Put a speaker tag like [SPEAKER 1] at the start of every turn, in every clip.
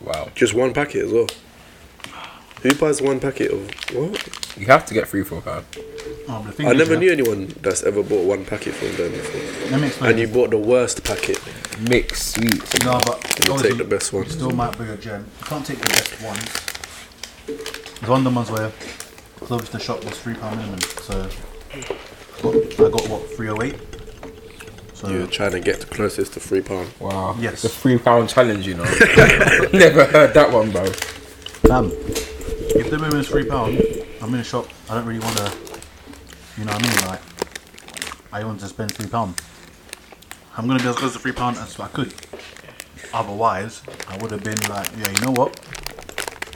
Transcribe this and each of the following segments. [SPEAKER 1] Wow.
[SPEAKER 2] Just one packet as well. Who buys one packet of what?
[SPEAKER 1] You have to get free for a pound.
[SPEAKER 3] Oh, but the thing
[SPEAKER 2] I
[SPEAKER 3] is,
[SPEAKER 2] never
[SPEAKER 3] yeah,
[SPEAKER 2] knew anyone that's ever bought one packet from them before.
[SPEAKER 3] Let me explain.
[SPEAKER 2] And you bought the worst packet.
[SPEAKER 1] Mixed sweets.
[SPEAKER 3] no, but
[SPEAKER 2] You
[SPEAKER 3] obviously
[SPEAKER 2] take the best
[SPEAKER 3] you
[SPEAKER 2] one.
[SPEAKER 3] Still might be a gem. You can't take the best ones. It's one of the ones where, because obviously the shop was three pound minimum, so but I got what three oh eight. So
[SPEAKER 2] You're trying to get the closest to three pound.
[SPEAKER 1] Wow.
[SPEAKER 3] Yes.
[SPEAKER 1] The three pound challenge, you know. Never heard that one, bro.
[SPEAKER 3] Fam, if the minimum is three pound, I'm in a shop. I don't really want to, you know what I mean? Like, I want to spend three pound. I'm gonna be as close to three pound as I could. Otherwise, I would have been like, yeah, you know what?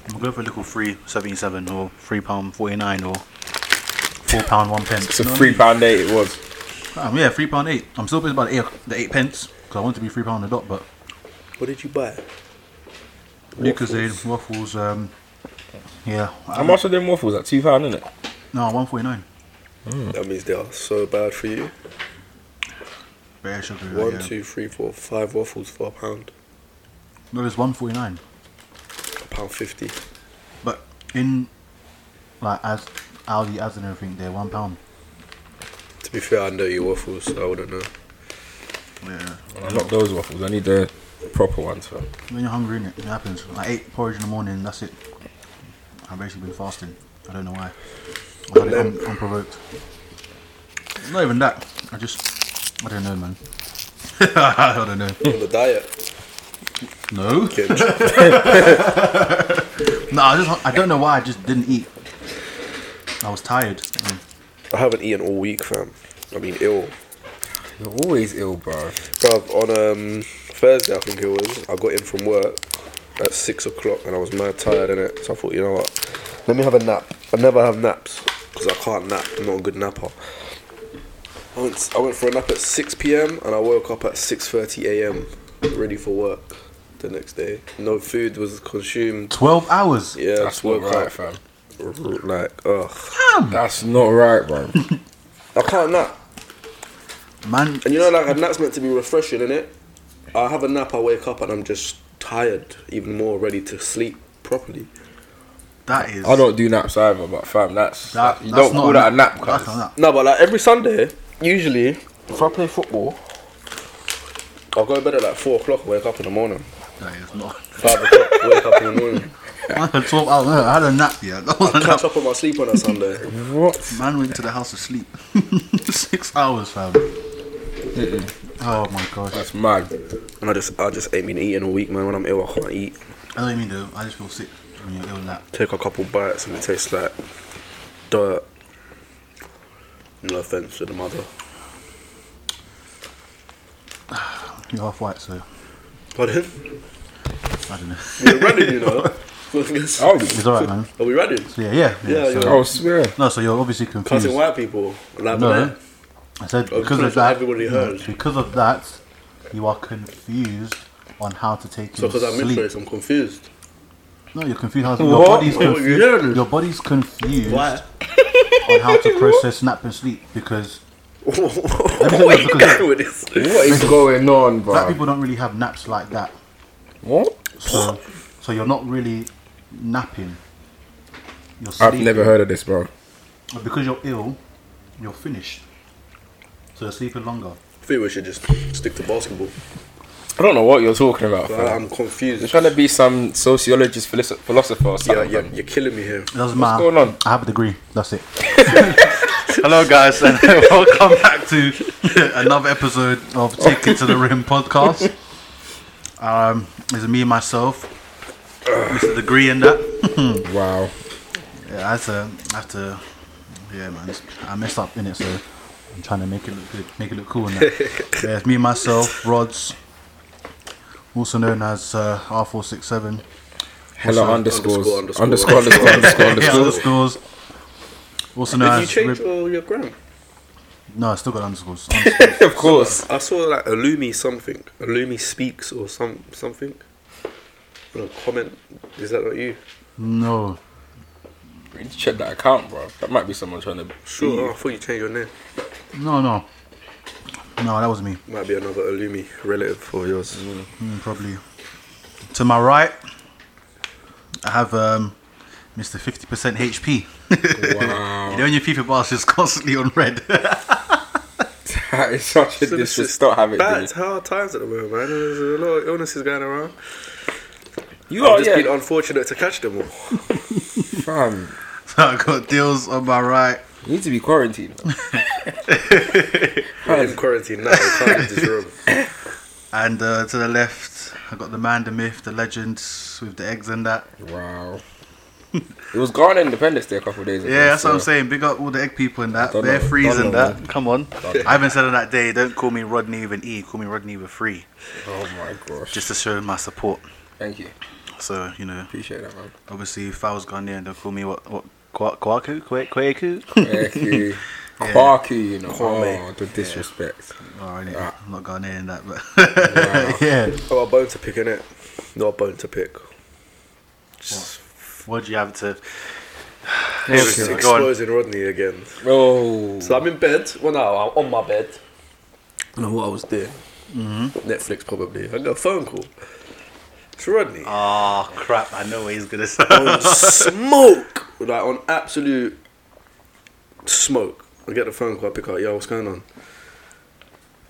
[SPEAKER 3] I'm gonna go for a little three seventy-seven or three pound forty-nine or four pound one pence.
[SPEAKER 1] It's a
[SPEAKER 3] You know what I
[SPEAKER 1] three pound eight it was.
[SPEAKER 3] mean? Um, yeah, three pound eight. I'm still pissed about the eight, the eight pence because I want to be three pound a dot, but
[SPEAKER 2] What did you buy?
[SPEAKER 3] Lucas waffles. waffles. Um, yeah,
[SPEAKER 1] How much are them waffles? At two pound, innit?
[SPEAKER 3] no, one forty-nine.
[SPEAKER 2] That means they are so bad for you.
[SPEAKER 3] Bare sugar.
[SPEAKER 2] One,
[SPEAKER 3] Oh, yeah.
[SPEAKER 2] two, three, four, five waffles for a pound.
[SPEAKER 3] No, it's one forty nine.
[SPEAKER 2] A pound fifty.
[SPEAKER 3] But in like as Aldi as and everything, they're one pound.
[SPEAKER 2] To be fair, I know your waffles, so I wouldn't know.
[SPEAKER 3] Yeah.
[SPEAKER 1] Not those waffles. I need the proper ones, fam.
[SPEAKER 3] When you're hungry, innit? it happens. I ate porridge in the morning. That's it. I've basically been fasting. I don't know why. I had it un- unprovoked. Not even that. I just I don't know, man. I don't know.
[SPEAKER 2] On the diet.
[SPEAKER 3] No.
[SPEAKER 2] Kid.
[SPEAKER 3] No, I just I don't know why I just didn't eat. I was tired. Mm.
[SPEAKER 2] I haven't eaten all week, fam. I mean, ill.
[SPEAKER 1] You're always ill, bro.
[SPEAKER 2] Bruv, on um, Thursday, I think it was, I got in from work at six o'clock and I was mad tired in it. So I thought, you know what? Let me have a nap. I never have naps because I can't nap. I'm not a good napper. I went, I went for a nap at 6 p.m. and I woke up at 6:30 a.m. ready for work the next day. No food was consumed.
[SPEAKER 3] Twelve hours.
[SPEAKER 2] Yeah,
[SPEAKER 1] That's
[SPEAKER 2] just
[SPEAKER 1] not
[SPEAKER 2] woke
[SPEAKER 1] right,
[SPEAKER 2] up
[SPEAKER 1] fam.
[SPEAKER 2] like ugh.
[SPEAKER 1] That's not right, bro.
[SPEAKER 2] I can't nap.
[SPEAKER 3] Man,
[SPEAKER 2] And you know, like a nap's meant to be refreshing, innit? I have a nap, I wake up, and I'm just tired, even more ready to sleep properly.
[SPEAKER 3] that is.
[SPEAKER 1] I don't do naps either, but fam, that's
[SPEAKER 3] That,
[SPEAKER 1] you
[SPEAKER 3] that's
[SPEAKER 1] don't
[SPEAKER 3] not
[SPEAKER 1] call that a nap,
[SPEAKER 3] That's
[SPEAKER 1] cuz.
[SPEAKER 3] not a nap.
[SPEAKER 2] No, but like every Sunday, usually, if I play football, I'll go to bed at like 4 o'clock, wake up in the morning.
[SPEAKER 3] That is not.
[SPEAKER 2] 5 o'clock, wake up in the morning.
[SPEAKER 3] I had, 12 hours. I had a nap, yeah. That was a
[SPEAKER 2] Catch
[SPEAKER 3] nap.
[SPEAKER 2] up on my sleep on a Sunday.
[SPEAKER 1] What?
[SPEAKER 3] Man went to the house to sleep. Six hours, fam. Oh my gosh.
[SPEAKER 1] That's mad.
[SPEAKER 2] And I just, I just ain't been eating all week, man. When I'm ill, I can't eat.
[SPEAKER 3] I don't mean though. I just feel sick when you're ill and that.
[SPEAKER 2] Take a couple bites and it tastes like dirt. No offense to the mother.
[SPEAKER 3] You're half white, so
[SPEAKER 2] Pardon?
[SPEAKER 3] I don't know.
[SPEAKER 2] We're running, you know. Are
[SPEAKER 1] Oh,
[SPEAKER 3] It's alright, man.
[SPEAKER 2] we running?
[SPEAKER 3] So yeah, yeah.
[SPEAKER 2] Yeah,
[SPEAKER 3] so,
[SPEAKER 2] you're-
[SPEAKER 1] I swear.
[SPEAKER 3] No, so you're obviously confused.
[SPEAKER 2] Cutting white people. Like
[SPEAKER 3] No.
[SPEAKER 2] that.
[SPEAKER 3] I said
[SPEAKER 2] Oh,
[SPEAKER 3] because
[SPEAKER 2] because
[SPEAKER 3] of that.
[SPEAKER 2] everybody
[SPEAKER 3] no,
[SPEAKER 2] heard.
[SPEAKER 3] Because of that, you are confused on how to take
[SPEAKER 2] So
[SPEAKER 3] your
[SPEAKER 2] because I'm
[SPEAKER 3] sleep.
[SPEAKER 2] mixed race, I'm confused.
[SPEAKER 3] No, you're confused. How,
[SPEAKER 1] What?
[SPEAKER 3] your body's
[SPEAKER 2] What?
[SPEAKER 3] confused. Your body's confused
[SPEAKER 2] Why?
[SPEAKER 3] on how to process snap and sleep because
[SPEAKER 2] Where you going with this?
[SPEAKER 1] What is going on,
[SPEAKER 3] black
[SPEAKER 1] bro?
[SPEAKER 3] people don't really have naps like that.
[SPEAKER 1] What?
[SPEAKER 3] So, so you're not really napping. You're
[SPEAKER 1] I've
[SPEAKER 3] sleeping.
[SPEAKER 1] never heard of this, bro.
[SPEAKER 3] But Because you're ill, you're finished. So you're sleeping longer.
[SPEAKER 2] I think we should just stick to basketball.
[SPEAKER 1] I don't know what you're talking about,
[SPEAKER 2] Like,
[SPEAKER 1] fam.
[SPEAKER 2] I'm confused.
[SPEAKER 1] You're trying to be some sociologist, philosoph- philosopher, or
[SPEAKER 2] yeah,
[SPEAKER 1] something.
[SPEAKER 2] yeah,
[SPEAKER 1] fam.
[SPEAKER 2] you're killing me here.
[SPEAKER 3] It
[SPEAKER 1] What's
[SPEAKER 3] doesn't matter.
[SPEAKER 1] going on?
[SPEAKER 3] I have a degree. That's it. Hello, guys, and welcome back to another episode of Take It to the Rim podcast. Um, it's me and myself. It's a degree in that.
[SPEAKER 1] Wow.
[SPEAKER 3] Yeah, I had to, I had to, yeah, man. it's- I messed up in it, so I'm trying to make it look good, make it look cool. And that. yeah, it's me, myself, Rods, also known as uh, R467.
[SPEAKER 1] Hella
[SPEAKER 3] Also,
[SPEAKER 1] underscores. Underscore,
[SPEAKER 2] underscore, underscore,
[SPEAKER 1] underscore, underscore, underscore,
[SPEAKER 3] Yeah,
[SPEAKER 1] underscore.
[SPEAKER 3] underscores. Also known
[SPEAKER 2] Did you
[SPEAKER 3] as.
[SPEAKER 2] change
[SPEAKER 3] Rib-
[SPEAKER 2] your, your gram?
[SPEAKER 3] no, I still got underscores.
[SPEAKER 1] Of course.
[SPEAKER 2] I saw like Illumi something. Illumi speaks or some something. In a comment. Is that not you?
[SPEAKER 3] no.
[SPEAKER 1] We need to check that account, bro. That might be someone trying to.
[SPEAKER 2] Sure. Oh, I thought you changed your name.
[SPEAKER 3] No, no. No, that was me.
[SPEAKER 2] Might be another Illumi relative of yours.
[SPEAKER 3] Mm, probably. To my right, I have um, Mr. 50% HP.
[SPEAKER 1] Wow.
[SPEAKER 3] You know, when your FIFA bars is constantly on red.
[SPEAKER 1] that is such a
[SPEAKER 2] So this is
[SPEAKER 1] disrespect. Have it,
[SPEAKER 2] Bad,
[SPEAKER 1] dude.
[SPEAKER 2] it's hard times at the moment, man. There's a lot of illnesses going around.
[SPEAKER 1] You
[SPEAKER 2] I've
[SPEAKER 1] are
[SPEAKER 2] just
[SPEAKER 1] yeah,
[SPEAKER 2] been unfortunate to catch them all.
[SPEAKER 1] fam.
[SPEAKER 3] so I got deals on my right.
[SPEAKER 1] You need to be quarantined. man.
[SPEAKER 2] We're in quarantine now. We can't leave this room.
[SPEAKER 3] And uh, to the left, I got the man, the myth, the legend with the eggs and that.
[SPEAKER 1] wow. It was Ghana Independence Day a couple of days ago.
[SPEAKER 3] Yeah, that's what I'm
[SPEAKER 1] so-
[SPEAKER 3] saying. Big up all the egg people and that.
[SPEAKER 1] Don't
[SPEAKER 3] They're
[SPEAKER 1] know-
[SPEAKER 3] freezing
[SPEAKER 1] don't know,
[SPEAKER 3] that. Come on. I haven't said on that day, don't call me Rodney with an E, call me Rodney with three.
[SPEAKER 1] Oh my gosh.
[SPEAKER 3] Just to show my support.
[SPEAKER 1] Thank you.
[SPEAKER 3] So, you know,
[SPEAKER 1] Appreciate that, man.
[SPEAKER 3] obviously, if I was Ghanaian, they'll call me what? what Kwa- Kwaku? Kwe- Kweku?
[SPEAKER 1] Thank you. Kwaku, you know. Oh, the disrespect.
[SPEAKER 3] Oh, really?
[SPEAKER 1] Ah.
[SPEAKER 3] I'm not Ghanaian that, but.
[SPEAKER 1] Wow.
[SPEAKER 3] yeah.
[SPEAKER 2] Oh, a bone to pick, innit? Not a bone to pick. Just
[SPEAKER 3] What do you have to.
[SPEAKER 2] just
[SPEAKER 1] Okay.
[SPEAKER 3] Go on.
[SPEAKER 2] exposing Rodney again.
[SPEAKER 1] Oh.
[SPEAKER 2] So I'm in bed. Well, no, I'm on my bed. I know what I was doing. Netflix, probably. I got a phone call. It's Rodney.
[SPEAKER 3] Oh, crap. I know what he's going to say.
[SPEAKER 2] on smoke, like on absolute smoke. I get the phone call, I pick up, yo, what's going on?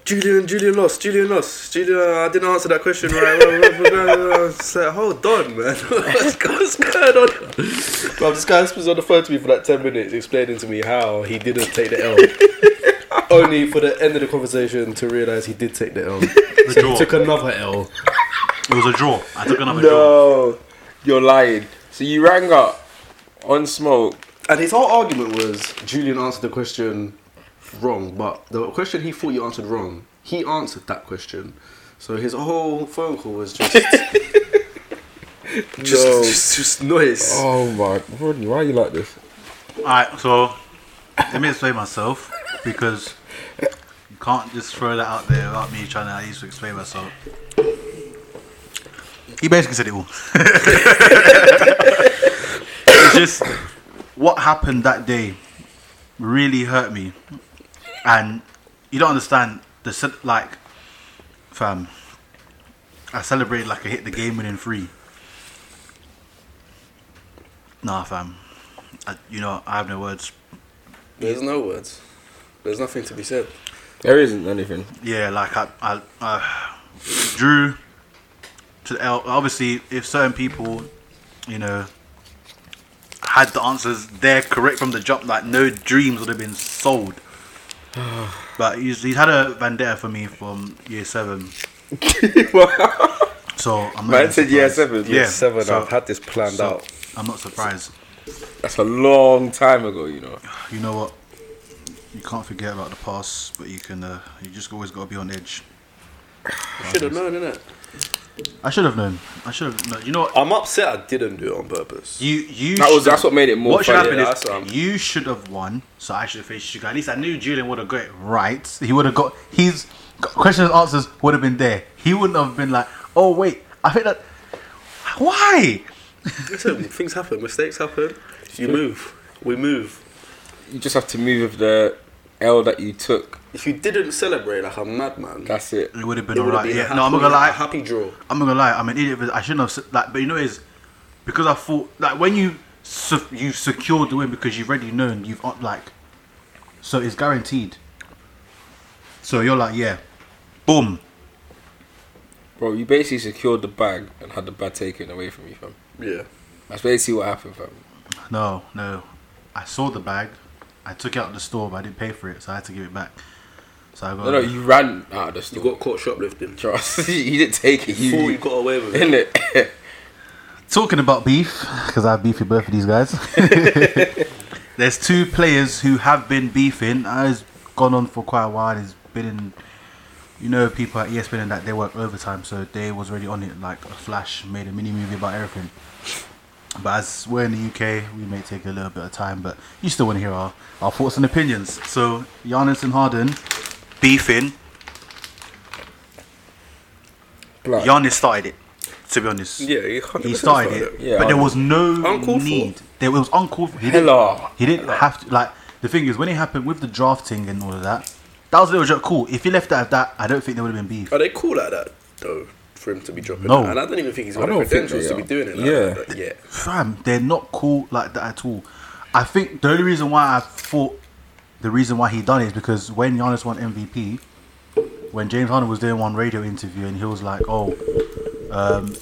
[SPEAKER 2] Julian, Julian lost, Julian lost, Julian. uh, I didn't answer that question right. Well, well, well, well, well. I was like, hold on, man. What's, what's going on? Bro, this guy was on the phone to me for like ten minutes, explaining to me how he didn't take the L. Only for the end of the conversation to realise he did take the L.
[SPEAKER 3] The draw.
[SPEAKER 2] Took another L.
[SPEAKER 3] It was a draw. I took another draw.
[SPEAKER 1] No. You're lying. So you rang up on smoke.
[SPEAKER 2] And his whole argument was Julian answered the question wrong, but the question he thought you answered wrong, he answered that question. So his whole phone call was just just,
[SPEAKER 1] No.
[SPEAKER 2] just just noise.
[SPEAKER 1] Oh my. Rodney, why are you like this?
[SPEAKER 3] Alright, so let me explain myself because you can't just throw that out there without me trying to at least explain myself. He basically said it all. it's just what happened that day really hurt me, and you don't understand the ce- like, fam. I celebrated like I hit the game winning three. Nah, fam. I, you know, I have no words.
[SPEAKER 2] There's no words. There's nothing to be said.
[SPEAKER 1] There isn't anything.
[SPEAKER 3] Yeah, like I, I, I drew to the L. Obviously, if certain people, you know, had the answers there correct from the jump, like no dreams would have been sold. but he's, he's had a vendetta for me from year seven. so I'm not
[SPEAKER 1] Man
[SPEAKER 3] even
[SPEAKER 1] said year seven.
[SPEAKER 3] surprised. Yeah, so
[SPEAKER 2] had this planned
[SPEAKER 3] so I'm not surprised.
[SPEAKER 1] That's a long time ago, you know.
[SPEAKER 3] You know what? You can't forget about the past, but you can. Uh, you just always got to be on edge.
[SPEAKER 2] Should have known, innit?
[SPEAKER 3] I should have known. I should have. known. You know what?
[SPEAKER 2] I'm upset I didn't do it on purpose.
[SPEAKER 3] You you
[SPEAKER 1] That was
[SPEAKER 3] should-
[SPEAKER 1] that's what made it more
[SPEAKER 3] What should
[SPEAKER 1] funny.
[SPEAKER 3] happen
[SPEAKER 2] yeah,
[SPEAKER 3] is
[SPEAKER 2] that's, um,
[SPEAKER 3] you should have won, so I should have faced Sugar. At least I knew Julian would have got it right. He would have got his questions and answers would have been there. He wouldn't have been like, oh wait, I think that why?
[SPEAKER 2] Listen, things happen, mistakes happen. You move. We move.
[SPEAKER 1] you just have to move with the L that you took.
[SPEAKER 2] If you didn't celebrate like a madman,
[SPEAKER 1] That's it.
[SPEAKER 3] It would have been
[SPEAKER 2] it would have
[SPEAKER 3] alright.
[SPEAKER 2] been
[SPEAKER 3] Yeah,
[SPEAKER 2] a
[SPEAKER 3] no, I'm not
[SPEAKER 2] happy-
[SPEAKER 3] gonna
[SPEAKER 2] a
[SPEAKER 3] lie.
[SPEAKER 2] happy draw.
[SPEAKER 3] I'm not gonna lie. I'm an idiot. but I shouldn't have s- like. But you know what it is because I thought like when you se- you've secured the win because you've already known you've uh, like, so it's guaranteed. So you're like, yeah, boom.
[SPEAKER 1] Bro, you basically secured the bag and had the bag taken away from you, fam.
[SPEAKER 2] Yeah.
[SPEAKER 1] That's basically what happened, fam.
[SPEAKER 3] No, no. I saw the bag. I took it out of the store, but I didn't pay for it, so I had to give it back. So I got.
[SPEAKER 1] No, no, you ran out of the
[SPEAKER 2] You
[SPEAKER 1] store.
[SPEAKER 2] got caught shoplifting.
[SPEAKER 1] Trust. you didn't take it. You,
[SPEAKER 2] Before
[SPEAKER 1] you,
[SPEAKER 2] you got away with it.
[SPEAKER 1] in it.
[SPEAKER 3] Talking about beef, because I have beef with both of these guys. There's two players who have been beefing. Uh, It's gone on for quite a while. It's been in. You know, people at E ESPN and that they work overtime, so they was already on it like a flash. Made a mini movie about everything. But as we're in the UK, we may take a little bit of time, but you still want to hear our, our thoughts and opinions. So, Giannis and Harden beefing.
[SPEAKER 1] Black.
[SPEAKER 3] Giannis started it, to be honest.
[SPEAKER 2] Yeah, he, 100%
[SPEAKER 3] He started it,
[SPEAKER 1] Yeah,
[SPEAKER 3] but there was no
[SPEAKER 2] Uncalled for.
[SPEAKER 3] need. There was uncalled for. He didn't,
[SPEAKER 1] Hella.
[SPEAKER 3] he didn't have to. Like the thing is, when it happened with the drafting and
[SPEAKER 2] Oh,
[SPEAKER 3] all of that, that was a little joke. Cool. If he left that at that, I don't think there would have been beef.
[SPEAKER 2] Are they cool like that though? for him to be dropping
[SPEAKER 3] No.
[SPEAKER 2] that. And I don't even think he's got
[SPEAKER 1] I
[SPEAKER 2] the
[SPEAKER 1] don't think
[SPEAKER 2] credentials
[SPEAKER 1] they
[SPEAKER 2] to be
[SPEAKER 1] are.
[SPEAKER 2] doing it.
[SPEAKER 1] Yeah.
[SPEAKER 2] Like, that yeah.
[SPEAKER 3] fam, they're not cool like that at all. I think the only reason why I thought the reason why he done it is because when Giannis won MVP, when James Harden was doing one radio interview and he was like, "Oh, um,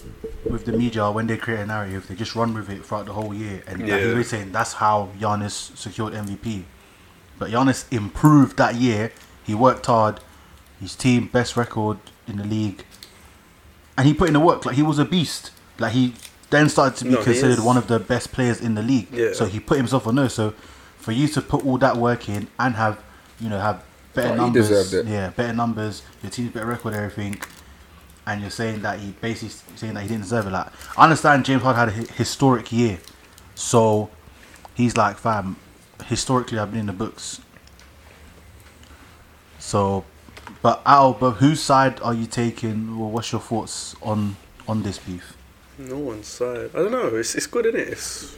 [SPEAKER 3] with the media, when they create a narrative, they just run with it throughout the whole year," and that he
[SPEAKER 2] Yeah.
[SPEAKER 3] was saying that's how Giannis secured MVP. But Giannis improved that year. He worked hard. His team best record in the league, and he put in the work. Like he was a beast. Like he then started to be
[SPEAKER 2] No, he
[SPEAKER 3] considered
[SPEAKER 2] is.
[SPEAKER 3] one of the best players in the league.
[SPEAKER 2] Yeah.
[SPEAKER 3] So he put himself on notice. So for you to put all that work in and have, you know, have better
[SPEAKER 1] Oh, he
[SPEAKER 3] numbers,
[SPEAKER 1] deserved it.
[SPEAKER 3] yeah, better numbers, your team's better record, everything, and you're saying that he basically saying that he didn't deserve it. Like I understand James Harden had a hi- historic year, so he's like, fam, historically I've been in the books. So, but Al, but whose side are you taking? Or what's your thoughts on on this beef?
[SPEAKER 2] No one's side. I don't know. It's, it's good, innit? It's,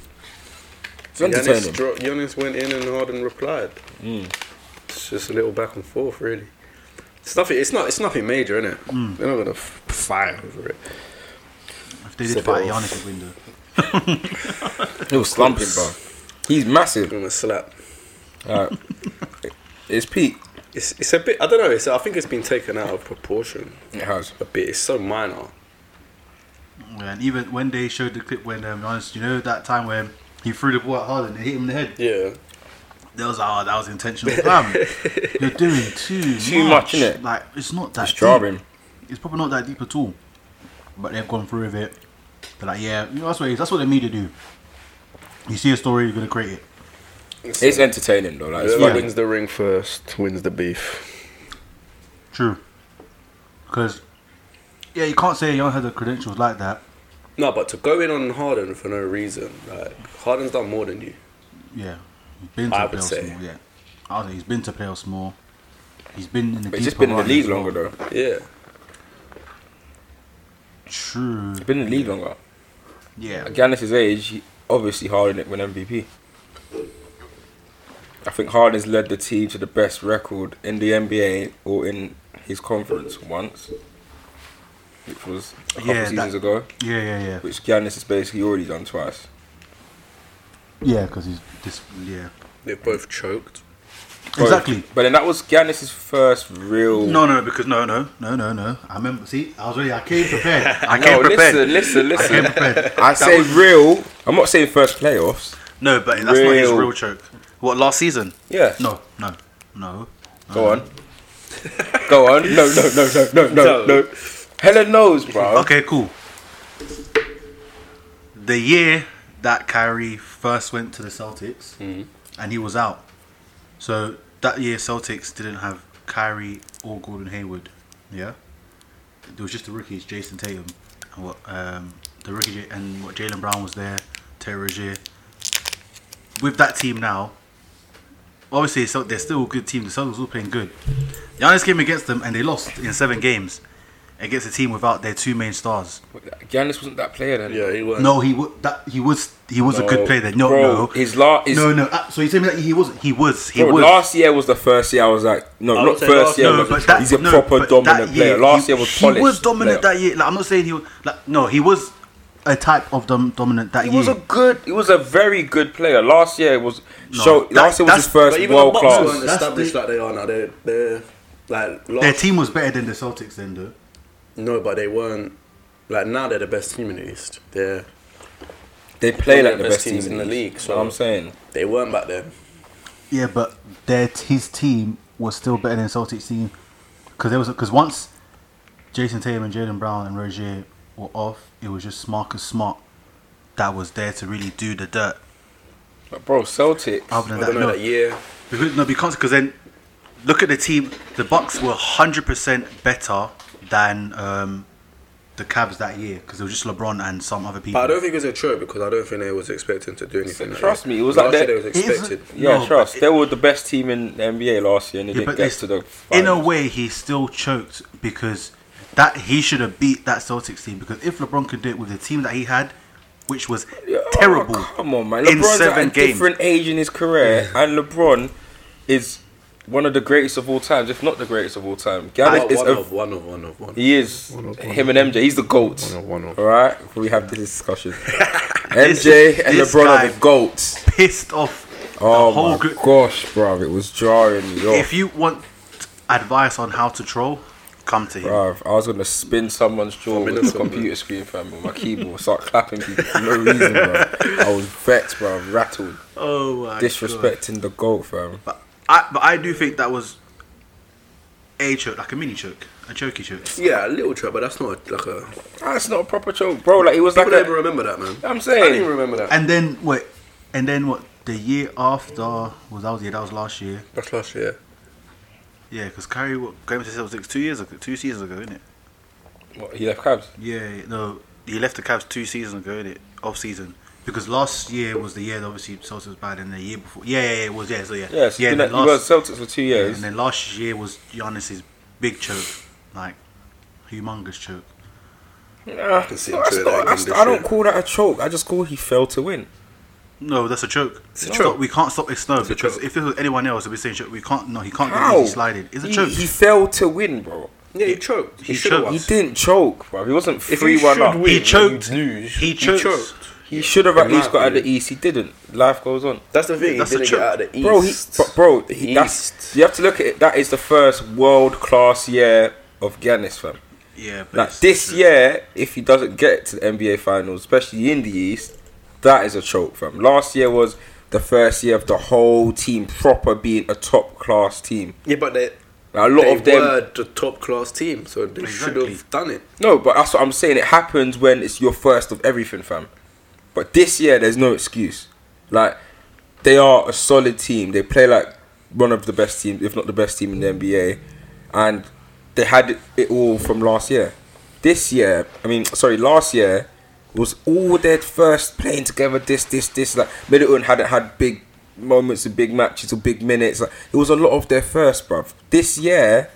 [SPEAKER 1] It's
[SPEAKER 2] Giannis,
[SPEAKER 1] entertaining. Mm.
[SPEAKER 2] dro- Giannis went in and Harden replied. It's just a little back and forth, really. It's nothing. It's not. It's nothing major, innit?
[SPEAKER 3] Mm.
[SPEAKER 2] They're not gonna f- fight over it.
[SPEAKER 3] If they
[SPEAKER 2] It's
[SPEAKER 3] did
[SPEAKER 2] a bit
[SPEAKER 3] fight,
[SPEAKER 2] off.
[SPEAKER 3] Giannis would win though.
[SPEAKER 1] He was slumping, bro. He's massive.
[SPEAKER 2] They're gonna slap.
[SPEAKER 1] Alright. it's Pete.
[SPEAKER 2] It's, it's a bit. I don't know. It's, I think it's been taken out of proportion
[SPEAKER 1] It has.
[SPEAKER 2] a bit. It's so minor.
[SPEAKER 3] Yeah, and even when they showed the clip when um, Giannis, you know that time where he threw the ball at Harden and it hit him in the head.
[SPEAKER 2] Yeah.
[SPEAKER 3] That was oh, that was intentional. Fam, you're doing too
[SPEAKER 1] Too much,
[SPEAKER 3] much.
[SPEAKER 1] innit?
[SPEAKER 3] Like it's not that
[SPEAKER 1] It's
[SPEAKER 3] deep.
[SPEAKER 1] jarring.
[SPEAKER 3] It's probably not that deep at all. But they've gone through with it. They're like, yeah, you know that's what it is. That's what the media do. You see a story, you're gonna create it.
[SPEAKER 1] It's entertaining, though. Like, it's
[SPEAKER 2] Whoever
[SPEAKER 1] funny.
[SPEAKER 2] wins the ring first wins the beef.
[SPEAKER 3] True. Because yeah, you can't say Giannis had the credentials like that.
[SPEAKER 2] No, but to go in on Harden for no reason, like Harden's done more than you.
[SPEAKER 3] Yeah, he's been to
[SPEAKER 2] I would
[SPEAKER 3] playoffs
[SPEAKER 2] say.
[SPEAKER 3] more. Yeah, I would say he's been to playoffs more. He's been in the.
[SPEAKER 1] But he's just
[SPEAKER 3] deeper
[SPEAKER 1] been in the
[SPEAKER 3] run
[SPEAKER 1] league
[SPEAKER 3] as well.
[SPEAKER 1] longer, though.
[SPEAKER 2] Yeah.
[SPEAKER 3] True.
[SPEAKER 1] He's been in the league longer.
[SPEAKER 3] Yeah.
[SPEAKER 1] At Giannis' age, he obviously Harden it win MVP. I think Harden's led the team to the best record in the NBA or in his conference once, which was a couple
[SPEAKER 3] Yeah,
[SPEAKER 1] seasons
[SPEAKER 3] that-
[SPEAKER 1] ago,
[SPEAKER 3] Yeah, yeah, yeah.
[SPEAKER 1] which Giannis has basically already done twice.
[SPEAKER 3] Yeah, because he's this. Yeah.
[SPEAKER 2] They've both choked.
[SPEAKER 1] Both.
[SPEAKER 3] Exactly.
[SPEAKER 1] But then that was Giannis' first real.
[SPEAKER 3] No, no, because no, no, no, no, no. I remember. See, I was ready. I came prepared. I
[SPEAKER 1] No,
[SPEAKER 3] came prepared.
[SPEAKER 1] listen, listen,
[SPEAKER 3] I came
[SPEAKER 1] listen.
[SPEAKER 3] prepared.
[SPEAKER 1] I say real. I'm not saying first playoffs.
[SPEAKER 3] No, but that's not his
[SPEAKER 1] Real.
[SPEAKER 3] real choke. What last season?
[SPEAKER 1] Yeah.
[SPEAKER 3] No, no, no.
[SPEAKER 1] Go on. Go on. No, no, no, no, no, no, no. Helen knows, bro.
[SPEAKER 3] Okay, cool. The year that Kyrie first went to the Celtics, and he was out. So that year, Celtics didn't have Kyrie or Gordon Hayward. Yeah, there was just the rookies, Jason Tatum, and what um, the rookie J- and what Jalen Brown was there, Terry Rozier. With that team now, obviously so they're still a good team. The Celtics were playing good. Giannis came against them and they lost in seven games against a team without their two main stars.
[SPEAKER 1] Giannis wasn't that player then.
[SPEAKER 2] Yeah, he won.
[SPEAKER 3] No, he was that he was he was a good player. Then. No,
[SPEAKER 1] bro,
[SPEAKER 3] no,
[SPEAKER 1] His last, his,
[SPEAKER 3] no, no. Ah, so you tell me that he wasn't? He was. He
[SPEAKER 1] bro,
[SPEAKER 3] was.
[SPEAKER 1] last year was the first year I was like, no,
[SPEAKER 2] I would
[SPEAKER 1] not
[SPEAKER 2] say
[SPEAKER 1] first
[SPEAKER 2] last-
[SPEAKER 1] year.
[SPEAKER 2] no,
[SPEAKER 1] but
[SPEAKER 3] but that-
[SPEAKER 1] he's a
[SPEAKER 3] no,
[SPEAKER 1] proper
[SPEAKER 3] but
[SPEAKER 1] dominant
[SPEAKER 3] that
[SPEAKER 1] player. Last
[SPEAKER 3] he-
[SPEAKER 1] year was polished.
[SPEAKER 3] He was dominant
[SPEAKER 1] player.
[SPEAKER 3] that year. Like I'm not saying he was. Like no, he was a type of dom- dominant that
[SPEAKER 1] He
[SPEAKER 3] year.
[SPEAKER 1] was a good. He was a very good player. Last year was so. last
[SPEAKER 3] that-
[SPEAKER 1] year was
[SPEAKER 3] that's-
[SPEAKER 1] his first world
[SPEAKER 2] the Bucks
[SPEAKER 1] class.
[SPEAKER 2] weren't
[SPEAKER 3] That's
[SPEAKER 2] established
[SPEAKER 3] the-
[SPEAKER 2] like they are now. They're, they're like last,
[SPEAKER 3] Their team was better than the Celtics then, though.
[SPEAKER 2] No, but they weren't. Like now, they're the best team in the East. They're
[SPEAKER 1] They play
[SPEAKER 2] One
[SPEAKER 1] like
[SPEAKER 2] of
[SPEAKER 1] the best teams in the league.
[SPEAKER 2] so-
[SPEAKER 1] So I'm saying
[SPEAKER 2] they weren't back then.
[SPEAKER 3] Yeah, but their his team was still better than Celtics team because there was because once Jason Tatum and Jalen Brown and Rozier were off, it was just Marcus Smart that was there to really do the dirt.
[SPEAKER 1] But bro, Celtic.
[SPEAKER 3] Other than
[SPEAKER 2] I don't
[SPEAKER 3] that,
[SPEAKER 2] know
[SPEAKER 3] no,
[SPEAKER 2] that year.
[SPEAKER 3] Because, no, because because then look at the team. The Bucks were hundred percent better than um, the Cavs that year because it was just LeBron and some other people.
[SPEAKER 2] But I don't think it was a choke because I don't think they was expecting to do anything. like
[SPEAKER 1] Trust
[SPEAKER 2] that.
[SPEAKER 1] me, it was
[SPEAKER 2] Last
[SPEAKER 1] like
[SPEAKER 2] year
[SPEAKER 1] that-
[SPEAKER 2] They was
[SPEAKER 3] It is-
[SPEAKER 2] expected.
[SPEAKER 1] Yeah,
[SPEAKER 3] No,
[SPEAKER 1] trust.
[SPEAKER 3] but
[SPEAKER 1] they were the best team in the NBA last year, and they
[SPEAKER 3] Yeah,
[SPEAKER 1] didn't
[SPEAKER 3] but
[SPEAKER 1] get
[SPEAKER 3] it's-
[SPEAKER 1] to the.
[SPEAKER 3] in a
[SPEAKER 1] finals.
[SPEAKER 3] way, he still choked because that he should have beat that Celtics team because if LeBron could do it with the team that he had, which was terrible.
[SPEAKER 1] Oh, come on, man.
[SPEAKER 3] in
[SPEAKER 1] LeBron's at
[SPEAKER 3] seven
[SPEAKER 1] a
[SPEAKER 3] games.
[SPEAKER 1] different age in his career, and LeBron is one of the greatest of all times, if not the greatest of all time. Gareth is
[SPEAKER 4] one,
[SPEAKER 1] a,
[SPEAKER 4] of, one of one of one.
[SPEAKER 1] he is
[SPEAKER 2] One of- one
[SPEAKER 1] him and MJ. He's the goats.
[SPEAKER 2] One of- one of.
[SPEAKER 1] All right, we have this discussion. MJ and
[SPEAKER 3] this
[SPEAKER 1] LeBron
[SPEAKER 3] guy-
[SPEAKER 1] are the goats.
[SPEAKER 3] Pissed off.
[SPEAKER 1] Oh
[SPEAKER 3] whole
[SPEAKER 1] my
[SPEAKER 3] gr-
[SPEAKER 1] gosh, bruv, it was jarring me off.
[SPEAKER 3] If you want advice on how to troll, come to him.
[SPEAKER 1] Bruv, I was gonna spin someone's jaw with
[SPEAKER 4] minutes
[SPEAKER 1] the computer screen, fam, with my keyboard, start clapping people for no reason, bruv. I was vexed, bruv, rattled,
[SPEAKER 3] Oh my God.
[SPEAKER 1] disrespecting the goat, fam.
[SPEAKER 3] But I, but I do think that was a choke, like a mini choke, a chokey choke.
[SPEAKER 4] Yeah, a little trap, but that's not a, like a.
[SPEAKER 1] That's not a proper joke, bro. Like it was
[SPEAKER 4] People
[SPEAKER 1] like
[SPEAKER 4] don't even
[SPEAKER 1] a,
[SPEAKER 4] remember that, man.
[SPEAKER 1] I'm
[SPEAKER 4] I didn't even
[SPEAKER 1] saying,
[SPEAKER 4] remember that.
[SPEAKER 3] And then wait, and then what? The year after was that was yeah that was last year.
[SPEAKER 4] That's last year.
[SPEAKER 3] Yeah, because Kyrie what Graham said was like two years ago, two seasons ago, isn't it?
[SPEAKER 1] what, he left Cavs.
[SPEAKER 3] Yeah, no, he left the Cavs two seasons ago, innit? Off season. Because last year was the year that obviously Celtics was bad, and the year before, yeah, yeah, yeah, it was yeah, so yeah,
[SPEAKER 1] Yes,
[SPEAKER 3] yeah.
[SPEAKER 1] yeah,
[SPEAKER 3] and
[SPEAKER 1] been at,
[SPEAKER 3] then
[SPEAKER 1] you were at Celtics for two years.
[SPEAKER 3] And then last year was Giannis's big choke, like humongous choke.
[SPEAKER 1] Nah,
[SPEAKER 4] can
[SPEAKER 1] that's
[SPEAKER 4] see him through that
[SPEAKER 1] not- that's-
[SPEAKER 4] again
[SPEAKER 1] I don't
[SPEAKER 4] this
[SPEAKER 1] call that a choke. I just call he failed to win.
[SPEAKER 3] No, that's a choke. It's
[SPEAKER 4] a choke.
[SPEAKER 3] we can't stop It's no
[SPEAKER 4] a
[SPEAKER 3] because
[SPEAKER 4] choke.
[SPEAKER 3] if it was anyone else, it'd be saying choke. We can't. No, he can't
[SPEAKER 1] How?
[SPEAKER 3] do it. He slided. It's a
[SPEAKER 1] He-
[SPEAKER 3] choke.
[SPEAKER 1] He failed to win, bro.
[SPEAKER 4] Yeah, he choked.
[SPEAKER 3] He
[SPEAKER 4] He, should have
[SPEAKER 3] choked.
[SPEAKER 4] won.
[SPEAKER 1] He didn't choke, bro. He wasn't three one
[SPEAKER 4] should
[SPEAKER 1] up.
[SPEAKER 4] win
[SPEAKER 3] He
[SPEAKER 4] and
[SPEAKER 3] choked.
[SPEAKER 4] you lose,
[SPEAKER 3] He
[SPEAKER 4] you
[SPEAKER 3] choked.
[SPEAKER 1] He should have at
[SPEAKER 4] In my
[SPEAKER 1] least got out of the
[SPEAKER 4] opinion.
[SPEAKER 1] East. He didn't. Life goes on.
[SPEAKER 4] That's the thing.
[SPEAKER 3] That's
[SPEAKER 4] he
[SPEAKER 3] a
[SPEAKER 4] didn't
[SPEAKER 3] choke.
[SPEAKER 4] get out of the East.
[SPEAKER 1] Bro, he, bro- bro he, that's, you have to look at it. That is the first world class year of Giannis, fam.
[SPEAKER 3] yeah, but
[SPEAKER 1] Like
[SPEAKER 3] it's
[SPEAKER 1] this
[SPEAKER 3] a choke.
[SPEAKER 1] year, if he doesn't get to the NBA finals, especially in the East, that is a choke for him. Last year was the first year of the whole team proper being a top class team.
[SPEAKER 4] yeah, but they,
[SPEAKER 1] Like, a lot
[SPEAKER 4] they
[SPEAKER 1] of them.
[SPEAKER 4] were the top class team, so they should
[SPEAKER 3] Exactly.
[SPEAKER 4] have done it.
[SPEAKER 1] No, but that's what I'm saying. It happens when it's your first of everything, fam. But this year, there's no excuse. Like, they are a solid team. They play like one of the best teams, if not the best team in the NBA. And they had it all from last year. This year, I mean, sorry, last year was all their first playing together. This, this, this. Like, Middleton hadn't had big moments and big matches or big minutes. Like, it was a lot of their first, bruv. This year,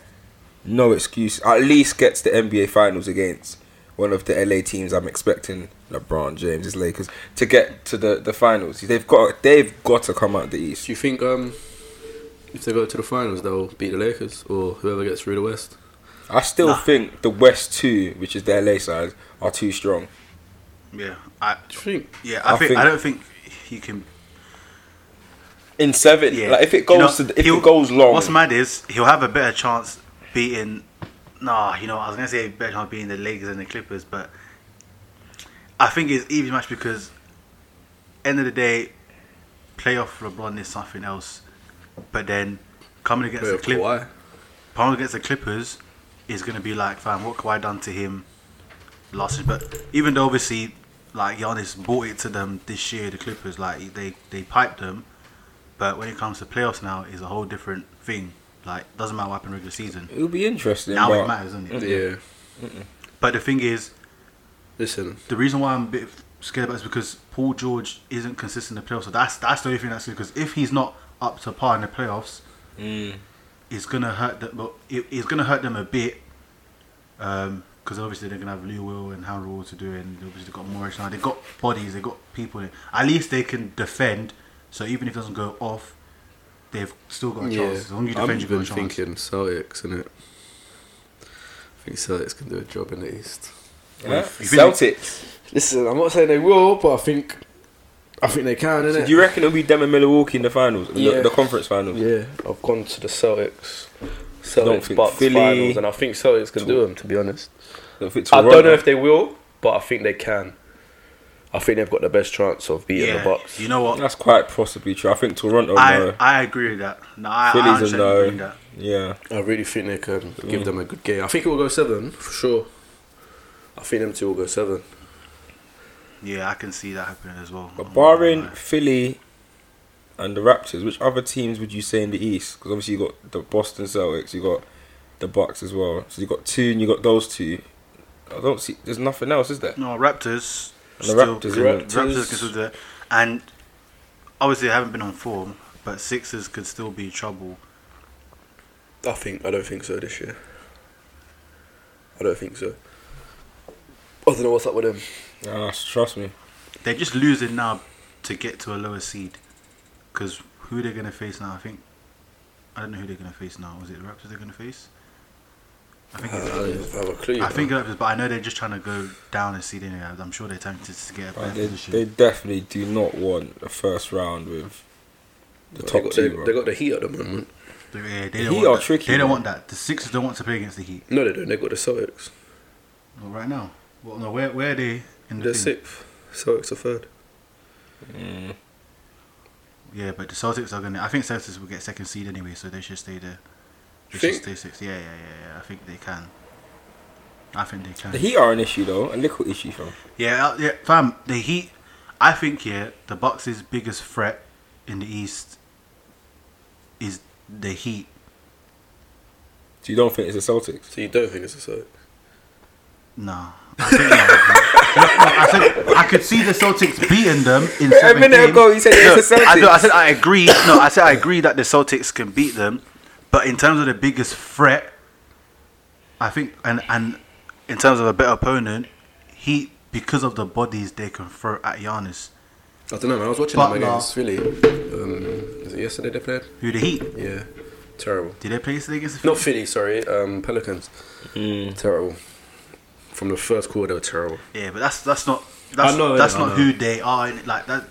[SPEAKER 1] no excuse. At least gets the NBA Finals against one of the LA teams. I'm expecting LeBron James' Lakers to get to the, the finals. They've got they've got to come out the East.
[SPEAKER 4] Do you think um, if they go to the finals, they'll beat the Lakers or whoever gets through the West?
[SPEAKER 1] I still
[SPEAKER 3] Nah.
[SPEAKER 1] think the West two, which is the LA side, are too strong.
[SPEAKER 3] Yeah, I
[SPEAKER 4] Do you think?
[SPEAKER 3] yeah I,
[SPEAKER 1] I
[SPEAKER 3] think,
[SPEAKER 1] think-
[SPEAKER 3] I don't think he can.
[SPEAKER 1] In seven,
[SPEAKER 3] Yeah,
[SPEAKER 1] like if it
[SPEAKER 3] You know,
[SPEAKER 1] goes to, if
[SPEAKER 3] he'll-
[SPEAKER 1] it goes long,
[SPEAKER 3] What's mad is he'll have a better chance beating. Nah, you know I was gonna say better chance beating the Lakers and the Clippers, but I think it's even match because end of the day, playoff LeBron is something else. But then coming against the Clippers.
[SPEAKER 4] Why?
[SPEAKER 3] Palmer against the Clippers is going to be like, fam, what Kawhi done to him last year? But even though obviously, like Giannis bought it to them this year, the Clippers, like they they piped them. But when it comes to playoffs now, is a whole different thing. Like doesn't matter what happened regular season.
[SPEAKER 1] it'll be interesting.
[SPEAKER 3] Now
[SPEAKER 1] but
[SPEAKER 3] it matters, doesn't it?
[SPEAKER 4] Yeah.
[SPEAKER 3] But the thing is,
[SPEAKER 4] Listen,
[SPEAKER 3] the reason why I'm a bit scared about it is because Paul George isn't consistent in the playoffs. So that's that's the only thing that's because if he's not up to par in the playoffs, it's gonna hurt them. But it, it's gonna hurt them a bit because obviously they're gonna have Lou Will and Harold Wall to do it, and obviously they've got Morris now. They've got bodies. They've got people. In it. At least they can defend. So even if it doesn't go off, they've still got a chance. As long as you
[SPEAKER 4] I'm
[SPEAKER 3] defend, you've got
[SPEAKER 4] even
[SPEAKER 3] a chance.
[SPEAKER 4] thinking Celtics, innit? I think Celtics can do a job in the East.
[SPEAKER 1] yeah.
[SPEAKER 3] You think-
[SPEAKER 1] Celtics.
[SPEAKER 4] Listen, I'm not saying they will, but I think, I think they can,
[SPEAKER 1] Do you reckon it'll be them and Milwaukee in the finals, in
[SPEAKER 4] Yeah.
[SPEAKER 1] the, the conference finals?
[SPEAKER 4] yeah.
[SPEAKER 2] I've gone to the Celtics.
[SPEAKER 1] Don't
[SPEAKER 2] Celtics
[SPEAKER 1] think
[SPEAKER 2] Bucks
[SPEAKER 1] Philly-
[SPEAKER 2] finals, and I think Celtics can do them. To be honest,
[SPEAKER 1] If it's
[SPEAKER 2] I don't
[SPEAKER 1] Toronto.
[SPEAKER 2] know if they will, but I think they can. I think they've got the best chance of beating
[SPEAKER 3] Yeah,
[SPEAKER 2] the Bucks.
[SPEAKER 3] you know what?
[SPEAKER 1] That's quite possibly true. I think Toronto.
[SPEAKER 3] I,
[SPEAKER 1] Oh, no.
[SPEAKER 3] I agree with that. No, I, I
[SPEAKER 1] Philly's a
[SPEAKER 3] understand you agree with
[SPEAKER 1] no.
[SPEAKER 3] that.
[SPEAKER 1] Yeah.
[SPEAKER 4] I really think they can
[SPEAKER 1] Mm.
[SPEAKER 4] give them a good game. I think it will go seven for sure. I think them two will go seven.
[SPEAKER 3] Yeah, I can see that happening as well.
[SPEAKER 1] But barring Philly and the Raptors, which other teams would you say in the East? Because obviously you got the Boston Celtics, you got the Bucks as well. So you got two, and you got those two. I don't see. There's nothing else, is there?
[SPEAKER 3] No, Raptors.
[SPEAKER 1] The
[SPEAKER 3] still
[SPEAKER 1] Raptors,
[SPEAKER 3] could-
[SPEAKER 1] isn't it?
[SPEAKER 3] Raptors could still do it. And obviously, they haven't been on form, but Sixers could still be trouble.
[SPEAKER 4] I think I don't think so this year. I don't think so. I don't know what's up with them.
[SPEAKER 1] Ah, trust me.
[SPEAKER 3] They're just losing now to get to a lower seed. Because who they're going to face now, I think I don't know who they're going to face now. Is it the Raptors they're going to face? I think
[SPEAKER 2] I
[SPEAKER 1] Uh,
[SPEAKER 3] it's.
[SPEAKER 2] don't have a clue.
[SPEAKER 3] I think it is, but I know they're just trying to go down and see. Anyway, I'm sure they're tempted to get a better
[SPEAKER 1] They,
[SPEAKER 3] position.
[SPEAKER 1] they definitely do not want a first round with the
[SPEAKER 2] But
[SPEAKER 1] top
[SPEAKER 2] they got,
[SPEAKER 1] two.
[SPEAKER 2] they,
[SPEAKER 1] bro.
[SPEAKER 2] they got the Heat at the moment.
[SPEAKER 3] They- yeah, they
[SPEAKER 1] The
[SPEAKER 3] don't
[SPEAKER 1] Heat
[SPEAKER 3] want
[SPEAKER 1] are
[SPEAKER 3] that.
[SPEAKER 1] tricky,
[SPEAKER 3] They don't
[SPEAKER 1] man.
[SPEAKER 3] want that. The Sixers don't want to play against the Heat
[SPEAKER 2] No, they don't. They got the Celtics.
[SPEAKER 3] Well, right now. Well, no, where where are they in the
[SPEAKER 2] They're
[SPEAKER 3] thing?
[SPEAKER 2] sixth. Celtics are third.
[SPEAKER 1] Mm.
[SPEAKER 3] Yeah, but the Celtics are gonna. I think Celtics will get second seed anyway, so they should stay there. They
[SPEAKER 2] Think?
[SPEAKER 3] should stay sixth. Yeah, yeah, yeah, yeah. I think they can. I think they can.
[SPEAKER 1] The Heat are an issue though, a little issue fam.
[SPEAKER 3] Yeah, uh, yeah, fam. The Heat. I think yeah, the Bucks' biggest threat in the East is the Heat.
[SPEAKER 1] So you don't think it's the Celtics?
[SPEAKER 2] So you don't think it's the Celtics?
[SPEAKER 3] No. I think no. no, I said I could see the Celtics beating them in seven games.
[SPEAKER 1] you said
[SPEAKER 3] No, I, no, I said I agree. No, I said I agree that the Celtics can beat them, but in terms of the biggest threat, I think, and and in terms of a better opponent, he because of the bodies they can throw at Giannis,
[SPEAKER 2] I don't know, man. I was watching
[SPEAKER 3] But
[SPEAKER 2] them
[SPEAKER 3] no.
[SPEAKER 2] against Philly. Um, is it yesterday they played?
[SPEAKER 3] who the Heat
[SPEAKER 2] Yeah. Terrible.
[SPEAKER 3] did they play yesterday against the
[SPEAKER 2] Not Philly, sorry. Um, Pelicans. Terrible. From the first quarter, they were terrible.
[SPEAKER 3] Yeah, but that's that's not that's
[SPEAKER 2] I know,
[SPEAKER 3] that's
[SPEAKER 2] innit? I
[SPEAKER 3] not
[SPEAKER 2] know.
[SPEAKER 3] who they are. innit? Like that,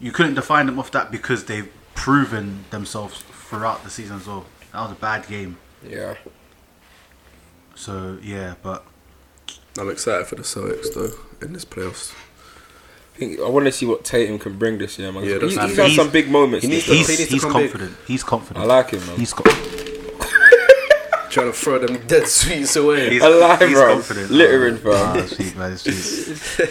[SPEAKER 3] you couldn't define them off that because they've proven themselves throughout the season as well. That was a bad game.
[SPEAKER 1] Yeah.
[SPEAKER 3] So yeah, but
[SPEAKER 2] I'm excited for the Celtics though in this playoffs.
[SPEAKER 1] I, think- I want to see what Tatum can bring this year, man.
[SPEAKER 2] Yeah,
[SPEAKER 1] he's,
[SPEAKER 2] that's-
[SPEAKER 1] he's had some big moments.
[SPEAKER 2] he
[SPEAKER 1] this
[SPEAKER 2] needs to-
[SPEAKER 1] year.
[SPEAKER 2] he
[SPEAKER 3] he's
[SPEAKER 2] needs
[SPEAKER 3] he's
[SPEAKER 2] come big.
[SPEAKER 3] confident. He's confident.
[SPEAKER 1] I like him, man.
[SPEAKER 3] He's co-
[SPEAKER 2] Trying to throw them dead sweets away.
[SPEAKER 1] I like him,
[SPEAKER 3] he's
[SPEAKER 1] bro.
[SPEAKER 3] confident.
[SPEAKER 1] Littering,
[SPEAKER 3] Ah,
[SPEAKER 1] fam.
[SPEAKER 3] that's sweet, man, that's sweet.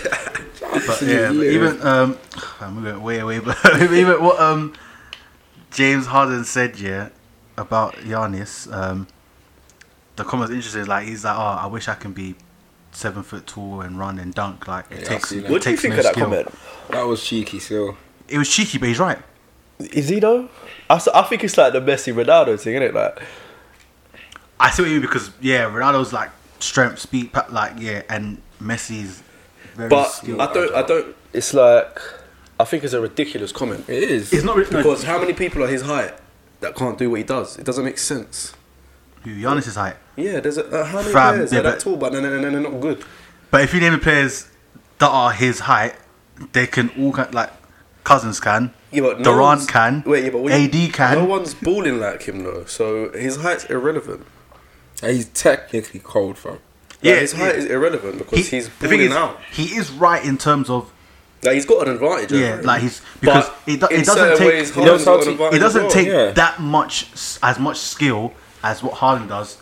[SPEAKER 3] but yeah, but even um, I'm going way away, but even what um, James Harden said, yeah, about Giannis, um, the comment's interesting. Like he's like, oh, I wish I can be seven foot tall and run and dunk. Like
[SPEAKER 1] Yeah,
[SPEAKER 3] it
[SPEAKER 1] I
[SPEAKER 3] takes.
[SPEAKER 1] see
[SPEAKER 3] It
[SPEAKER 1] that. What
[SPEAKER 3] takes no skill.
[SPEAKER 1] That was cheeky, still.
[SPEAKER 3] It was cheeky, but he's right.
[SPEAKER 5] Is he though? I, s- I think it's like the Messi Ronaldo thing, isn't it? Like,
[SPEAKER 3] I see what you mean because yeah, Ronaldo's like strength, speed, pa- like yeah, and Messi's very
[SPEAKER 2] but
[SPEAKER 3] skilled.
[SPEAKER 2] I don't. I don't.
[SPEAKER 5] it's like
[SPEAKER 2] I think it's a ridiculous comment
[SPEAKER 1] It is.
[SPEAKER 3] it's not really no,
[SPEAKER 2] because how many people are his height that can't do what he does? It doesn't make sense.
[SPEAKER 3] who Giannis's height.
[SPEAKER 2] Yeah, there's a, uh, how many
[SPEAKER 3] Fam,
[SPEAKER 2] players
[SPEAKER 3] yeah,
[SPEAKER 2] are that
[SPEAKER 3] but-
[SPEAKER 2] tall, but no, no, no, no, they're not good.
[SPEAKER 3] But if you name the players that are his height, they can all kind like Cousins can,
[SPEAKER 2] Yeah, but no
[SPEAKER 3] Durant
[SPEAKER 2] one's-
[SPEAKER 3] can,
[SPEAKER 2] Wait, yeah, but we-
[SPEAKER 3] AD can.
[SPEAKER 2] No one's balling like him though, so his height's irrelevant.
[SPEAKER 1] And he's technically cold, fam.
[SPEAKER 2] yeah,
[SPEAKER 3] Yeah,
[SPEAKER 2] his height is irrelevant
[SPEAKER 3] he-
[SPEAKER 2] because he's
[SPEAKER 3] the thing
[SPEAKER 2] balling
[SPEAKER 3] is,
[SPEAKER 2] out.
[SPEAKER 3] he is right in terms of
[SPEAKER 2] Like he's got an advantage.
[SPEAKER 3] Yeah,
[SPEAKER 2] over him.
[SPEAKER 3] like he's- because
[SPEAKER 2] But
[SPEAKER 3] it do- it
[SPEAKER 2] in
[SPEAKER 3] doesn't
[SPEAKER 2] certain
[SPEAKER 3] take-
[SPEAKER 1] You
[SPEAKER 2] ways,
[SPEAKER 1] know,
[SPEAKER 2] Harden's got an
[SPEAKER 1] Celtic-
[SPEAKER 2] advantage
[SPEAKER 3] it
[SPEAKER 2] as
[SPEAKER 3] doesn't
[SPEAKER 2] well.
[SPEAKER 3] take
[SPEAKER 1] yeah.
[SPEAKER 3] that much s- as much skill as what Harden does.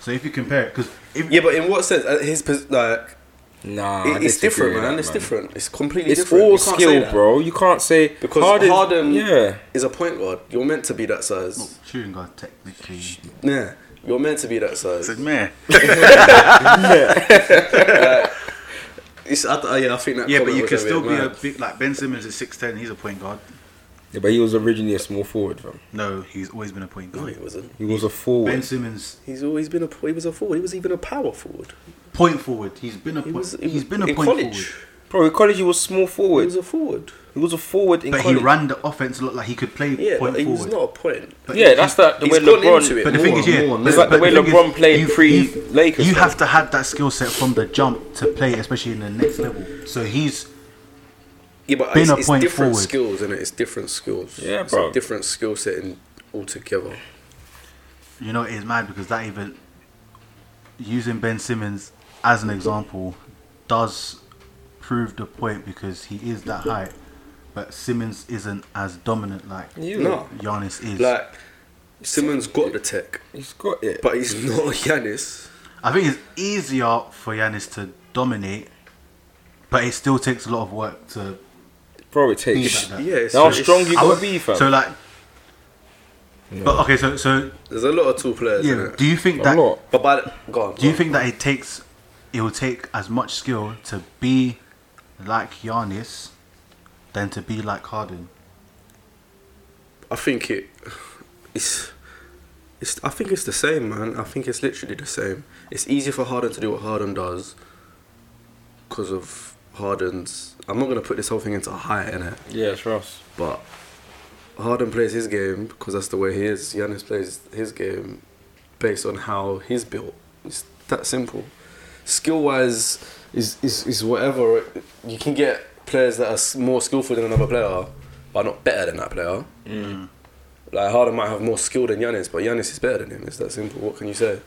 [SPEAKER 3] So if you compare it, because
[SPEAKER 2] Yeah, but in what sense? Uh, His pos- like
[SPEAKER 1] Nah, I
[SPEAKER 2] It- it's
[SPEAKER 1] disagree
[SPEAKER 2] different,
[SPEAKER 1] with
[SPEAKER 2] man.
[SPEAKER 1] that,
[SPEAKER 2] It's different. It's completely
[SPEAKER 1] It's
[SPEAKER 2] different.
[SPEAKER 1] all
[SPEAKER 2] You can't say
[SPEAKER 1] skill,
[SPEAKER 2] that.
[SPEAKER 1] bro. You can't say
[SPEAKER 2] Because
[SPEAKER 1] Harden.
[SPEAKER 2] Harden,
[SPEAKER 1] yeah,
[SPEAKER 2] is a point guard. You're meant to be that size.
[SPEAKER 3] shooting guard technically, it's
[SPEAKER 2] Yeah, you're meant to be that size.
[SPEAKER 3] man.
[SPEAKER 2] It's, I, I- yeah, I think that.
[SPEAKER 3] Yeah, but
[SPEAKER 2] comment
[SPEAKER 3] you
[SPEAKER 2] was
[SPEAKER 3] can
[SPEAKER 2] a bit
[SPEAKER 3] still be a
[SPEAKER 2] mad.
[SPEAKER 3] big like Ben Simmons is six ten. He's a point guard.
[SPEAKER 1] yeah, but he was originally a small forward, fam.
[SPEAKER 3] No, he's always been a point
[SPEAKER 2] No,
[SPEAKER 3] guard.
[SPEAKER 2] he wasn't.
[SPEAKER 1] He was a
[SPEAKER 3] Ben
[SPEAKER 1] forward.
[SPEAKER 3] Simmons
[SPEAKER 2] He's always been a. He was a forward. He was even a power forward.
[SPEAKER 3] point forward. He's been a
[SPEAKER 2] He
[SPEAKER 3] point.
[SPEAKER 2] was. He
[SPEAKER 3] he's
[SPEAKER 2] was
[SPEAKER 3] been a
[SPEAKER 2] in
[SPEAKER 3] point
[SPEAKER 2] college.
[SPEAKER 3] forward.
[SPEAKER 1] Bro, in college he was small
[SPEAKER 2] He
[SPEAKER 1] forward.
[SPEAKER 2] was a forward.
[SPEAKER 1] He was a forward in
[SPEAKER 3] But
[SPEAKER 1] college.
[SPEAKER 3] he ran the offense a lot. Like he could play
[SPEAKER 2] Yeah,
[SPEAKER 3] point
[SPEAKER 2] but he was
[SPEAKER 3] forward.
[SPEAKER 2] not a point.
[SPEAKER 3] But
[SPEAKER 1] yeah,
[SPEAKER 3] he-
[SPEAKER 1] that's that, the
[SPEAKER 2] He's
[SPEAKER 1] way
[SPEAKER 2] gone
[SPEAKER 1] LeBron.
[SPEAKER 2] into it.
[SPEAKER 3] But the
[SPEAKER 2] more
[SPEAKER 3] thing is,
[SPEAKER 2] and
[SPEAKER 3] yeah,
[SPEAKER 2] more and
[SPEAKER 1] It's
[SPEAKER 3] but-
[SPEAKER 1] like the
[SPEAKER 3] but
[SPEAKER 1] way
[SPEAKER 3] thing
[SPEAKER 1] LeBron played
[SPEAKER 3] you-
[SPEAKER 1] pre-
[SPEAKER 3] you-
[SPEAKER 1] Lakers,
[SPEAKER 3] You
[SPEAKER 1] though.
[SPEAKER 3] have to have that skill set from the jump to play, especially in the next level. So he's
[SPEAKER 2] Yeah, but
[SPEAKER 3] Been
[SPEAKER 2] it's,
[SPEAKER 3] a
[SPEAKER 2] it's
[SPEAKER 3] point
[SPEAKER 2] different
[SPEAKER 3] forward.
[SPEAKER 2] skills, and it? it's different skills.
[SPEAKER 1] Yeah,
[SPEAKER 2] It's a
[SPEAKER 1] bro.
[SPEAKER 2] different skill set in altogether.
[SPEAKER 3] you know it's mad because that even using Ben Simmons as an example does prove the point because he is that height, but Simmons isn't as dominant like
[SPEAKER 1] Yeah.
[SPEAKER 2] No,
[SPEAKER 3] Giannis is.
[SPEAKER 2] like Simmons got the tech,
[SPEAKER 1] He's got it.
[SPEAKER 2] but he's not Giannis.
[SPEAKER 3] I think it's easier for Yanis to dominate, but it still takes a lot of work to
[SPEAKER 1] Bro, it
[SPEAKER 3] be
[SPEAKER 1] takes.
[SPEAKER 3] like that.
[SPEAKER 2] Yeah, it's,
[SPEAKER 1] Now how
[SPEAKER 2] it's-
[SPEAKER 1] strong you
[SPEAKER 3] I
[SPEAKER 1] gotta
[SPEAKER 3] would-
[SPEAKER 1] be, fam.
[SPEAKER 3] So like, but okay, so so
[SPEAKER 2] There's a lot of tall players. in
[SPEAKER 3] yeah.
[SPEAKER 2] it.
[SPEAKER 3] Do you think
[SPEAKER 1] A
[SPEAKER 3] that?
[SPEAKER 1] lot.
[SPEAKER 2] But by the, go on.
[SPEAKER 3] Do you think that it takes? It will take as much skill to be like Giannis than to be like Harden.
[SPEAKER 2] I think it. It's. It's. I think it's the same, man. I think it's literally the same. It's easier for Harden to do what Harden does. Because of Harden's. I'm not gonna put this whole thing into height in it,
[SPEAKER 1] Yeah, it's Ross.
[SPEAKER 2] but Harden plays his game because that's the way he is. Giannis plays his game based on how he's built. It's that simple. Skill wise is, is is whatever. You can get players that are s- more skillful than another player, but not better than that player.
[SPEAKER 3] Mm.
[SPEAKER 2] Like Harden might have more skill than Giannis, but Giannis is better than him. It's that simple. What can you say?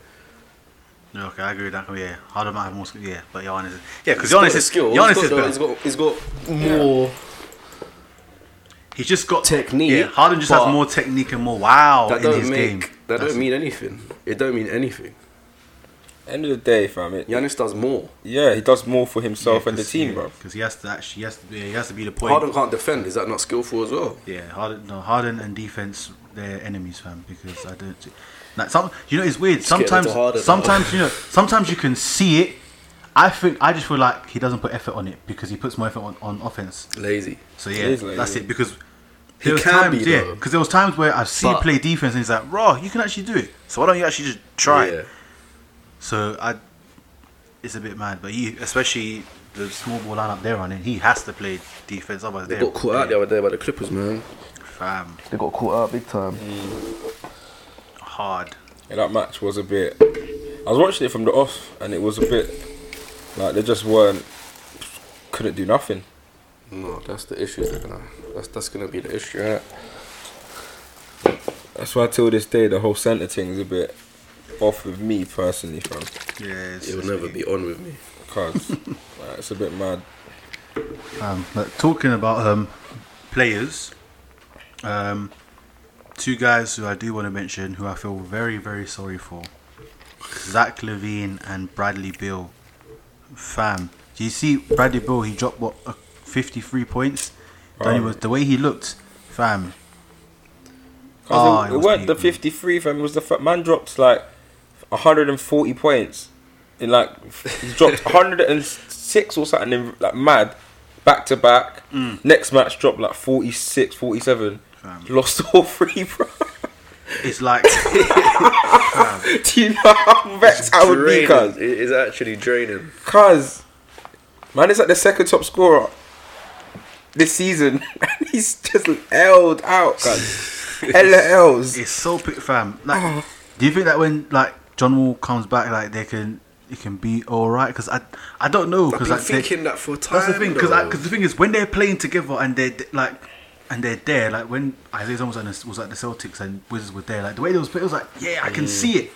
[SPEAKER 3] No, okay, I agree with that. Yeah, Harden might have more skill. Yeah, but Giannis is. Yeah, because
[SPEAKER 2] He's got
[SPEAKER 3] Giannis
[SPEAKER 2] the
[SPEAKER 3] is
[SPEAKER 2] skill.
[SPEAKER 3] Giannis
[SPEAKER 2] he's got
[SPEAKER 3] is
[SPEAKER 2] the-
[SPEAKER 3] better.
[SPEAKER 2] He's got, he's got more.
[SPEAKER 3] He's just got
[SPEAKER 2] Technique,
[SPEAKER 3] Yeah, Harden just
[SPEAKER 2] but-
[SPEAKER 3] has more technique and more wow
[SPEAKER 2] That
[SPEAKER 3] in
[SPEAKER 2] don't
[SPEAKER 3] his
[SPEAKER 2] make.
[SPEAKER 3] game.
[SPEAKER 2] That
[SPEAKER 3] That's-
[SPEAKER 2] don't mean anything. It don't mean anything.
[SPEAKER 1] End of the day, fam. It,
[SPEAKER 2] Giannis does more.
[SPEAKER 1] yeah, he does more for himself and the team, bro.
[SPEAKER 3] Because he has to actually, he has to, yeah, he has to be the point.
[SPEAKER 2] Harden can't defend. Is that not skillful as well?
[SPEAKER 3] Yeah, Harden, no, Harden and defense, they're enemies, fam. Because I don't, like some, you know, it's weird.
[SPEAKER 2] get a little
[SPEAKER 3] Sometimes,
[SPEAKER 2] harder now.
[SPEAKER 3] sometimes you know, sometimes you can see it. I think I just feel like he doesn't put effort on it because he puts more effort on, on offense.
[SPEAKER 2] Lazy.
[SPEAKER 3] So yeah,
[SPEAKER 1] is lazy.
[SPEAKER 3] that's it. Because
[SPEAKER 2] He
[SPEAKER 3] there was
[SPEAKER 2] can
[SPEAKER 3] times,
[SPEAKER 2] be,
[SPEAKER 3] yeah,
[SPEAKER 2] though.
[SPEAKER 3] because there was times where I've seen him
[SPEAKER 2] But-
[SPEAKER 3] play defense and he's like, "Raw, you can actually do it. So why don't you actually just try?"
[SPEAKER 2] Yeah.
[SPEAKER 3] it? So I, it's a bit mad. But he, especially the small ball lineup they're running, he has to play defense. Otherwise,
[SPEAKER 2] They got caught out the other day by the Clippers, man.
[SPEAKER 3] fam
[SPEAKER 2] They got caught out big time.
[SPEAKER 3] hard.
[SPEAKER 1] Yeah, that match was a bit. I was watching it from the off, and it was a bit like they just weren't, couldn't do nothing.
[SPEAKER 2] No, that's the issue. they're gonna- That's that's gonna be the issue. innit?
[SPEAKER 1] That's why till this day the whole centre thing's a bit off with me personally, fam.
[SPEAKER 3] Yeah, it's,
[SPEAKER 2] It will never be on with me.
[SPEAKER 1] Cause like, it's a bit mad.
[SPEAKER 3] Um, but talking about um, players, um, two guys who I do want to mention who I feel very, very sorry for Zach Levine and Bradley Bill. Fam, do you see Bradley Bill? He dropped what, uh, 53 points? Don't he
[SPEAKER 1] Right.
[SPEAKER 3] was, the way he looked, fam,
[SPEAKER 1] 'Cause
[SPEAKER 3] Ah,
[SPEAKER 1] Oh, it,
[SPEAKER 3] it
[SPEAKER 1] it
[SPEAKER 3] was
[SPEAKER 1] weren't the
[SPEAKER 3] deep, man.
[SPEAKER 1] 53 fam. It was the f- man dropped like 140 points in like f- he dropped 106 or something in, like mad back to back. Next match dropped like 46, 47.
[SPEAKER 3] Fam.
[SPEAKER 1] Lost all three, bro.
[SPEAKER 3] it's like.
[SPEAKER 1] Do you know how vexed I would be,
[SPEAKER 2] Draining.
[SPEAKER 1] cuz?
[SPEAKER 2] It is actually draining.
[SPEAKER 1] Cuz, man is like the second top scorer this season. and He's just held out, cuz. LLs.
[SPEAKER 3] It's so big, fam. Like,
[SPEAKER 2] Oh.
[SPEAKER 3] do you think that when like John Wall comes back, like they can it can be all right? Because I I don't know.
[SPEAKER 2] I've
[SPEAKER 3] Because
[SPEAKER 2] been
[SPEAKER 3] like, they-
[SPEAKER 2] thinking that for time.
[SPEAKER 3] that's the thing. Because
[SPEAKER 2] though.
[SPEAKER 3] the thing is when they're playing together and they're d- like and they're there, like when Isaiah Thomas was at the- was at the Celtics and Wizards were there, like the way they was playing, it was like yeah, I can
[SPEAKER 2] Mm.
[SPEAKER 3] see it.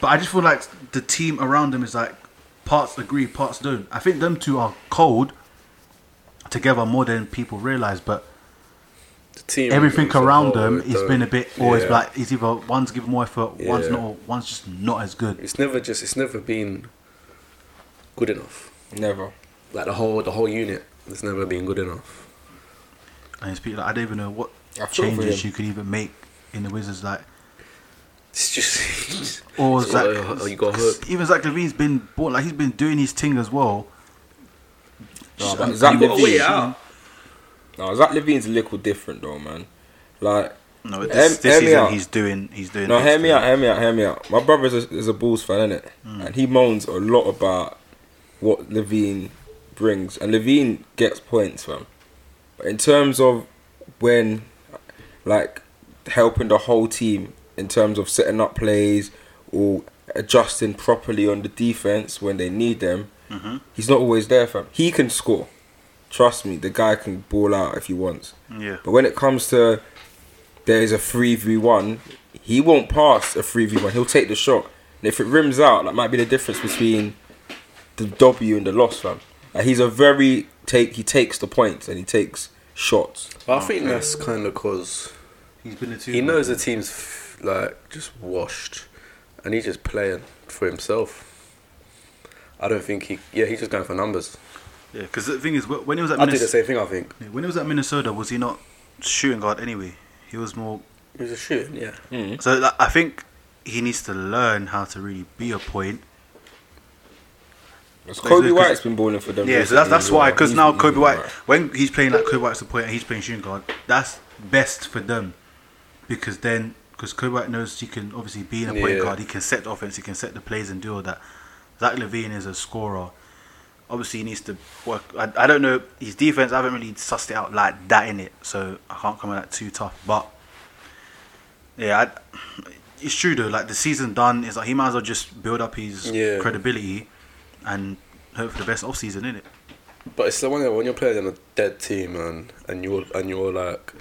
[SPEAKER 3] But I just feel like the team around them is like parts agree, parts don't. I think them two are cold together more than people realize, but
[SPEAKER 2] The team
[SPEAKER 3] everything
[SPEAKER 2] as a
[SPEAKER 3] around
[SPEAKER 2] whole,
[SPEAKER 3] them
[SPEAKER 2] it
[SPEAKER 3] has
[SPEAKER 2] don't-
[SPEAKER 3] been a bit always
[SPEAKER 2] Yeah.
[SPEAKER 3] like it's either one's giving more effort, one's
[SPEAKER 2] Yeah.
[SPEAKER 3] not, or one's just not as good.
[SPEAKER 2] It's never just. It's never been good enough.
[SPEAKER 1] Never.
[SPEAKER 2] Like the whole the whole unit. It's never been good enough.
[SPEAKER 3] And it's people like, I don't even know what
[SPEAKER 1] I feel for
[SPEAKER 3] changes
[SPEAKER 1] him.
[SPEAKER 3] you could even make in the Wizards. Like,
[SPEAKER 2] It's just.
[SPEAKER 3] or
[SPEAKER 2] it's
[SPEAKER 3] Zach,
[SPEAKER 2] all- all you got hope.
[SPEAKER 3] even Zach Levine's been born like he's been doing his thing as well.
[SPEAKER 1] No,
[SPEAKER 3] Just-
[SPEAKER 1] but
[SPEAKER 3] um,
[SPEAKER 1] Zach
[SPEAKER 2] You got a way
[SPEAKER 1] Levine.
[SPEAKER 2] out.
[SPEAKER 1] No, Zach Levine's a little different though, man. Like,
[SPEAKER 3] no, this,
[SPEAKER 1] hear
[SPEAKER 3] this
[SPEAKER 1] me
[SPEAKER 3] season
[SPEAKER 1] out.
[SPEAKER 3] he's doing he's doing.
[SPEAKER 1] no,
[SPEAKER 3] his
[SPEAKER 1] hear me
[SPEAKER 3] thing.
[SPEAKER 1] out, hear me out, hear me out. My brother is a, is a Bulls fan, innit? And he moans a lot about what Levine brings, and Levine gets points, fam. But in terms of when, like, helping the whole team in terms of setting up plays or adjusting properly on the defense when they need them, he's not always there, fam. He can score. Trust me, the guy can ball out if he wants.
[SPEAKER 3] Yeah,
[SPEAKER 1] But when it comes to there is a 3v1, he won't pass a 3v1. He'll take the shot. And if it rims out, that might be the difference between the W and the loss, fam. Like he's a very take he takes the points and he takes shots.
[SPEAKER 2] I think that's kind of cause.
[SPEAKER 3] he's been a two.
[SPEAKER 2] He knows the team's f- like just washed, and he's just playing for himself. I don't think he. Yeah, he's just going for numbers.
[SPEAKER 3] Yeah, because the thing is, wh- when he was at
[SPEAKER 2] I did the
[SPEAKER 3] Minnesota,
[SPEAKER 2] same thing. I think
[SPEAKER 3] when he was at Minnesota, was he not shooting guard anyway? He was more
[SPEAKER 2] he was a shooting. Yeah,
[SPEAKER 3] So like, I think he needs to learn how to really be a point.
[SPEAKER 1] Kobe
[SPEAKER 3] Because-
[SPEAKER 1] White's been balling for them.
[SPEAKER 3] Yeah, so
[SPEAKER 1] recently
[SPEAKER 3] that's that's
[SPEAKER 1] as well.
[SPEAKER 3] why because
[SPEAKER 1] He's
[SPEAKER 3] now
[SPEAKER 1] been
[SPEAKER 3] Kobe
[SPEAKER 1] balling,
[SPEAKER 3] White
[SPEAKER 1] right.
[SPEAKER 3] when he's playing like Kobe White's a point and he's playing shooting guard, that's best for them because then because Kobe White knows he can obviously be in a point
[SPEAKER 2] Yeah.
[SPEAKER 3] guard, he can set the offense, he can set the plays and do all that. Zach Levine is a scorer. Obviously, he needs to work. I, I don't know his defense. I haven't really sussed it out like that in it, so I can't come at that too tough. But yeah, I, it's true though. Like the season done is like he might as well just build up his
[SPEAKER 2] Yeah.
[SPEAKER 3] credibility and hope for the best off season in it.
[SPEAKER 2] But it's the one that when you're playing on a dead team and and you're and you're like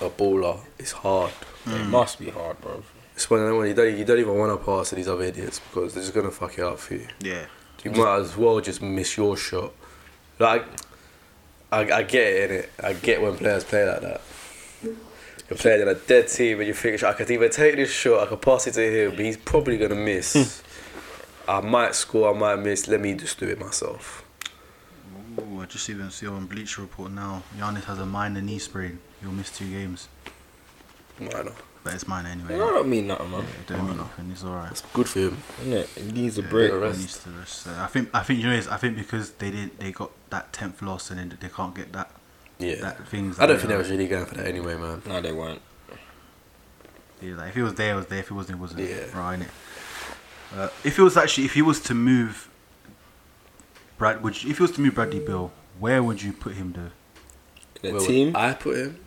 [SPEAKER 2] a baller, it's hard.
[SPEAKER 1] It
[SPEAKER 3] Mm.
[SPEAKER 1] must be hard, bro.
[SPEAKER 2] It's one of them when you don't you don't even want to pass to these other idiots because they're just gonna fuck it up for you.
[SPEAKER 3] Yeah.
[SPEAKER 2] You might as well just miss your shot. Like, I, I get it, innit? I get when players play like that. You're playing in a dead team and you think, I could either take this shot, I could pass it to him, but he's probably going to miss.
[SPEAKER 1] Hmm.
[SPEAKER 2] I might score, I might miss. Let me just do it myself.
[SPEAKER 3] Ooh, I just even see on Bleacher Report now. Giannis has a minor knee sprain. He'll miss two games,
[SPEAKER 2] Minor.
[SPEAKER 3] but it's minor anyway.
[SPEAKER 1] I don't mean nothing, man.
[SPEAKER 3] It don't mean nothing. It's alright.
[SPEAKER 2] That's good for him.
[SPEAKER 1] Innit? He needs a break.
[SPEAKER 2] Yeah,
[SPEAKER 1] man.
[SPEAKER 2] right.
[SPEAKER 3] He needs to rest. So I think I think you know it's, I think because they didn't they got that tenth loss and then they can't get that
[SPEAKER 2] Yeah.
[SPEAKER 3] that things.
[SPEAKER 2] I don't think they was really going for that anyway, man.
[SPEAKER 1] No, they won't.
[SPEAKER 3] Yeah, like if he was there, it was there. If he wasn't, it wasn't.
[SPEAKER 2] Yeah.
[SPEAKER 3] Right. Innit? Uh, if he was actually, if he was to move, Brad, would you, if he was to move Bradley Bill, where would you put him though?
[SPEAKER 1] The
[SPEAKER 2] Where would
[SPEAKER 1] team.
[SPEAKER 2] I put him?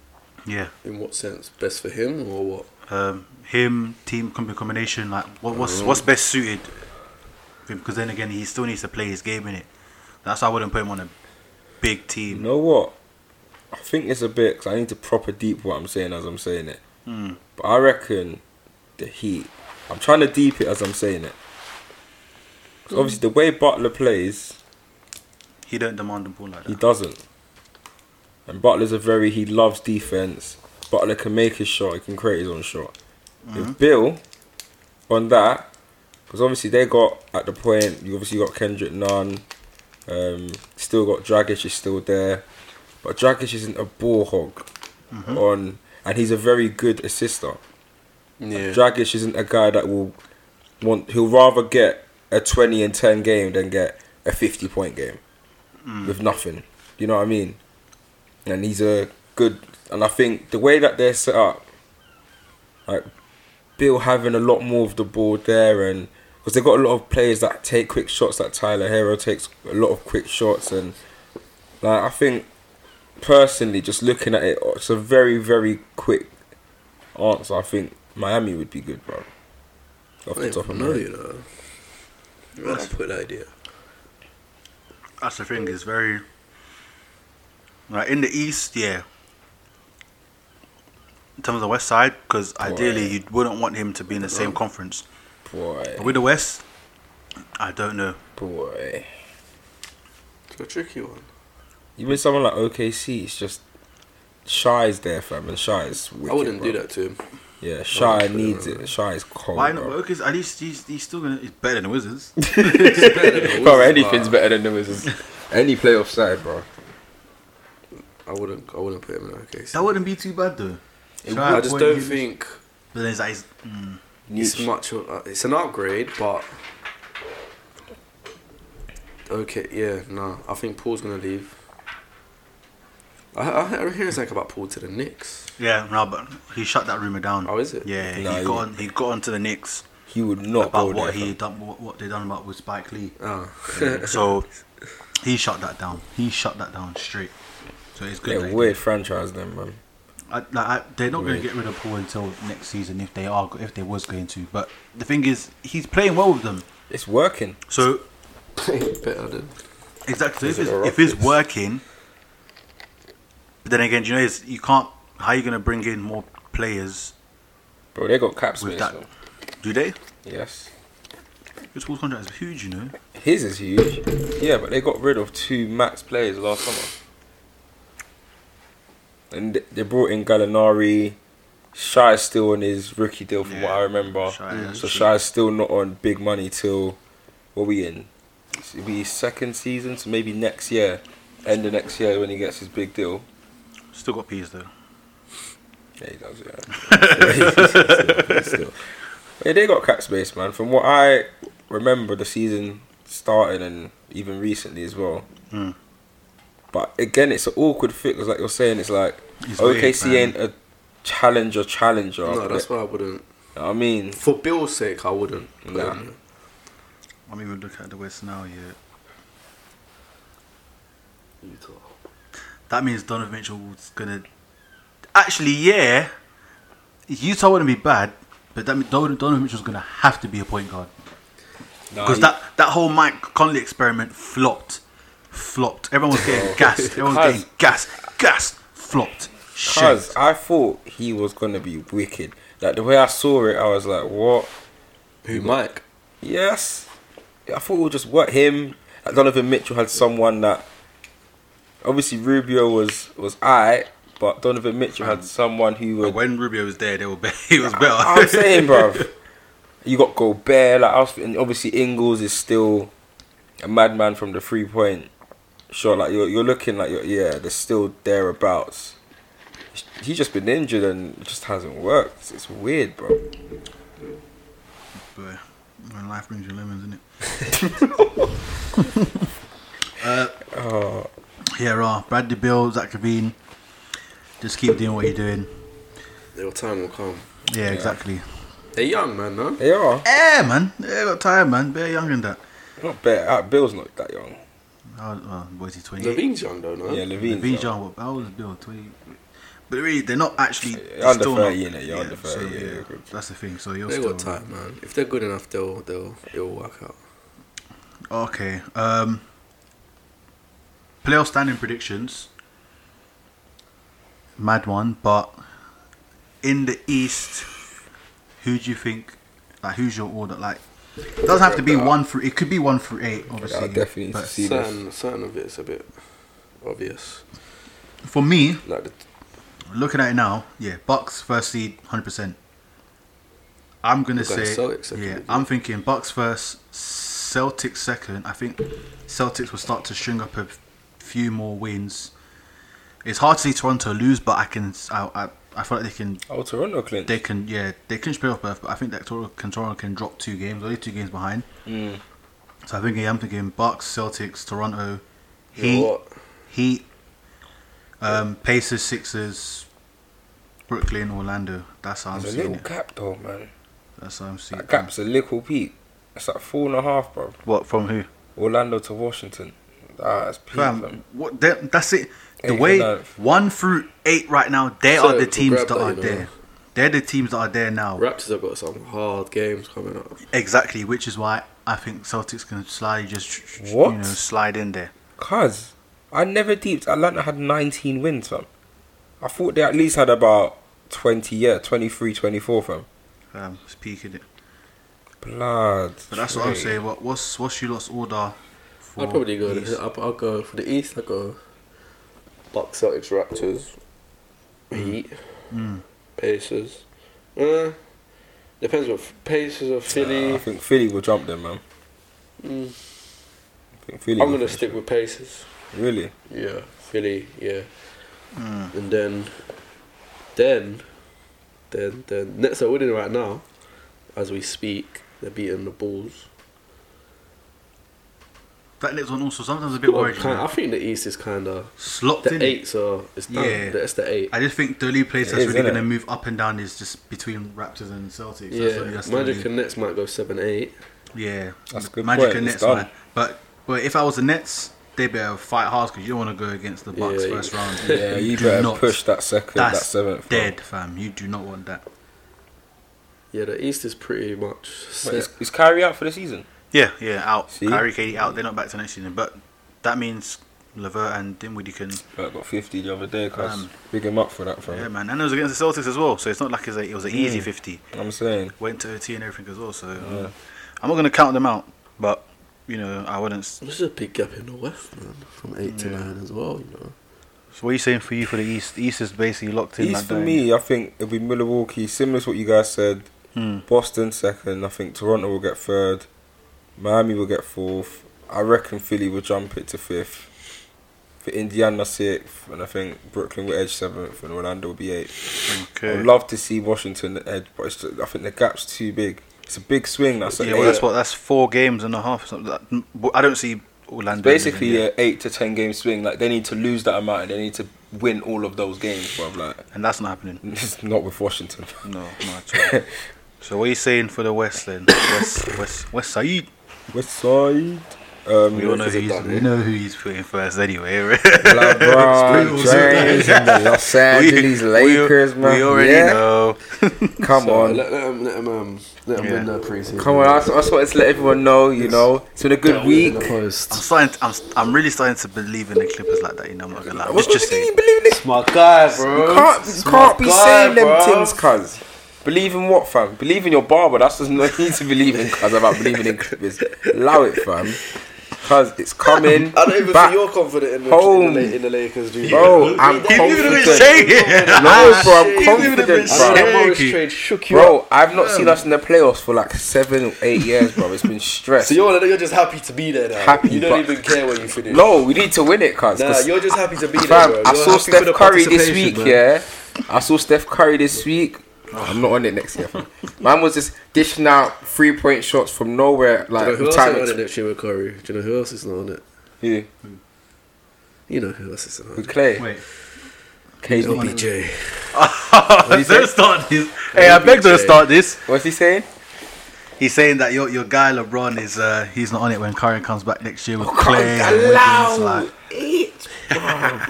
[SPEAKER 3] Yeah.
[SPEAKER 2] In what sense? Best for him or what?
[SPEAKER 3] Um, him team combi- combination like what,
[SPEAKER 2] Oh.
[SPEAKER 3] what's what's best suited for him? Because then again, he still needs to play his game in it. That's why I wouldn't put him on a big
[SPEAKER 1] You
[SPEAKER 3] team.
[SPEAKER 1] know what? I think it's a bit because I need to proper deep what I'm saying as I'm saying it.
[SPEAKER 3] Mm.
[SPEAKER 1] But I reckon the Heat. I'm trying to deep it as I'm saying it. 'Cause Obviously, the way Butler plays,
[SPEAKER 3] He don't demand the ball like
[SPEAKER 1] he
[SPEAKER 3] that.
[SPEAKER 1] doesn't. And Butler's a very he loves defense. Butler can make his shot. He can create his own shot. If Bill on that, because obviously they got at the point. You obviously got Kendrick Nunn. Um, still got Dragic is still there, but Dragic isn't a ball hog. On and he's a very good assister.
[SPEAKER 2] Yeah.
[SPEAKER 1] Dragic isn't a guy that will want. He'll rather get a twenty and ten game than get a fifty point game with nothing. You know what I mean? And he's a good. And I think the way that they're set up, like Bill having a lot more of the ball there, and because they've got a lot of players that take quick shots. Like Tyler Hero takes a lot of quick shots, and like I think personally, just looking at it, it's a very very quick answer. I think Miami would be good, bro. Off
[SPEAKER 2] I
[SPEAKER 1] the top of
[SPEAKER 2] don't even
[SPEAKER 1] my
[SPEAKER 2] know,
[SPEAKER 1] head.
[SPEAKER 2] you know. Where would I put that idea?
[SPEAKER 3] That's the thing. It's very like in the east, yeah. In terms of the west side, because
[SPEAKER 2] Oh,
[SPEAKER 3] ideally
[SPEAKER 1] Boy.
[SPEAKER 3] you wouldn't want him to be in the same conference. But
[SPEAKER 1] Boy,
[SPEAKER 3] with the west, I don't know.
[SPEAKER 1] boy.
[SPEAKER 4] It's a tricky one.
[SPEAKER 1] Even someone like OKC, it's just Shy's there, fam, and Shy is. Wicked,
[SPEAKER 2] I wouldn't
[SPEAKER 1] bro.
[SPEAKER 2] do that to him.
[SPEAKER 1] Yeah, Shy
[SPEAKER 2] wouldn't put
[SPEAKER 1] needs
[SPEAKER 2] him in.
[SPEAKER 1] it. Shy is
[SPEAKER 2] Oh,
[SPEAKER 1] cold.
[SPEAKER 3] Why not?
[SPEAKER 1] bro.
[SPEAKER 3] Because at least he's, he's still gonna. He's better than the Wizards.
[SPEAKER 1] bro, anything's better than the Wizards. Any playoff side, bro.
[SPEAKER 2] I wouldn't. I wouldn't put him in that case.
[SPEAKER 3] that wouldn't be too bad though.
[SPEAKER 2] I just don't think
[SPEAKER 3] But then it's like, it's- mm,
[SPEAKER 2] it's much. of- uh, It's an upgrade, but okay. Yeah, no. I think Paul's gonna leave. I, I, I hear something about Paul to the Knicks.
[SPEAKER 3] yeah, no, but he shut that rumor down.
[SPEAKER 2] Oh, is it?
[SPEAKER 3] Yeah,
[SPEAKER 1] Nah,
[SPEAKER 3] he
[SPEAKER 1] he-
[SPEAKER 3] got on, he got onto the Knicks
[SPEAKER 1] He would not
[SPEAKER 3] about
[SPEAKER 1] go
[SPEAKER 3] what
[SPEAKER 1] there.
[SPEAKER 3] he
[SPEAKER 1] fam.
[SPEAKER 3] done, what, what they done about with Spike Lee.
[SPEAKER 2] Oh.
[SPEAKER 3] so he shut that down. He shut that down straight. So it's good.
[SPEAKER 1] They're
[SPEAKER 3] that
[SPEAKER 1] a
[SPEAKER 3] he
[SPEAKER 1] weird franchise, then, man.
[SPEAKER 3] I, like, I, they're not going to get rid of Paul until next season if they are if they was going to. But the thing is, he's playing well with them.
[SPEAKER 1] It's working.
[SPEAKER 3] So
[SPEAKER 2] better than.
[SPEAKER 3] exactly, if
[SPEAKER 1] Those
[SPEAKER 3] it's,
[SPEAKER 1] are the
[SPEAKER 3] if it's
[SPEAKER 1] Rockets.
[SPEAKER 3] working, but then again, you know, it's, you can't. How are you going to bring in more players?
[SPEAKER 1] Bro, they got cap space.
[SPEAKER 3] With that-
[SPEAKER 1] though.
[SPEAKER 3] Do they?
[SPEAKER 1] Yes.
[SPEAKER 3] Because Paul's contract is huge, you know.
[SPEAKER 1] His is huge. Yeah, but they got rid of two max players last summer. And th- they brought in Gallinari. Shy's still on his rookie deal, from what
[SPEAKER 3] Yeah.
[SPEAKER 1] I remember.
[SPEAKER 3] Shy, yeah,
[SPEAKER 1] so
[SPEAKER 3] cheap.
[SPEAKER 1] Shy's still not on big money till what we in? It'll be second season, so maybe next year, end of next year when he gets his big deal.
[SPEAKER 3] Still got peas though.
[SPEAKER 1] Yeah, he does. Yeah. Still. yeah, they got cap space, man. From what I remember, the season started and even recently as well.
[SPEAKER 3] Mm.
[SPEAKER 1] But again, it's an awkward fit because, like you're saying, it's like
[SPEAKER 3] It's
[SPEAKER 1] OKC
[SPEAKER 3] weird,
[SPEAKER 1] ain't a challenger, challenger.
[SPEAKER 2] No,
[SPEAKER 1] but
[SPEAKER 2] that's why I wouldn't.
[SPEAKER 1] I mean,
[SPEAKER 2] For Bill's sake, I wouldn't. put
[SPEAKER 1] Nah.
[SPEAKER 2] him in.
[SPEAKER 3] I mean, we look at the West now. Yeah,
[SPEAKER 4] Utah.
[SPEAKER 3] That means Donovan Mitchell's gonna. Actually, yeah, Utah wouldn't be bad, but that means Don- Donovan Mitchell's gonna have to be a point guard
[SPEAKER 1] Uh,
[SPEAKER 3] because that that whole Mike Conley experiment flopped, flopped. Everyone was getting gassed. Everyone was
[SPEAKER 1] Cuz-
[SPEAKER 3] getting gassed, gassed, flopped. Shit.
[SPEAKER 1] Cause I thought he was gonna be wicked. Like the way I saw it, I was like, "What?
[SPEAKER 4] Who, Mike?
[SPEAKER 1] Yes." I thought it would just work him. Like Donovan Mitchell had someone that obviously Rubio was was I, but Donovan Mitchell had someone who
[SPEAKER 3] But
[SPEAKER 1] would.
[SPEAKER 3] when Rubio was there, they were be- he was better.
[SPEAKER 1] I'm saying, bruv. You got Gobert. Like I was, and obviously Ingles is still a madman from the three point shot. Like you're you're looking like you're, yeah, they're still thereabouts. He's just been injured and it just hasn't worked. It's, it's weird, bro.
[SPEAKER 3] But when life brings you lemons, isn't it? uh,
[SPEAKER 1] Oh,
[SPEAKER 3] here are Bradley Bill, Zach Levine. Just keep doing what you're doing.
[SPEAKER 2] Your time will come.
[SPEAKER 3] Yeah, exactly.
[SPEAKER 2] They're young, man, no?
[SPEAKER 1] they are.
[SPEAKER 3] Eh, man. Yeah, got time, man. They're younger than that.
[SPEAKER 1] Not bad. Uh, Bill's not that young.
[SPEAKER 3] How old- well, what is he, 20?
[SPEAKER 2] Levine's young, though, no?
[SPEAKER 1] Yeah, Levine's
[SPEAKER 3] Levine's
[SPEAKER 1] young.
[SPEAKER 3] young. What, how old is Bill? 20? But really, they're not actually.
[SPEAKER 1] Yeah,
[SPEAKER 3] they're
[SPEAKER 1] under
[SPEAKER 3] still not-
[SPEAKER 1] 30, innit? You're under 30, yeah, you're good.
[SPEAKER 3] That's the thing. So you're
[SPEAKER 2] They
[SPEAKER 3] still.
[SPEAKER 2] got time, man. If they're good enough, they'll they'll it'll work out.
[SPEAKER 3] Okay. Um, playoff standing predictions. Mad one, but in the East, who do you think? Like, who's your order? Like, it doesn't have to be one through. It could be one through eight, obviously.
[SPEAKER 1] I definitely need to
[SPEAKER 3] but
[SPEAKER 1] see this.
[SPEAKER 2] Certain, certain of it's a bit obvious.
[SPEAKER 3] for me,
[SPEAKER 2] Like the
[SPEAKER 3] looking at it now, yeah, Bucks first seed, hundred percent. I'm gonna
[SPEAKER 2] You're going
[SPEAKER 3] say,
[SPEAKER 2] Celtics second,
[SPEAKER 3] yeah,
[SPEAKER 2] did you?
[SPEAKER 3] I'm thinking Bucks first, Celtics second. I think Celtics will start to string up a few more wins. It's hard to see Toronto lose, but I can, I, I, I feel like they can,
[SPEAKER 1] Oh, Toronto clinch.
[SPEAKER 3] they can, yeah, they can play off birth, but I think that Toronto can, Toronto can drop two games, only two games behind.
[SPEAKER 1] Mm.
[SPEAKER 3] So I think yeah, I'm thinking Bucks, Celtics, Toronto,
[SPEAKER 2] you know
[SPEAKER 3] Heat,
[SPEAKER 2] what?
[SPEAKER 3] Heat, um, Pacers, Sixers, Brooklyn, Orlando. That's how I'm
[SPEAKER 1] There's a
[SPEAKER 3] seeing
[SPEAKER 1] little
[SPEAKER 3] it.
[SPEAKER 1] gap though, man.
[SPEAKER 3] That's how I'm seeing
[SPEAKER 1] That
[SPEAKER 3] it.
[SPEAKER 1] gap's a little peak. It's like four and a half, bro.
[SPEAKER 3] What from who?
[SPEAKER 1] Orlando to Washington. Ah, it's peak, fam.
[SPEAKER 3] Fam, what? that- that's it. The
[SPEAKER 1] Eight
[SPEAKER 3] way
[SPEAKER 1] and nine.
[SPEAKER 3] one through eight right now, they
[SPEAKER 2] So,
[SPEAKER 3] are the
[SPEAKER 2] we'll
[SPEAKER 3] teams
[SPEAKER 2] grab
[SPEAKER 3] that
[SPEAKER 2] that,
[SPEAKER 3] are
[SPEAKER 2] you know.
[SPEAKER 3] there. Oh. They're the teams that are there now.
[SPEAKER 2] Raptors have got some hard games coming up.
[SPEAKER 3] Exactly, which is why I think Celtics can slightly just
[SPEAKER 1] What?
[SPEAKER 3] you know slide in there.
[SPEAKER 1] Cause I never deeped Atlanta had 19 wins, fam. I thought they at least had about 20, yeah, 23, 24, fam.
[SPEAKER 3] Um, speaking it,
[SPEAKER 1] Blood.
[SPEAKER 3] but that's what I'm
[SPEAKER 1] straight.
[SPEAKER 3] saying. What, what's what's your lost order? For
[SPEAKER 2] I'd probably go.
[SPEAKER 3] East?
[SPEAKER 2] I'll, I'll go for the East. I go Bucks, Celtics, Raptors, Heat,
[SPEAKER 3] Mm.
[SPEAKER 2] Pacers. Uh, depends what f- Pacers or Philly.
[SPEAKER 1] I think Philly will jump them, man.
[SPEAKER 2] Mm.
[SPEAKER 1] I think Philly.
[SPEAKER 2] I'm
[SPEAKER 1] will
[SPEAKER 2] gonna
[SPEAKER 1] finish
[SPEAKER 2] stick
[SPEAKER 1] them.
[SPEAKER 2] with Pacers.
[SPEAKER 1] Really?
[SPEAKER 2] Yeah, Philly. Yeah,
[SPEAKER 3] Mm.
[SPEAKER 2] and then, then, then, then Nets are winning right now, as we speak. They're beating the Bulls.
[SPEAKER 3] That next one also sometimes a bit worried. you
[SPEAKER 2] Kind-
[SPEAKER 3] know.
[SPEAKER 2] I think the East is kind of
[SPEAKER 3] Slopped
[SPEAKER 2] the
[SPEAKER 3] in.
[SPEAKER 2] eights are. It's done.
[SPEAKER 3] Yeah.
[SPEAKER 2] That's the eight.
[SPEAKER 3] I just think the only place
[SPEAKER 1] It
[SPEAKER 3] that's
[SPEAKER 1] is,
[SPEAKER 3] really
[SPEAKER 1] innit?
[SPEAKER 3] going to move up and down is just between Raptors and Celtics. That's
[SPEAKER 2] Yeah,
[SPEAKER 3] only, that's the
[SPEAKER 2] Magic
[SPEAKER 3] only-
[SPEAKER 2] and Nets might go seven eight.
[SPEAKER 3] yeah,
[SPEAKER 1] That's a good
[SPEAKER 3] Magic
[SPEAKER 1] point,
[SPEAKER 3] and
[SPEAKER 1] it's
[SPEAKER 3] Nets,
[SPEAKER 1] done.
[SPEAKER 3] man. But but if I was the Nets, they better fight hard because you don't want to go against the Bucks
[SPEAKER 2] Yeah, you-
[SPEAKER 3] first round.
[SPEAKER 1] Yeah, you better push that second, that
[SPEAKER 3] That's
[SPEAKER 1] seventh. man.
[SPEAKER 3] dead, fam. You do not want that.
[SPEAKER 2] Yeah, the East is pretty much
[SPEAKER 1] Wait,
[SPEAKER 2] set.
[SPEAKER 1] is, is Kyrie out for the season?
[SPEAKER 3] Yeah, yeah, out.
[SPEAKER 1] See?
[SPEAKER 3] Kyrie, Katie out. They're not back to next season, but that means Levert and Dinwiddie can.
[SPEAKER 1] I got 50 the other day, cause
[SPEAKER 3] Um,
[SPEAKER 1] big him up for that, fam.
[SPEAKER 3] Yeah, man. And it was against the Celtics as well, so it's not like it's a, it was
[SPEAKER 1] Hmm.
[SPEAKER 3] an easy fifty.
[SPEAKER 1] I'm saying.
[SPEAKER 3] Went to OT and everything as well. So um, I'm not going to count them out, but you know I wouldn't. s-
[SPEAKER 2] This is a big gap in the West, man, from eight to
[SPEAKER 3] Yeah.
[SPEAKER 2] nine as well. You know,
[SPEAKER 3] So what are you saying for you for the East? The East is basically locked in.
[SPEAKER 1] East
[SPEAKER 3] like
[SPEAKER 1] for
[SPEAKER 3] that.
[SPEAKER 1] me, I think it'll be Milwaukee, similar to what you guys said.
[SPEAKER 3] Hmm.
[SPEAKER 1] Boston second. I think Toronto will get third. Miami will get fourth. I reckon Philly will jump it to fifth. For Indiana sixth, and I think Brooklyn will edge seventh, and Orlando will be eighth.
[SPEAKER 3] Hmm, Okay.
[SPEAKER 1] I'd love to see Washington edge, but it's just, I think the gap's too big. It's a big swing. That's
[SPEAKER 3] yeah,
[SPEAKER 1] an
[SPEAKER 3] well,
[SPEAKER 1] eight.
[SPEAKER 3] that's what that's four games and a half. or something. That- I don't see Orlando.
[SPEAKER 1] Basically,
[SPEAKER 3] losing,
[SPEAKER 1] an eight to ten game swing. Like they need to lose that amount, and they need to win all of those games, bruv. Like
[SPEAKER 3] and that's not happening.
[SPEAKER 1] it's not with Washington.
[SPEAKER 3] No, not at all. so what are you saying for the West then? West, West, West Side.
[SPEAKER 1] West side. Um,
[SPEAKER 3] We all know
[SPEAKER 2] because
[SPEAKER 3] who
[SPEAKER 2] of
[SPEAKER 3] he's,
[SPEAKER 2] that,
[SPEAKER 3] we
[SPEAKER 2] yeah.
[SPEAKER 3] know who he's putting first anyway. right?
[SPEAKER 1] LeBron
[SPEAKER 3] It's
[SPEAKER 1] James and the Los Angeles Lakers,
[SPEAKER 3] we,
[SPEAKER 1] man.
[SPEAKER 3] we already
[SPEAKER 1] Yeah.
[SPEAKER 3] know.
[SPEAKER 1] Come
[SPEAKER 4] So,
[SPEAKER 1] on.
[SPEAKER 4] Let, let him, let him, um, let him
[SPEAKER 3] Yeah.
[SPEAKER 4] win that preseason.
[SPEAKER 1] Come on. I just, I just wanted to let everyone know, you know, it's been a good week.
[SPEAKER 4] In the
[SPEAKER 3] I'm
[SPEAKER 4] post.
[SPEAKER 3] starting. To, I'm, I'm really starting to believe in the Clippers like that. You know, I'm not gonna lie. I'm
[SPEAKER 1] What,
[SPEAKER 3] just,
[SPEAKER 1] what
[SPEAKER 3] just
[SPEAKER 1] can you
[SPEAKER 3] saying.
[SPEAKER 1] believe in?
[SPEAKER 4] My guy, bro.
[SPEAKER 1] You can't, you
[SPEAKER 4] It's my
[SPEAKER 1] can't be
[SPEAKER 4] guy,
[SPEAKER 1] saying them
[SPEAKER 4] bro.
[SPEAKER 1] things, cuz. Believe in what, fam? Believe in your barber. That's just no need to believe in, cuz, about believing in Clippers. Allow it, fam. Cuz it's coming.
[SPEAKER 2] I don't even
[SPEAKER 1] back.
[SPEAKER 2] think you're confident in the,
[SPEAKER 1] Home.
[SPEAKER 2] in the, La- in the Lakers, dude.
[SPEAKER 1] Bro, I'm
[SPEAKER 3] He's even been
[SPEAKER 1] confident.
[SPEAKER 3] shaking.
[SPEAKER 1] No, bro, I'm
[SPEAKER 3] He's even a bit
[SPEAKER 1] confident,
[SPEAKER 2] I know
[SPEAKER 1] bro.
[SPEAKER 2] that Morris
[SPEAKER 3] Shaky.
[SPEAKER 2] trade shook you up.
[SPEAKER 1] Bro, I've not seen us in the playoffs for like seven or eight years, bro. It's been stress.
[SPEAKER 2] So you're, you're just happy to be there now.
[SPEAKER 1] Happy,
[SPEAKER 2] you don't
[SPEAKER 1] but-
[SPEAKER 2] even care where you finish.
[SPEAKER 1] no, we need to win it, cuz.
[SPEAKER 2] Nah,
[SPEAKER 1] 'cause-
[SPEAKER 2] you're just happy to be there,
[SPEAKER 1] Fam,
[SPEAKER 2] bro.
[SPEAKER 1] I
[SPEAKER 2] You're
[SPEAKER 1] saw
[SPEAKER 2] happy for the
[SPEAKER 1] Steph Curry this
[SPEAKER 2] participation,
[SPEAKER 1] week,
[SPEAKER 2] man.
[SPEAKER 1] yeah. I saw Steph Curry this week. I'm not on it next year. Fam. Man was just dishing out three point shots from nowhere,
[SPEAKER 4] Bro,
[SPEAKER 1] like
[SPEAKER 4] who else
[SPEAKER 1] time.
[SPEAKER 4] is on it next year with Curry? Do you know who else is not on it?
[SPEAKER 1] Yeah,
[SPEAKER 4] You know who else is not on
[SPEAKER 1] with
[SPEAKER 4] it?
[SPEAKER 1] Clay,
[SPEAKER 3] Wait,
[SPEAKER 1] KD.
[SPEAKER 4] OBJ.
[SPEAKER 1] he
[SPEAKER 3] don't
[SPEAKER 1] say?
[SPEAKER 3] start this. Hey, I beg don't
[SPEAKER 4] BJ.
[SPEAKER 3] start this.
[SPEAKER 1] What's he saying?
[SPEAKER 3] He's saying that your your guy LeBron is uh he's not on it when Curry comes back next year with Clay. and Wiggins,
[SPEAKER 1] Oh, Allow
[SPEAKER 3] like,
[SPEAKER 1] it, bro.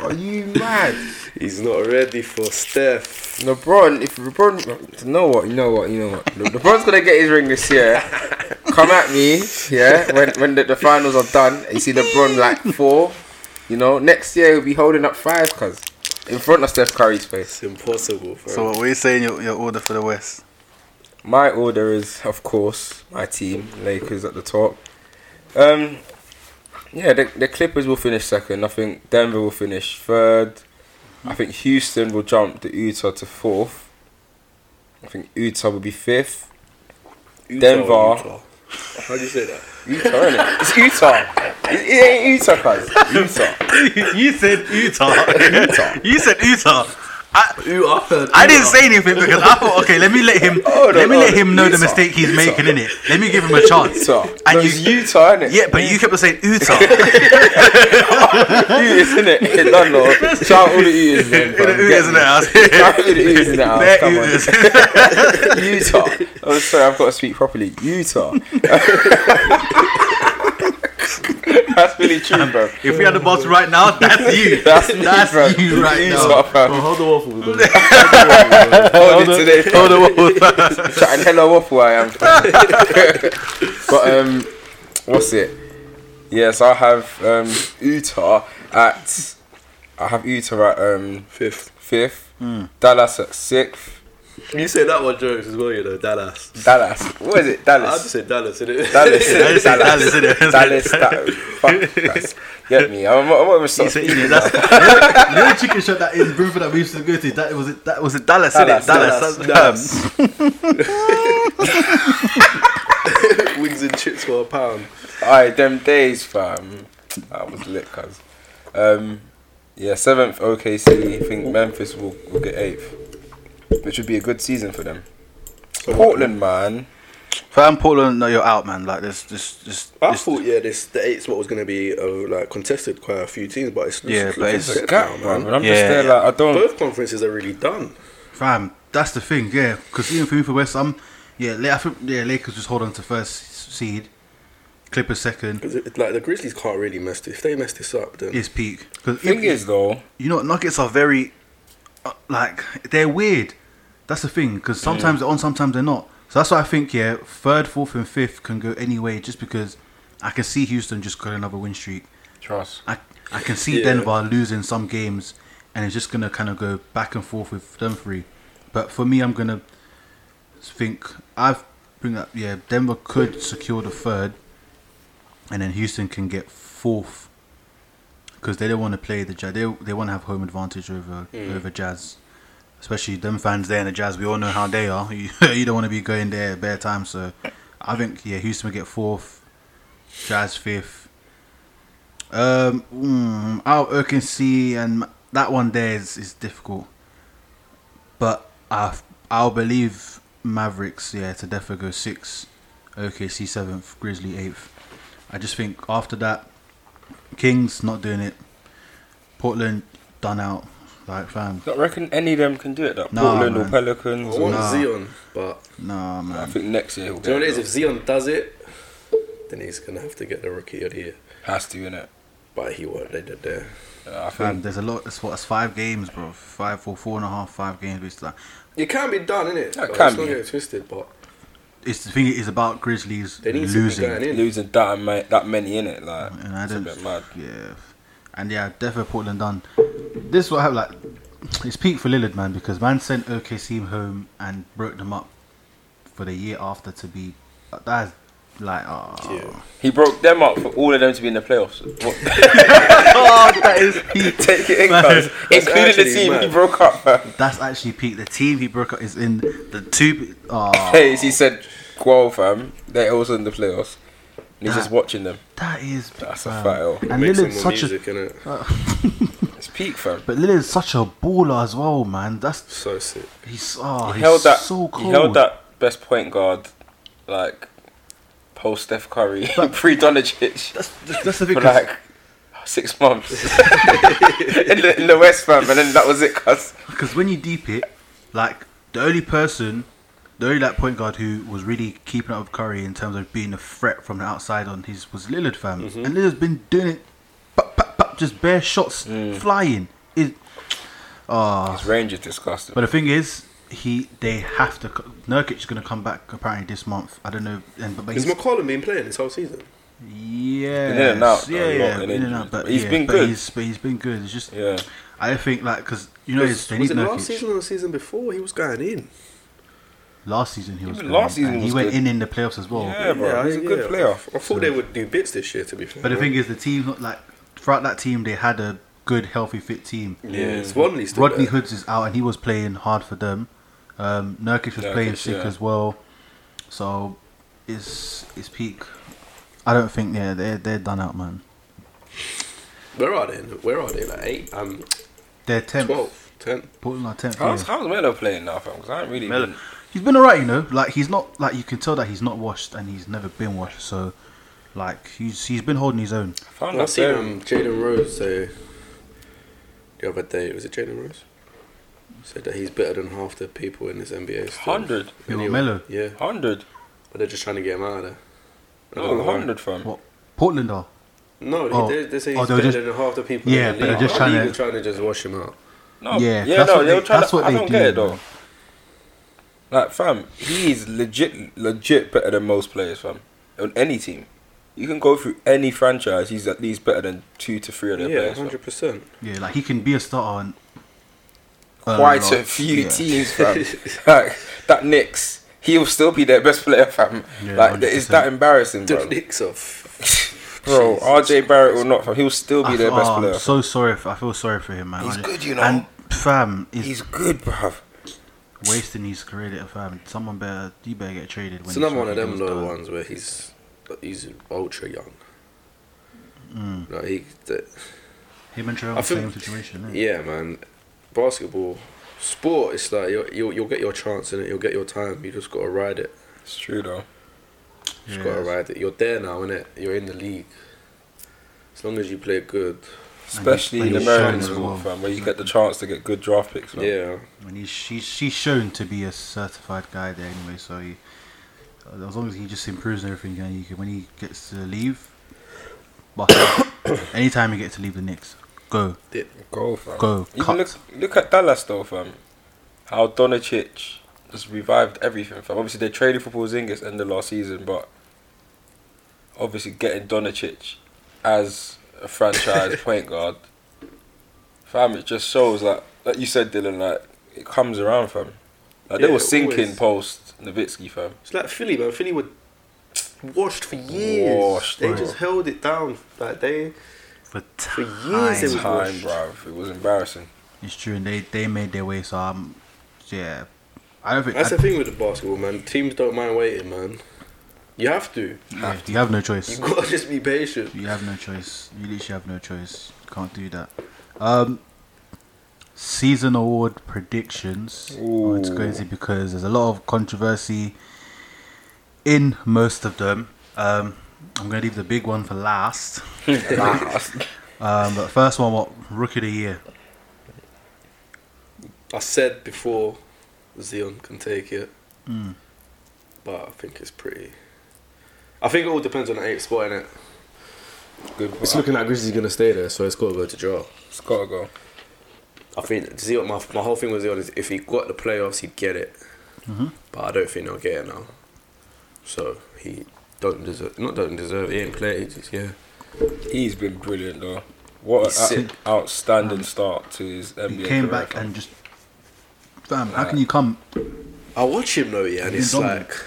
[SPEAKER 1] Are you mad?
[SPEAKER 2] He's not ready for Steph.
[SPEAKER 1] LeBron, if LeBron, you know what, you know what, you know what, Le- LeBron's gonna get his ring this year. Come at me, yeah. When when the, the finals are done, you see LeBron like four. You know, next year he'll be holding up five, cause in front of Steph Curry's face.
[SPEAKER 2] It's impossible, bro.
[SPEAKER 3] so what we're saying your your order for the West.
[SPEAKER 1] My order is, of course, my team, Lakers at the top. Um, yeah, the, the Clippers will finish second. I think Denver will finish third. I think Houston will jump the Utah to fourth. I think Utah will be fifth.
[SPEAKER 2] Utah,
[SPEAKER 1] Denver.
[SPEAKER 2] Utah. How do you say that?
[SPEAKER 1] Utah, innit? It's Utah. It, it ain't Utah, cuz. Utah.
[SPEAKER 3] you said Utah. you said Utah. I,
[SPEAKER 4] You I heard.
[SPEAKER 3] I didn't say anything because I thought, okay, let me let him
[SPEAKER 1] Hold
[SPEAKER 3] let
[SPEAKER 1] on,
[SPEAKER 3] me
[SPEAKER 1] hold
[SPEAKER 3] let
[SPEAKER 1] on.
[SPEAKER 3] him know the
[SPEAKER 1] Utah.
[SPEAKER 3] mistake he's
[SPEAKER 1] Utah.
[SPEAKER 3] making in it. Let me give him a chance.
[SPEAKER 1] Utah.
[SPEAKER 3] And
[SPEAKER 1] No,
[SPEAKER 3] you-
[SPEAKER 1] it's Utah, innit?
[SPEAKER 3] Yeah, but you kept on saying Utah.
[SPEAKER 1] Utas, innit? Hey, no, no. Shout out all the Utas, man.
[SPEAKER 3] Who
[SPEAKER 1] fam.
[SPEAKER 3] who
[SPEAKER 1] Get
[SPEAKER 3] is in
[SPEAKER 1] me.
[SPEAKER 3] that house?
[SPEAKER 1] Shout out all the Utas in that house.
[SPEAKER 3] They're
[SPEAKER 1] Come on.
[SPEAKER 3] Utas.
[SPEAKER 1] Utah. Oh, sorry, I've got to speak properly. Utah. That's really true, bro.
[SPEAKER 3] If we had the boss right now, that's you.
[SPEAKER 1] That's me, bro.
[SPEAKER 3] you right
[SPEAKER 1] Utah,
[SPEAKER 3] now.
[SPEAKER 1] fam.
[SPEAKER 4] hold the waffle.
[SPEAKER 1] Hold it today, fam.
[SPEAKER 3] Oh, the world.
[SPEAKER 1] Chatting hello waffle I am. fam. but um, what's it? Yes, I have um Utah at. I have Utah at um
[SPEAKER 2] Fifth.
[SPEAKER 1] fifth,
[SPEAKER 3] Hmm.
[SPEAKER 1] Dallas at sixth.
[SPEAKER 2] You say that one jokes as well, you know, Dallas.
[SPEAKER 1] Dallas. What is it?
[SPEAKER 2] I have to
[SPEAKER 1] Dallas.
[SPEAKER 2] say Dallas, innit?
[SPEAKER 1] Dallas.
[SPEAKER 3] I just said Dallas, innit?
[SPEAKER 1] Dallas. That, fuck, that's, get me. I'm, not- I'm not even
[SPEAKER 3] You
[SPEAKER 1] stop
[SPEAKER 3] said
[SPEAKER 1] speaking
[SPEAKER 3] Indian.
[SPEAKER 1] now.
[SPEAKER 3] That's the only chicken shop that in Brentford that we used to go to. That was it. That was it. Dallas, innit?
[SPEAKER 1] Dallas,
[SPEAKER 3] Dallas. that's-
[SPEAKER 2] Dallas. Wings and chips for a pound.
[SPEAKER 1] Alright, them days, fam. That was lit, cuz. Um, yeah, seventh OKC. I think Memphis will, will get eighth, which would be a good season for them. Portland, man.
[SPEAKER 3] Fam, Portland, no, you're out, man. Like, this, this, this.
[SPEAKER 2] I
[SPEAKER 3] this-
[SPEAKER 2] thought, yeah, this the eight spot was going to be uh, like contested quite a few teams, but it's
[SPEAKER 3] Yeah, but it's-
[SPEAKER 1] The gap, man. I'm
[SPEAKER 3] Yeah.
[SPEAKER 1] just there, like I don't.
[SPEAKER 2] Both conferences are really done.
[SPEAKER 3] Fam, that's the thing, yeah. Because even for me for West, I'm, yeah, La- I think yeah, Lakers just hold on to first seed, Clippers second,
[SPEAKER 2] Because like the Grizzlies can't really mess this. If they mess this up, then
[SPEAKER 3] is peak. Because
[SPEAKER 1] Thing is, though,
[SPEAKER 3] you know, Nuggets are very, uh, like, they're weird. That's the thing, because sometimes they're on, sometimes they're not. So that's why I think, yeah, third, fourth, and fifth can go any way just because I can see Houston just got another win streak.
[SPEAKER 1] trust.
[SPEAKER 3] I, I can see
[SPEAKER 2] Yeah.
[SPEAKER 3] Denver losing some games, and it's just gonna kind of go back and forth with them three. But for me, I'm gonna think I've bring up yeah Denver could secure the third, and then Houston can get fourth because they don't want to play the Jazz. They they want to have home advantage over over Jazz, especially them fans there in the Jazz. We all know how they are. You, you don't want to be going there at bare time. So I think yeah, Houston will get fourth, Jazz fifth. Um, mm, out OKC and that one there is, is difficult, but I I'll believe Mavericks yeah to definitely go six, OKC seventh, Grizzly eighth. I just think after that, Kings not doing it, Portland done out like fam.
[SPEAKER 1] Not reckon any of them can do it. That
[SPEAKER 3] Nah,
[SPEAKER 1] Portland or
[SPEAKER 3] man.
[SPEAKER 2] I
[SPEAKER 1] Pelicans. Or,
[SPEAKER 2] want
[SPEAKER 3] Nah.
[SPEAKER 2] Zion, but
[SPEAKER 3] Nah
[SPEAKER 1] I
[SPEAKER 3] man,
[SPEAKER 1] think next year. We'll
[SPEAKER 2] do you know what
[SPEAKER 1] get
[SPEAKER 2] it is? If Zion does it, then he's gonna have to get the rookie of the year.
[SPEAKER 1] Has to, innit?
[SPEAKER 2] But he won't. They did there.
[SPEAKER 1] Uh, I
[SPEAKER 3] Man,
[SPEAKER 1] think.
[SPEAKER 3] there's a lot. It's what? It's five games, bro. Five, four, four and a half, five games. We still.
[SPEAKER 2] It can be done, innit?
[SPEAKER 1] Yeah, it
[SPEAKER 2] Like,
[SPEAKER 1] can
[SPEAKER 2] let's not
[SPEAKER 1] be.
[SPEAKER 2] get it twisted, but
[SPEAKER 3] It's the thing. It's about Grizzlies
[SPEAKER 2] they need
[SPEAKER 3] losing.
[SPEAKER 2] to be going in.
[SPEAKER 1] Losing that, ma- that many in it, like
[SPEAKER 3] And I
[SPEAKER 1] it's a
[SPEAKER 3] don't.
[SPEAKER 1] bit mad.
[SPEAKER 3] Yeah. And yeah, definitely Portland done. This is what I have like. It's peak for Lillard, man, because man sent OKC home and broke them up for the year after to be. That's like, oh,
[SPEAKER 2] Yeah.
[SPEAKER 1] He broke them up for all of them to be in the playoffs. What-
[SPEAKER 3] oh that is peak.
[SPEAKER 1] Take it in,
[SPEAKER 3] Man,
[SPEAKER 1] cuz.
[SPEAKER 2] that's
[SPEAKER 1] Including the
[SPEAKER 2] actually
[SPEAKER 1] team
[SPEAKER 2] mad.
[SPEAKER 1] he broke up. man.
[SPEAKER 3] That's actually peak. The team he broke up is in the two. Oh,
[SPEAKER 1] Hey, he said, "Well, fam, they're also in the playoffs." And he's
[SPEAKER 3] That-
[SPEAKER 1] just watching them.
[SPEAKER 3] that is. peak,
[SPEAKER 1] That's
[SPEAKER 3] man.
[SPEAKER 1] a fail.
[SPEAKER 3] And
[SPEAKER 2] Make some more
[SPEAKER 3] Lillard's such
[SPEAKER 2] music, innit?
[SPEAKER 3] a. uh,
[SPEAKER 1] It's peak, fam.
[SPEAKER 3] but Lillard's such a baller as well, man. That's
[SPEAKER 2] So sick.
[SPEAKER 3] he's. Oh,
[SPEAKER 1] he
[SPEAKER 3] he's
[SPEAKER 1] held that.
[SPEAKER 3] so cool.
[SPEAKER 1] He held that best point guard, like post Steph Curry, pre Doncic,
[SPEAKER 3] That's, that's the thing.
[SPEAKER 1] for
[SPEAKER 3] 'cause-
[SPEAKER 1] like six months in, the, in the West, fam. And then that was it, cuz.
[SPEAKER 3] Because when you deep it, like the only person, the only like point guard who was really keeping up with Curry in terms of being a threat from the outside on his was Lillard, fam.
[SPEAKER 1] Mm-hmm.
[SPEAKER 3] And Lillard's been doing it, pop, pop, pop, just bare shots
[SPEAKER 1] Mm.
[SPEAKER 3] flying. It, ah.
[SPEAKER 1] His range is disgusting.
[SPEAKER 3] But the thing is, he they have to. co- Nurkic's going to come back apparently this month. I don't know, and but, but
[SPEAKER 2] Is
[SPEAKER 3] he's
[SPEAKER 2] McCollum been playing this whole season?
[SPEAKER 3] yeah,
[SPEAKER 1] in and out,
[SPEAKER 3] yeah,
[SPEAKER 1] a lot
[SPEAKER 3] yeah,
[SPEAKER 1] in
[SPEAKER 3] in and
[SPEAKER 1] injuries,
[SPEAKER 3] out. But,
[SPEAKER 1] but he's
[SPEAKER 3] yeah,
[SPEAKER 1] been
[SPEAKER 3] but
[SPEAKER 1] good.
[SPEAKER 3] He's, but he's been good. It's just
[SPEAKER 1] yeah.
[SPEAKER 3] I think like because you know it's,
[SPEAKER 2] was
[SPEAKER 3] they
[SPEAKER 2] was
[SPEAKER 3] need
[SPEAKER 2] it
[SPEAKER 3] Nurkic.
[SPEAKER 2] last season or the season before? He was going in.
[SPEAKER 3] Last season he was
[SPEAKER 1] Even
[SPEAKER 3] good.
[SPEAKER 1] last season
[SPEAKER 3] and he
[SPEAKER 1] was
[SPEAKER 3] went
[SPEAKER 1] good.
[SPEAKER 3] in in the playoffs as well.
[SPEAKER 1] Yeah, bro, he's a good player.
[SPEAKER 2] I thought they would do bits this year, to be fair.
[SPEAKER 3] But the thing is, the team like throughout that team they had a good, healthy, fit team.
[SPEAKER 2] yeah, it's Rodney's still
[SPEAKER 3] Mm. Rodney
[SPEAKER 2] there.
[SPEAKER 3] Hoods is out and he was playing hard for them. Um, Nurkic was
[SPEAKER 1] Nurkic,
[SPEAKER 3] playing sick
[SPEAKER 1] yeah.
[SPEAKER 3] as well, so it's it's peak. I don't think yeah they're they're done out man.
[SPEAKER 2] Where are they? Where are they? Like eight? Um,
[SPEAKER 3] They're tenth.
[SPEAKER 2] twelve, ten.
[SPEAKER 3] Portland are tenth.
[SPEAKER 1] How's,
[SPEAKER 3] yeah.
[SPEAKER 1] how's Melo playing now, fam? Because I haven't really.
[SPEAKER 3] Melo-
[SPEAKER 1] been-
[SPEAKER 3] He's been alright, you know. Like he's not like you can tell that he's not washed and he's never been washed. So like he's he's been holding his own.
[SPEAKER 1] I found
[SPEAKER 2] I
[SPEAKER 1] that
[SPEAKER 2] seen
[SPEAKER 1] very-
[SPEAKER 2] um, Jaden Rose say the other day. Was it Jaden Rose? Said that he's better than half the people in this NBA. Still.
[SPEAKER 1] 100.
[SPEAKER 3] Yo,
[SPEAKER 2] Anyway,
[SPEAKER 3] Melo.
[SPEAKER 2] Yeah,
[SPEAKER 1] 100.
[SPEAKER 2] but they're just trying to get him out of there. I don't
[SPEAKER 1] No,
[SPEAKER 2] know why.
[SPEAKER 1] 100, fam.
[SPEAKER 3] What Portland are?
[SPEAKER 2] No,
[SPEAKER 3] Oh.
[SPEAKER 2] they, they say
[SPEAKER 3] Oh,
[SPEAKER 2] he's
[SPEAKER 3] they were
[SPEAKER 2] better
[SPEAKER 3] just-
[SPEAKER 2] than half the people.
[SPEAKER 3] Yeah,
[SPEAKER 2] in the
[SPEAKER 3] but they're
[SPEAKER 2] league.
[SPEAKER 3] just
[SPEAKER 2] The
[SPEAKER 3] trying
[SPEAKER 2] league
[SPEAKER 3] to-
[SPEAKER 2] is trying to just wash him out.
[SPEAKER 1] No,
[SPEAKER 3] Yeah,
[SPEAKER 1] yeah,
[SPEAKER 3] that's
[SPEAKER 1] no,
[SPEAKER 3] what
[SPEAKER 1] they,
[SPEAKER 3] they-
[SPEAKER 1] were trying
[SPEAKER 3] that's
[SPEAKER 1] to,
[SPEAKER 3] what
[SPEAKER 1] I
[SPEAKER 3] they
[SPEAKER 1] don't
[SPEAKER 3] do,
[SPEAKER 1] get it though.
[SPEAKER 3] man.
[SPEAKER 1] Like, fam, he's legit, legit better than most players, fam. On any team, you can go through any franchise. He's at least better than two to three of their
[SPEAKER 2] Yeah,
[SPEAKER 1] players. fam.
[SPEAKER 2] hundred percent.
[SPEAKER 3] Yeah, like he can be a starter. And a
[SPEAKER 1] Quite
[SPEAKER 3] lot.
[SPEAKER 1] a few
[SPEAKER 3] Uh, Yeah.
[SPEAKER 1] teams, fam. like that Knicks, he will still be their best player, fam.
[SPEAKER 3] Yeah,
[SPEAKER 1] like it's
[SPEAKER 3] 100%.
[SPEAKER 1] that embarrassing,
[SPEAKER 2] The
[SPEAKER 1] bro.
[SPEAKER 2] Knicks off.
[SPEAKER 1] bro, RJ Barrett will not, fam. He'll still be
[SPEAKER 3] I
[SPEAKER 1] their
[SPEAKER 3] feel-
[SPEAKER 1] best
[SPEAKER 3] oh,
[SPEAKER 1] player.
[SPEAKER 3] I'm so sorry. For, I feel sorry for him, man.
[SPEAKER 1] He's
[SPEAKER 3] I-
[SPEAKER 1] good, you know.
[SPEAKER 3] And fam, he's,
[SPEAKER 1] he's good, bro.
[SPEAKER 3] wasting his career. There, fam, someone better. You better get traded. When
[SPEAKER 2] It's
[SPEAKER 3] he's
[SPEAKER 2] another one of
[SPEAKER 3] fucking
[SPEAKER 2] them
[SPEAKER 3] goes
[SPEAKER 2] low
[SPEAKER 3] down.
[SPEAKER 2] ones where he's he's ultra young.
[SPEAKER 3] Mm.
[SPEAKER 2] Like he, the,
[SPEAKER 3] Him and Trey
[SPEAKER 2] I
[SPEAKER 3] are the
[SPEAKER 2] feel-
[SPEAKER 3] same situation. innit?
[SPEAKER 2] yeah, man. Basketball, sport. It's like you'll you'll, you'll get your chance in it. You'll get your time. You just gotta ride it.
[SPEAKER 1] It's true though.
[SPEAKER 2] You just gotta
[SPEAKER 3] Yeah.
[SPEAKER 2] ride it. You're there now, innit? You're in the league. As long as you play good,
[SPEAKER 1] Especially
[SPEAKER 3] and
[SPEAKER 1] in
[SPEAKER 3] he's
[SPEAKER 1] American
[SPEAKER 3] shown as
[SPEAKER 1] sport,
[SPEAKER 3] well.
[SPEAKER 1] fam, where you get the chance to get good draft picks, man.
[SPEAKER 2] yeah.
[SPEAKER 3] And he's she's she's shown to be a certified guy there anyway. So he, as long as he just improves and everything, and he can, when he gets to leave, but anytime he gets to leave the Knicks, go.
[SPEAKER 1] Go, fam.
[SPEAKER 3] Go.
[SPEAKER 1] Even
[SPEAKER 3] Cut.
[SPEAKER 1] look, look at Dallas, though, fam. How Doncic just revived everything, fam. Obviously, they traded for Porzingis end of last season, but obviously getting Doncic as a franchise point guard, fam, it just shows that, like you said, Dylan, like it comes around, fam. Like they
[SPEAKER 2] Yeah,
[SPEAKER 1] were sinking
[SPEAKER 2] always.
[SPEAKER 1] post Nowitzki, fam.
[SPEAKER 2] It's like Philly, man. Philly were washed for years.
[SPEAKER 1] Washed,
[SPEAKER 2] they
[SPEAKER 1] bro.
[SPEAKER 2] just held it down. Like they,
[SPEAKER 3] For
[SPEAKER 2] For
[SPEAKER 3] time.
[SPEAKER 2] years it was-
[SPEAKER 1] Time, bruv. It was embarrassing.
[SPEAKER 3] It's true, and they they made their way. So um, yeah, I don't think
[SPEAKER 2] that's
[SPEAKER 3] I-
[SPEAKER 2] the thing with the basketball, man. Teams don't mind waiting, man. You have to.
[SPEAKER 3] yeah, you have no choice.
[SPEAKER 2] You gotta just be patient.
[SPEAKER 3] You have no choice. You literally have no choice. Can't do that. Um, season award predictions. Oh, it's
[SPEAKER 1] Ooh.
[SPEAKER 3] crazy because there's a lot of controversy in most of them. Um, I'm gonna leave the big one for last. Um, but first one, what rookie of the year?
[SPEAKER 2] I said before Zion can take it,
[SPEAKER 4] Hmm.
[SPEAKER 3] Mm.
[SPEAKER 2] but I think it's pretty. I think it all depends on the eight spot, innit?
[SPEAKER 1] Good.
[SPEAKER 4] It's looking like Grizzly's gonna stay there, so it's gotta go to draw.
[SPEAKER 1] It's gotta go.
[SPEAKER 2] I think see what my my whole thing was on is if he got the playoffs, he'd get it. But I don't think he'll get it now. So he don't deserve not don't deserve. He ain't played. He's, yeah,
[SPEAKER 1] He's been brilliant though. What
[SPEAKER 2] He's
[SPEAKER 1] an
[SPEAKER 2] sick.
[SPEAKER 1] out- outstanding start to his NBA.
[SPEAKER 3] He came
[SPEAKER 1] career,
[SPEAKER 3] back
[SPEAKER 1] fam.
[SPEAKER 3] and just. Fam, how can you come?
[SPEAKER 2] I watch him though, yeah, and
[SPEAKER 3] He's
[SPEAKER 2] it's
[SPEAKER 3] dominant.
[SPEAKER 2] like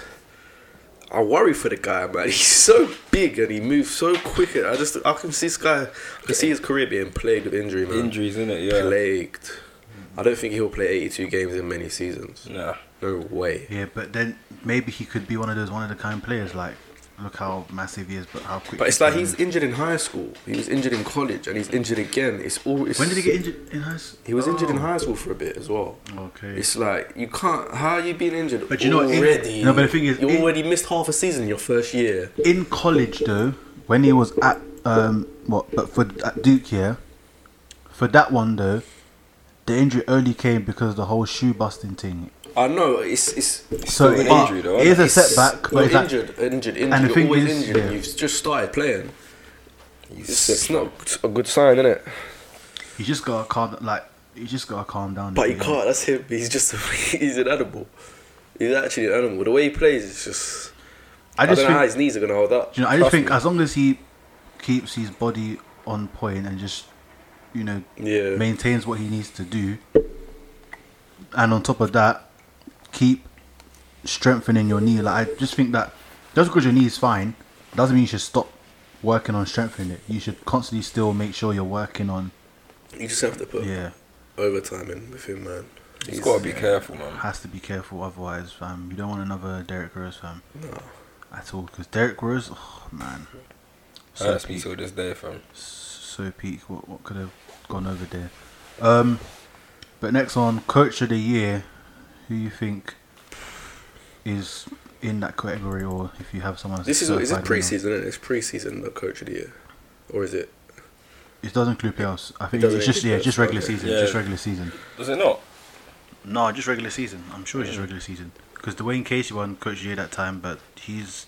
[SPEAKER 2] I worry for the guy, man. He's so big and he moves so quick. I just I can see this guy. I can see his career being plagued with injury, man.
[SPEAKER 1] injuries in it. Yeah.
[SPEAKER 2] Plagued. I don't think he'll play 82 games in many seasons.
[SPEAKER 1] Nah.
[SPEAKER 2] No way.
[SPEAKER 3] Yeah, but then maybe he could be one of those one of the kind players. Like, look how massive he is, but how quick.
[SPEAKER 2] But it's
[SPEAKER 3] he
[SPEAKER 2] like
[SPEAKER 3] can
[SPEAKER 2] he's
[SPEAKER 3] move.
[SPEAKER 2] injured in high school. He was injured in college, and he's injured again. It's all. It's
[SPEAKER 3] When did he get injured in high Oh. school?
[SPEAKER 2] He was injured in high school for a bit as well.
[SPEAKER 3] Okay.
[SPEAKER 2] It's like you can't. How you been injured?
[SPEAKER 3] But you know what, in-
[SPEAKER 2] already.
[SPEAKER 3] no, but the thing is,
[SPEAKER 2] you
[SPEAKER 3] in-
[SPEAKER 2] already missed half a season your first year.
[SPEAKER 3] in college though, when he was at um what but for at Duke yeah, for that one though, the injury only came because of the whole shoe busting thing.
[SPEAKER 2] I know it's it's.
[SPEAKER 1] still
[SPEAKER 3] So it,
[SPEAKER 1] an injury, though,
[SPEAKER 3] it is a
[SPEAKER 2] it's-
[SPEAKER 3] setback,
[SPEAKER 2] you're
[SPEAKER 3] but it's like,
[SPEAKER 2] injured, injured, injured.
[SPEAKER 3] the
[SPEAKER 2] you're
[SPEAKER 3] thing
[SPEAKER 2] always
[SPEAKER 3] is,
[SPEAKER 2] injured.
[SPEAKER 3] yeah.
[SPEAKER 2] You've just started playing.
[SPEAKER 1] He's
[SPEAKER 2] It's,
[SPEAKER 1] sick.
[SPEAKER 2] not a good sign, is it?
[SPEAKER 3] you just gotta calm like you just gotta calm down. a
[SPEAKER 2] But he
[SPEAKER 3] bit,
[SPEAKER 2] can't. That's him. He's just. he's an animal. He's actually an animal. The way he plays is just.
[SPEAKER 3] I
[SPEAKER 2] I,
[SPEAKER 3] just
[SPEAKER 2] don't know how
[SPEAKER 3] think
[SPEAKER 2] his knees are gonna hold up.
[SPEAKER 3] you know I just
[SPEAKER 2] Trust
[SPEAKER 3] think
[SPEAKER 2] me.
[SPEAKER 3] as long as he keeps his body on point and just you know
[SPEAKER 2] Yeah.
[SPEAKER 3] maintains what he needs to do, and on top of that, keep strengthening your knee. Like I just think that just because your knee is fine doesn't mean you should stop working on strengthening it. You should constantly still make sure you're working on.
[SPEAKER 2] You just have to put
[SPEAKER 3] Yeah,
[SPEAKER 2] overtime in with him, man.
[SPEAKER 1] He's gotta be careful, man.
[SPEAKER 3] has to be careful. Otherwise, fam, you don't want another Derek Rose fam
[SPEAKER 2] No.
[SPEAKER 3] at all. Because Derek Rose, oh man, so
[SPEAKER 1] Hurts me
[SPEAKER 3] peak,
[SPEAKER 1] till this day, fam.
[SPEAKER 3] so peak. What what could have gone over there? Um, but next on coach of the year, who you think is in that category, or if you have someone? as a
[SPEAKER 2] This is is it
[SPEAKER 3] certified winner?
[SPEAKER 2] preseason? Isn't it? It's preseason the coach of the year, or is it?
[SPEAKER 3] It doesn't include playoffs. I think
[SPEAKER 2] doesn't
[SPEAKER 3] it's just yeah,
[SPEAKER 2] include
[SPEAKER 3] just
[SPEAKER 2] playoffs,
[SPEAKER 3] regular
[SPEAKER 2] okay.
[SPEAKER 3] season,
[SPEAKER 1] Yeah.
[SPEAKER 3] just regular season.
[SPEAKER 1] Does it not?
[SPEAKER 3] No, just regular season. I'm sure it's just regular season because Dwayne Casey won coach of the year that time, but he's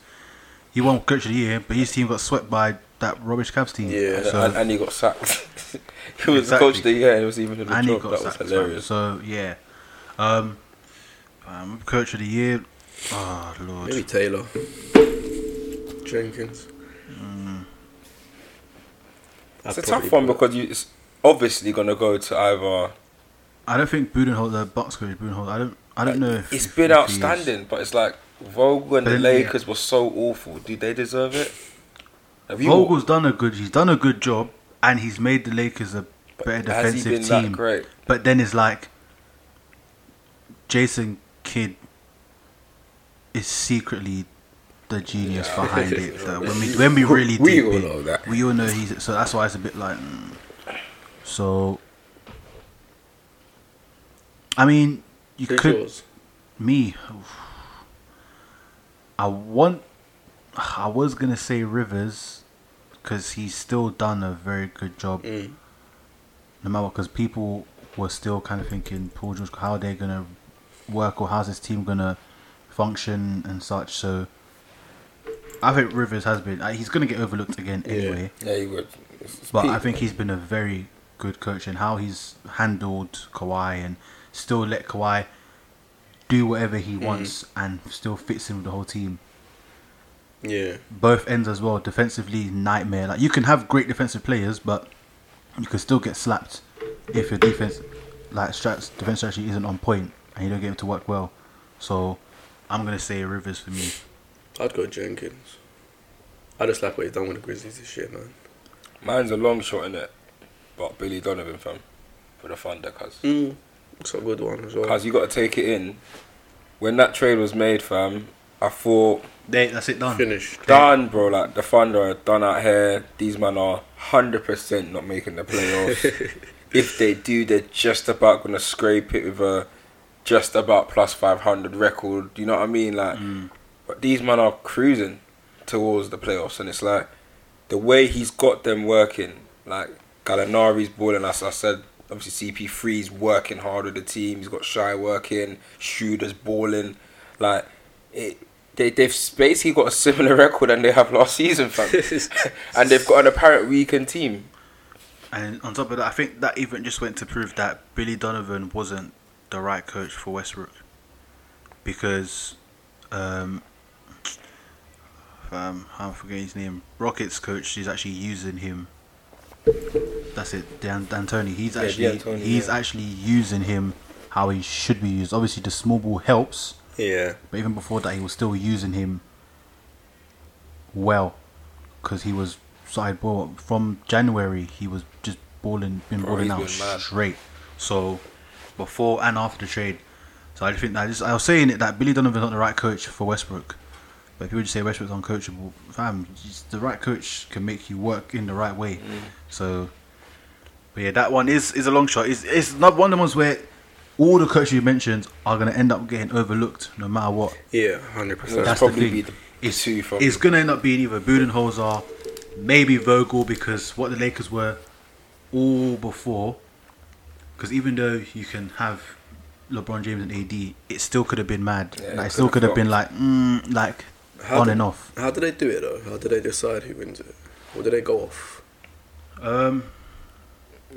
[SPEAKER 3] he won coach of the year, but his team got swept by that rubbish Cavs team.
[SPEAKER 2] Yeah,
[SPEAKER 1] And,
[SPEAKER 3] so,
[SPEAKER 1] and, and he got sacked. he was
[SPEAKER 3] Exactly.
[SPEAKER 1] coach of the year and he was even in the
[SPEAKER 3] and he
[SPEAKER 1] job.
[SPEAKER 3] got
[SPEAKER 1] That was
[SPEAKER 3] sacked. as well.
[SPEAKER 1] hilarious.
[SPEAKER 3] So yeah, um, um, coach of the year. Oh lord.
[SPEAKER 2] Maybe Taylor Jenkins.
[SPEAKER 1] Mm. It's a tough one because you, it's obviously gonna go to either.
[SPEAKER 3] I don't think Budenholzer, Bucks coach Budenholzer. I don't. I don't know. if-
[SPEAKER 1] It's
[SPEAKER 3] if
[SPEAKER 1] been
[SPEAKER 3] he is.
[SPEAKER 1] outstanding, but it's like Vogel and
[SPEAKER 3] But
[SPEAKER 1] the
[SPEAKER 3] then-
[SPEAKER 1] Lakers were so awful. Do they deserve it? Have you-
[SPEAKER 3] Vogel's done a good. He's done a good job, and he's made the Lakers a better
[SPEAKER 1] has he
[SPEAKER 3] defensive
[SPEAKER 1] been
[SPEAKER 3] team.
[SPEAKER 1] that great?
[SPEAKER 3] But then it's like Jason Kidd is secretly the genius behind it. So when we when we really
[SPEAKER 1] We
[SPEAKER 3] deep
[SPEAKER 1] all
[SPEAKER 3] it,
[SPEAKER 1] know that.
[SPEAKER 3] we all know he's so that's why it's a bit like mm. so. I mean, you
[SPEAKER 2] Who's
[SPEAKER 3] could
[SPEAKER 2] yours?
[SPEAKER 3] me. oof. I want. I was gonna say Rivers, because he's still done a very good job
[SPEAKER 2] Mm.
[SPEAKER 3] no matter because people were still kind of thinking Paul George, how are they gonna work or how's this team gonna function and such. So I think Rivers has been uh, he's gonna get overlooked again anyway,
[SPEAKER 1] Yeah, he would. It's- it's
[SPEAKER 3] but
[SPEAKER 1] peak.
[SPEAKER 3] I think he's been a very good coach and how he's handled Kawhi and still let Kawhi do whatever he wants and still fits in with the whole team.
[SPEAKER 2] Yeah,
[SPEAKER 3] Both ends as well, defensively nightmare. Like you can have great defensive players, but you can still get slapped if your defense, like strat, defense strategy isn't on point and you don't get it to work well. So I'm gonna say Rivers for me.
[SPEAKER 2] I'd go Jenkins. I just like what he's done with the Grizzlies this year, man.
[SPEAKER 1] Mine's a long shot in it, but Billy Donovan fam for the Thunder, cause
[SPEAKER 2] Mm. It's a good one as well.
[SPEAKER 1] cause you got to take it in. When that trade was made, fam, I thought
[SPEAKER 3] They, that's it done.
[SPEAKER 2] Finished.
[SPEAKER 1] done, bro. Like the Thunder are done out here. These men are hundred percent not making the playoffs. if they do, they're just about gonna scrape it with a just about plus five hundred record. You know what I mean? Like,
[SPEAKER 3] Mm.
[SPEAKER 1] but these men are cruising towards the playoffs, and it's like the way he's got them working. Like Gallinari's balling. As I said, obviously CP3's working hard with the team. He's got Shy working. Shooter's balling. Like it They, they've basically got a similar record than they have last season, fam. and they've got an apparent weakened team.
[SPEAKER 3] And on top of that, I think that even just went to prove that Billy Donovan wasn't the right coach for Westbrook because, um, um I'm forgetting his name. Rockets coach is actually using him. That's it, Dan, Dan Tony. He's
[SPEAKER 1] Yeah,
[SPEAKER 3] actually
[SPEAKER 1] D'Antoni,
[SPEAKER 3] he's
[SPEAKER 1] yeah.
[SPEAKER 3] actually using him how he should be used. Obviously, the small ball helps,
[SPEAKER 2] Yeah.
[SPEAKER 3] but even before that, he was still using him well because he was side ball from January. He was just balling, been
[SPEAKER 1] Bro,
[SPEAKER 3] balling
[SPEAKER 1] he's
[SPEAKER 3] out
[SPEAKER 1] been mad.
[SPEAKER 3] straight. So before and after the trade, so I think that just, I was saying it that Billy Donovan's not the right coach for Westbrook. But people just say Westbrook's uncoachable. Fam, just the right coach can make you work in the right way.
[SPEAKER 1] Mm.
[SPEAKER 3] So, but yeah, that one is is a long shot. It's, it's not one of the ones where all the coaches you mentioned are going to end up getting overlooked no matter what.
[SPEAKER 2] Yeah, hundred
[SPEAKER 1] That's
[SPEAKER 2] percent.
[SPEAKER 1] probably
[SPEAKER 3] thing.
[SPEAKER 1] be the
[SPEAKER 3] it's,
[SPEAKER 1] two from-
[SPEAKER 3] It's going to end up being either Budenholzer, maybe Vogel, because what the Lakers were all before. Because even though you can have LeBron James and AD, it still could have been mad.
[SPEAKER 1] Yeah, it
[SPEAKER 3] like, it
[SPEAKER 1] could
[SPEAKER 3] still
[SPEAKER 1] have
[SPEAKER 3] could have been like, mm, like
[SPEAKER 2] How
[SPEAKER 3] on
[SPEAKER 2] did-
[SPEAKER 3] and off.
[SPEAKER 2] How do they do it though? How do they decide who wins it? Or do they go off?
[SPEAKER 3] Um,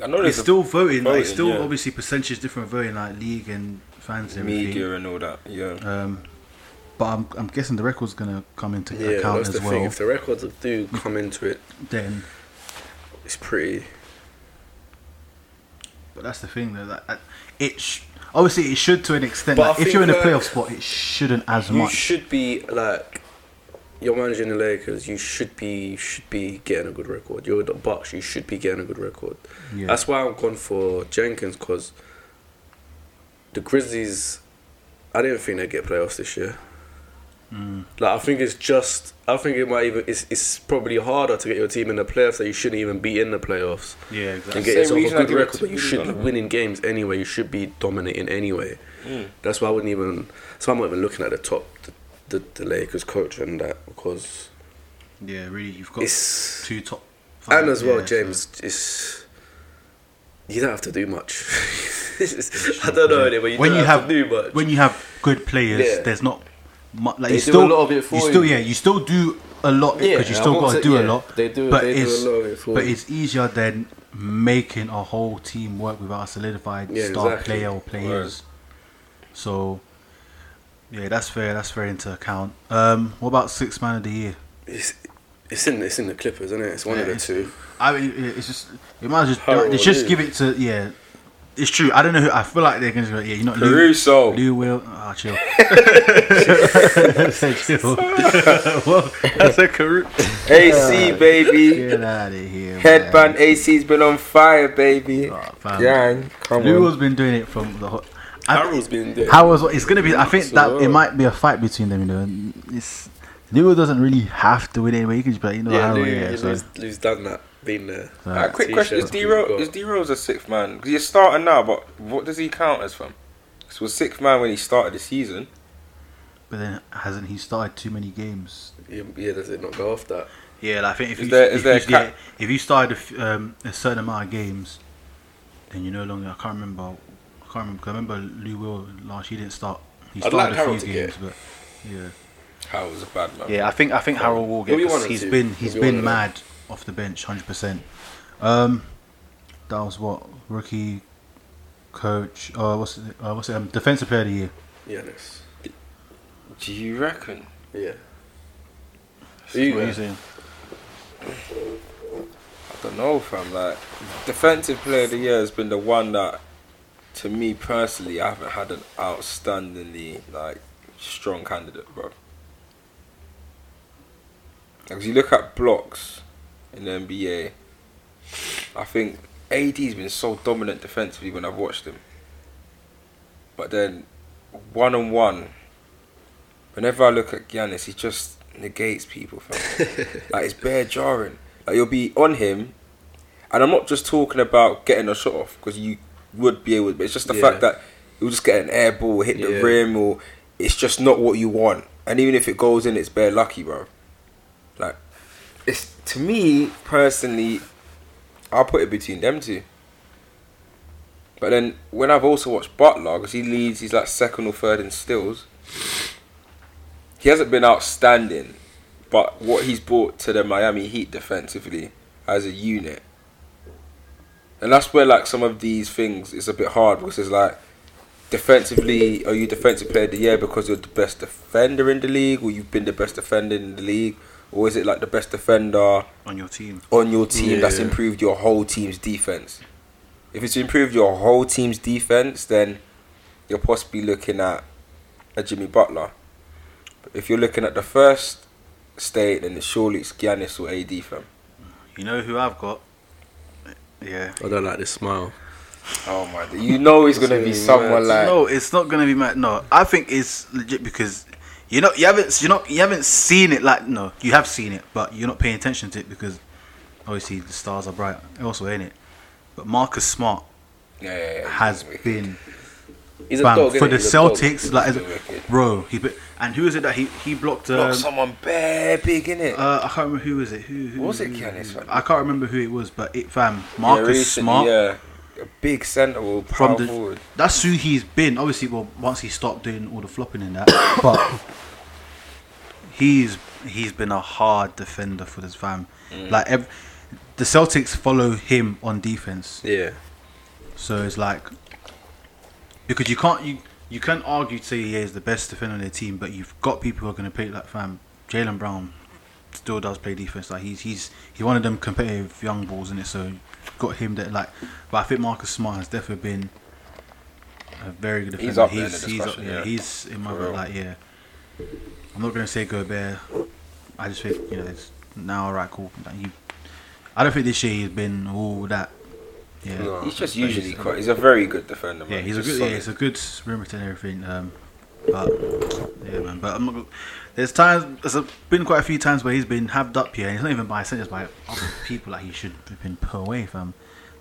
[SPEAKER 1] I know
[SPEAKER 3] it's
[SPEAKER 1] there's
[SPEAKER 3] still voting. like, it's
[SPEAKER 1] voting,
[SPEAKER 3] still
[SPEAKER 1] yeah.
[SPEAKER 3] obviously percentage different voting, like league and fans
[SPEAKER 1] a
[SPEAKER 3] and everything.
[SPEAKER 1] media and all that. Yeah.
[SPEAKER 3] Um, but I'm, I'm guessing the record's gonna come into
[SPEAKER 2] Yeah,
[SPEAKER 3] account
[SPEAKER 2] that's
[SPEAKER 3] as
[SPEAKER 2] the
[SPEAKER 3] well.
[SPEAKER 2] thing. If the records do come into it,
[SPEAKER 3] Then,
[SPEAKER 2] it's pretty.
[SPEAKER 3] but that's the thing though. That, that it sh- obviously it should to an extent.
[SPEAKER 2] But
[SPEAKER 3] like,
[SPEAKER 2] I
[SPEAKER 3] if you're in a
[SPEAKER 2] think that-
[SPEAKER 3] playoff spot, it shouldn't as
[SPEAKER 2] You
[SPEAKER 3] much.
[SPEAKER 2] should be like, you're managing the Lakers. You should be should be getting a good record. You're the Bucks. You should be getting a good record.
[SPEAKER 3] yeah.
[SPEAKER 2] That's why I'm gone for Jenkins because the Grizzlies. I didn't think they'd get playoffs this year.
[SPEAKER 3] Mm.
[SPEAKER 2] Like I think it's just. I think it might even. It's, it's probably harder to get your team in the playoffs that you shouldn't even be in the playoffs.
[SPEAKER 3] yeah,
[SPEAKER 2] and
[SPEAKER 3] exactly.
[SPEAKER 2] get
[SPEAKER 1] Same
[SPEAKER 2] yourself
[SPEAKER 1] reason I
[SPEAKER 2] a good
[SPEAKER 1] give it
[SPEAKER 2] record.
[SPEAKER 1] to
[SPEAKER 2] But you should be
[SPEAKER 1] Donovan.
[SPEAKER 2] winning games anyway. You should be dominating anyway.
[SPEAKER 1] Mm.
[SPEAKER 2] That's why I wouldn't even. So I'm not even looking at the top, the, the, the Lakers coach and that because
[SPEAKER 3] Yeah, really, you've got
[SPEAKER 2] it's
[SPEAKER 3] two top.
[SPEAKER 2] and as well,
[SPEAKER 3] yeah, so-
[SPEAKER 2] James. It's you don't have to do much. It's just- I don't know
[SPEAKER 3] Yeah.
[SPEAKER 2] anyway. You
[SPEAKER 3] When
[SPEAKER 2] don't
[SPEAKER 3] you
[SPEAKER 2] have, to
[SPEAKER 3] have-
[SPEAKER 2] do much.
[SPEAKER 3] when you have good players,
[SPEAKER 2] Yeah.
[SPEAKER 3] there's not much. Like
[SPEAKER 4] They
[SPEAKER 3] you
[SPEAKER 4] do a
[SPEAKER 3] still,
[SPEAKER 4] lot of it for
[SPEAKER 3] you still,
[SPEAKER 4] you.
[SPEAKER 3] yeah, you still do a lot
[SPEAKER 4] Yeah,
[SPEAKER 3] because you
[SPEAKER 4] I
[SPEAKER 3] still
[SPEAKER 4] won't
[SPEAKER 3] got to
[SPEAKER 4] say-
[SPEAKER 3] do a
[SPEAKER 4] yeah,
[SPEAKER 3] lot.
[SPEAKER 4] they do-
[SPEAKER 3] but
[SPEAKER 4] they do a
[SPEAKER 3] it's,
[SPEAKER 2] lot of it for
[SPEAKER 3] but
[SPEAKER 2] you.
[SPEAKER 3] it's easier than making a whole team work without a solidified
[SPEAKER 2] Yeah,
[SPEAKER 3] star
[SPEAKER 2] exactly.
[SPEAKER 3] player or players. So, yeah, that's fair. That's fair into account. Um, what about six man of the year?
[SPEAKER 2] it's, it's in it's in the Clippers, isn't it? It's one of
[SPEAKER 3] Yeah,
[SPEAKER 2] the two.
[SPEAKER 3] I mean, it- it's just it might as well
[SPEAKER 2] Harold
[SPEAKER 3] just, just
[SPEAKER 2] Lee.
[SPEAKER 3] give it to yeah. It's true. I don't know who. I feel like they're going to go. Yeah, you're not Lou-
[SPEAKER 1] Caruso.
[SPEAKER 3] Lou will. Ah, chill. chill. well, that's a Caruso.
[SPEAKER 1] AC, baby.
[SPEAKER 3] Get out of here.
[SPEAKER 1] Headband
[SPEAKER 3] man.
[SPEAKER 1] AC's been on fire, baby.
[SPEAKER 3] Oh, fam.
[SPEAKER 1] Yeah, come
[SPEAKER 3] Lou
[SPEAKER 1] on.
[SPEAKER 3] has been doing it from the. Ho- I,
[SPEAKER 2] Harold's been there.
[SPEAKER 3] how was it's gonna be? I think that
[SPEAKER 2] Yeah.
[SPEAKER 3] it might be a fight between them. You know, it's Lou doesn't really have to win anyway. He can just be like, you know,
[SPEAKER 2] Yeah,
[SPEAKER 3] I don't
[SPEAKER 2] Lou,
[SPEAKER 3] yeah, so,
[SPEAKER 2] Lou's, Lou's done that. Been there.
[SPEAKER 3] so,
[SPEAKER 1] Alright, quick question: Is
[SPEAKER 2] T-shirts
[SPEAKER 1] D
[SPEAKER 2] we've
[SPEAKER 1] Rose
[SPEAKER 2] got.
[SPEAKER 1] is D Rose a sixth man? Because he's starting now, but what does he count as from? Because was sixth man when he started the season.
[SPEAKER 3] But then hasn't he started too many games?
[SPEAKER 2] Yeah, yeah, does it not go off that?
[SPEAKER 3] Yeah, like, I think if
[SPEAKER 1] Is
[SPEAKER 3] you
[SPEAKER 1] there-
[SPEAKER 3] if,
[SPEAKER 1] is there a
[SPEAKER 3] you, yeah,
[SPEAKER 1] cap?
[SPEAKER 3] if you started a, f- um, a certain amount of games, then you no longer. I can't remember. I can't remember. 'cause I remember Lou Will last year didn't start. He
[SPEAKER 2] I'd
[SPEAKER 3] started
[SPEAKER 2] like
[SPEAKER 3] a
[SPEAKER 2] Harold to
[SPEAKER 3] few
[SPEAKER 2] get
[SPEAKER 3] games, but yeah.
[SPEAKER 1] Harold's a bad man.
[SPEAKER 3] Yeah, I think I think Harold will
[SPEAKER 2] get
[SPEAKER 3] get.
[SPEAKER 2] He'll be one 'cause
[SPEAKER 3] Because
[SPEAKER 2] of
[SPEAKER 3] he's
[SPEAKER 2] he's two.
[SPEAKER 3] been
[SPEAKER 2] been-
[SPEAKER 3] he's
[SPEAKER 2] he's He'll be been
[SPEAKER 3] been
[SPEAKER 2] one of them.
[SPEAKER 3] mad off the bench, hundred percent. Um, that was what rookie coach. Uh, what's it, uh, what's it? Um, defensive player of the year.
[SPEAKER 2] Giannis.
[SPEAKER 1] Do you reckon?
[SPEAKER 2] Yeah.
[SPEAKER 3] What are you saying?
[SPEAKER 1] I don't know, fam. Like defensive player of the year has been the one that, to me personally, I haven't had an outstandingly like strong candidate, bro. Because you look at blocks in the NBA, I think AD's been so dominant defensively when I've watched him. But then, one on one, whenever I look at Giannis, he just negates people, fam. like it's bare jarring. Like you'll be on him, and I'm not just talking about getting a shot off because you would be able. But it's just the
[SPEAKER 2] Yeah.
[SPEAKER 1] fact that you'll just get an air ball, hit the
[SPEAKER 2] Yeah.
[SPEAKER 1] rim, or it's just not what you want. And even if it goes in, it's bare lucky, bro. Like it's to me personally, I'll put it between them two. But then when I've also watched Butler, because he leads, he's like second or third in steals. he hasn't been outstanding, but what he's brought to the Miami Heat defensively as a unit, and that's where like some of these things is a bit hard because it's like defensively, are you defensive player of the year because you're the best defender in the league, or you've been the best defender in the league, or is it like the best defender?
[SPEAKER 3] on your team.
[SPEAKER 1] on your team that's
[SPEAKER 4] Yeah.
[SPEAKER 1] improved your whole team's defense. If it's improved your whole team's defense, then you're possibly looking at a Jimmy Butler. But if you're looking at the first state, then it's surely it's Giannis or AD fam.
[SPEAKER 3] You know who I've got? Yeah.
[SPEAKER 2] I don't like this smile.
[SPEAKER 1] Oh my! d- You know it's gonna be
[SPEAKER 4] That's
[SPEAKER 1] someone
[SPEAKER 4] mad.
[SPEAKER 1] like
[SPEAKER 3] no, it's not gonna be mad. No, I think it's legit because you know you haven't you not you haven't seen it like no you have seen it, but you're not paying attention to it because obviously the stars are bright elsewhere in it. But Marcus Smart
[SPEAKER 1] yeah, yeah, yeah.
[SPEAKER 3] has been
[SPEAKER 2] He's
[SPEAKER 3] bam, for
[SPEAKER 2] innit?
[SPEAKER 3] the
[SPEAKER 2] He's a dog.
[SPEAKER 3] Celtics. Like, as a-
[SPEAKER 1] wicked.
[SPEAKER 3] bro, he bit, and who is it that he he blocked? Um,
[SPEAKER 1] Look, someone bare big in it.
[SPEAKER 3] uh, I can't remember who was it. Who, who
[SPEAKER 1] Was it
[SPEAKER 3] who-
[SPEAKER 1] Giannis, fam?
[SPEAKER 3] I can't remember who it was, but it fam Marcus Smart.
[SPEAKER 1] yeah, a big centre will power
[SPEAKER 3] from the
[SPEAKER 1] forward.
[SPEAKER 3] that's who he's been. Obviously, well, once he stopped doing all the flopping and that, but he's he's been a hard defender for this fam.
[SPEAKER 1] Mm.
[SPEAKER 3] Like ev- the Celtics follow him on defense,
[SPEAKER 2] Yeah.
[SPEAKER 3] so it's like because you can't you you can argue to say he is the best defender on their team, but you've got people who are going to play like fam. Jalen Brown still does play defense. Like he's he's he's one of them competitive young balls in it. So you've got him that like, but I think Marcus Smart has definitely been a very good defender.
[SPEAKER 1] He's up there in
[SPEAKER 3] he's,
[SPEAKER 1] the
[SPEAKER 3] he's up
[SPEAKER 1] discussion,
[SPEAKER 3] there.
[SPEAKER 1] yeah.
[SPEAKER 3] He's in my
[SPEAKER 1] For
[SPEAKER 3] book,
[SPEAKER 1] real.
[SPEAKER 3] like yeah. I'm not going to say Gobert. I just think you know it's now alright cool. Like, you, I don't think this year he's been all that. Yeah.
[SPEAKER 2] No.
[SPEAKER 1] He's just
[SPEAKER 3] But he's-
[SPEAKER 1] usually quite. He's a very good defender. Man.
[SPEAKER 3] Yeah, he's a
[SPEAKER 1] Just
[SPEAKER 3] good. Yeah,
[SPEAKER 1] solid.
[SPEAKER 3] he's a good perimeter and everything. Um, but yeah, man. But I'm not. Gonna, there's times. There's a, been quite a few times where he's been haved up here, and he's not even by centers by other people like he should have been put away from.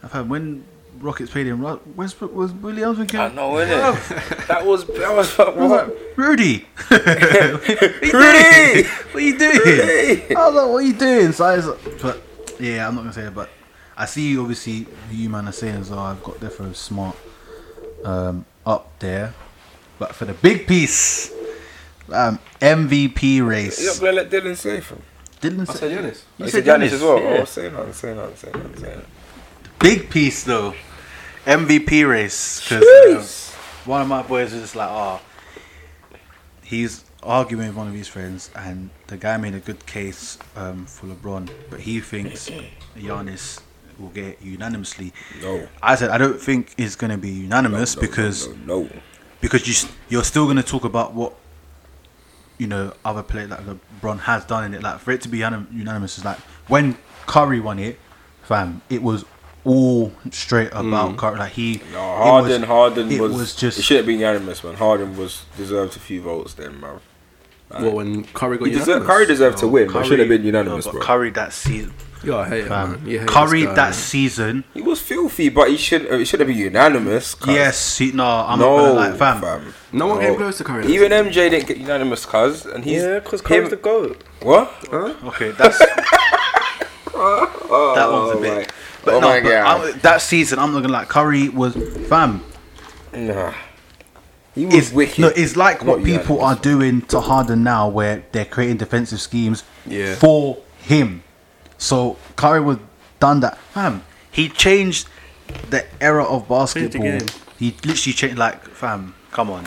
[SPEAKER 3] I've had when Rockets played him. Ro- Westbrook was Williams
[SPEAKER 1] I
[SPEAKER 3] again.
[SPEAKER 1] know, innit? that was that was what?
[SPEAKER 3] I was like, Rudy, what
[SPEAKER 1] Rudy!
[SPEAKER 3] are you doing?
[SPEAKER 1] Rudy!
[SPEAKER 3] I was like, what are you doing? So I was like, but yeah, I'm not gonna say it. But I see, obviously, who you man are saying as well. I've got Defo Smart um, up there, but for the big piece, um, MVP
[SPEAKER 1] You're not
[SPEAKER 3] race.
[SPEAKER 1] gonna let Dylan say from.
[SPEAKER 3] Didn't
[SPEAKER 4] I
[SPEAKER 3] say-
[SPEAKER 4] said Giannis.
[SPEAKER 1] You
[SPEAKER 3] You
[SPEAKER 1] said
[SPEAKER 3] said
[SPEAKER 1] Giannis
[SPEAKER 3] Giannis,
[SPEAKER 1] as well.
[SPEAKER 4] yeah.
[SPEAKER 1] Oh, say nothing, say nothing, say nothing, say nothing.
[SPEAKER 3] big piece though. MVP race um, because
[SPEAKER 1] Jeez.
[SPEAKER 3] one of my boys was just like, oh, he's arguing with one of his friends, and the guy made a good case um, for LeBron, but he thinks Giannis will get it unanimously.
[SPEAKER 1] No.
[SPEAKER 3] I said I don't think it's going to be uh, unanimous
[SPEAKER 1] No, no,
[SPEAKER 3] because
[SPEAKER 1] no, no.
[SPEAKER 3] because you s- you're still going to talk about what you know other player like LeBron has done in it. Like for it to be unanim- unanimous is like when Curry won it, fam. It was all straight about Curry. Like he,
[SPEAKER 1] Mm. No,
[SPEAKER 3] it
[SPEAKER 1] Harden, Harden
[SPEAKER 3] it
[SPEAKER 1] was,
[SPEAKER 3] was, just
[SPEAKER 1] It should have been unanimous, man. Harden was deserved a few votes then, man.
[SPEAKER 2] Well, when Curry got
[SPEAKER 1] He
[SPEAKER 2] you,
[SPEAKER 1] deserved, Curry deserved to win. but
[SPEAKER 3] Oh, Curry-
[SPEAKER 1] it should have been unanimous,
[SPEAKER 3] no, but
[SPEAKER 1] bro.
[SPEAKER 3] Curry that season,
[SPEAKER 2] You're a hater, man.
[SPEAKER 3] fam.
[SPEAKER 2] You hate this
[SPEAKER 3] Curry
[SPEAKER 2] guy,
[SPEAKER 3] that
[SPEAKER 2] man.
[SPEAKER 3] season.
[SPEAKER 1] he was filthy, but he should. It should have been unanimous. cuz.
[SPEAKER 3] Yes, he, no, I'm
[SPEAKER 1] no,
[SPEAKER 3] not gonna lie, fam.
[SPEAKER 4] No one came close to Curry that
[SPEAKER 1] Even MJ didn't get unanimous, cuz, and he's
[SPEAKER 2] Yeah, because
[SPEAKER 1] him-
[SPEAKER 2] Curry's the goat.
[SPEAKER 1] what?
[SPEAKER 3] Okay, that's that one's a bit.
[SPEAKER 1] my-
[SPEAKER 3] But
[SPEAKER 1] oh
[SPEAKER 3] no,
[SPEAKER 1] my
[SPEAKER 3] but
[SPEAKER 1] God.
[SPEAKER 3] I- that season, I'm not gonna lie. Curry was fam.
[SPEAKER 1] Nah, he was
[SPEAKER 3] It's
[SPEAKER 1] wicked.
[SPEAKER 3] no, it's like what
[SPEAKER 1] Not
[SPEAKER 3] people are
[SPEAKER 1] unanimous.
[SPEAKER 3] doing to Harden now, where they're creating defensive schemes
[SPEAKER 2] Yeah.
[SPEAKER 3] for him. So Curry was done that, fam. He changed the era of
[SPEAKER 2] the
[SPEAKER 3] basketball.
[SPEAKER 2] game.
[SPEAKER 3] He literally changed, like, fam. Come on,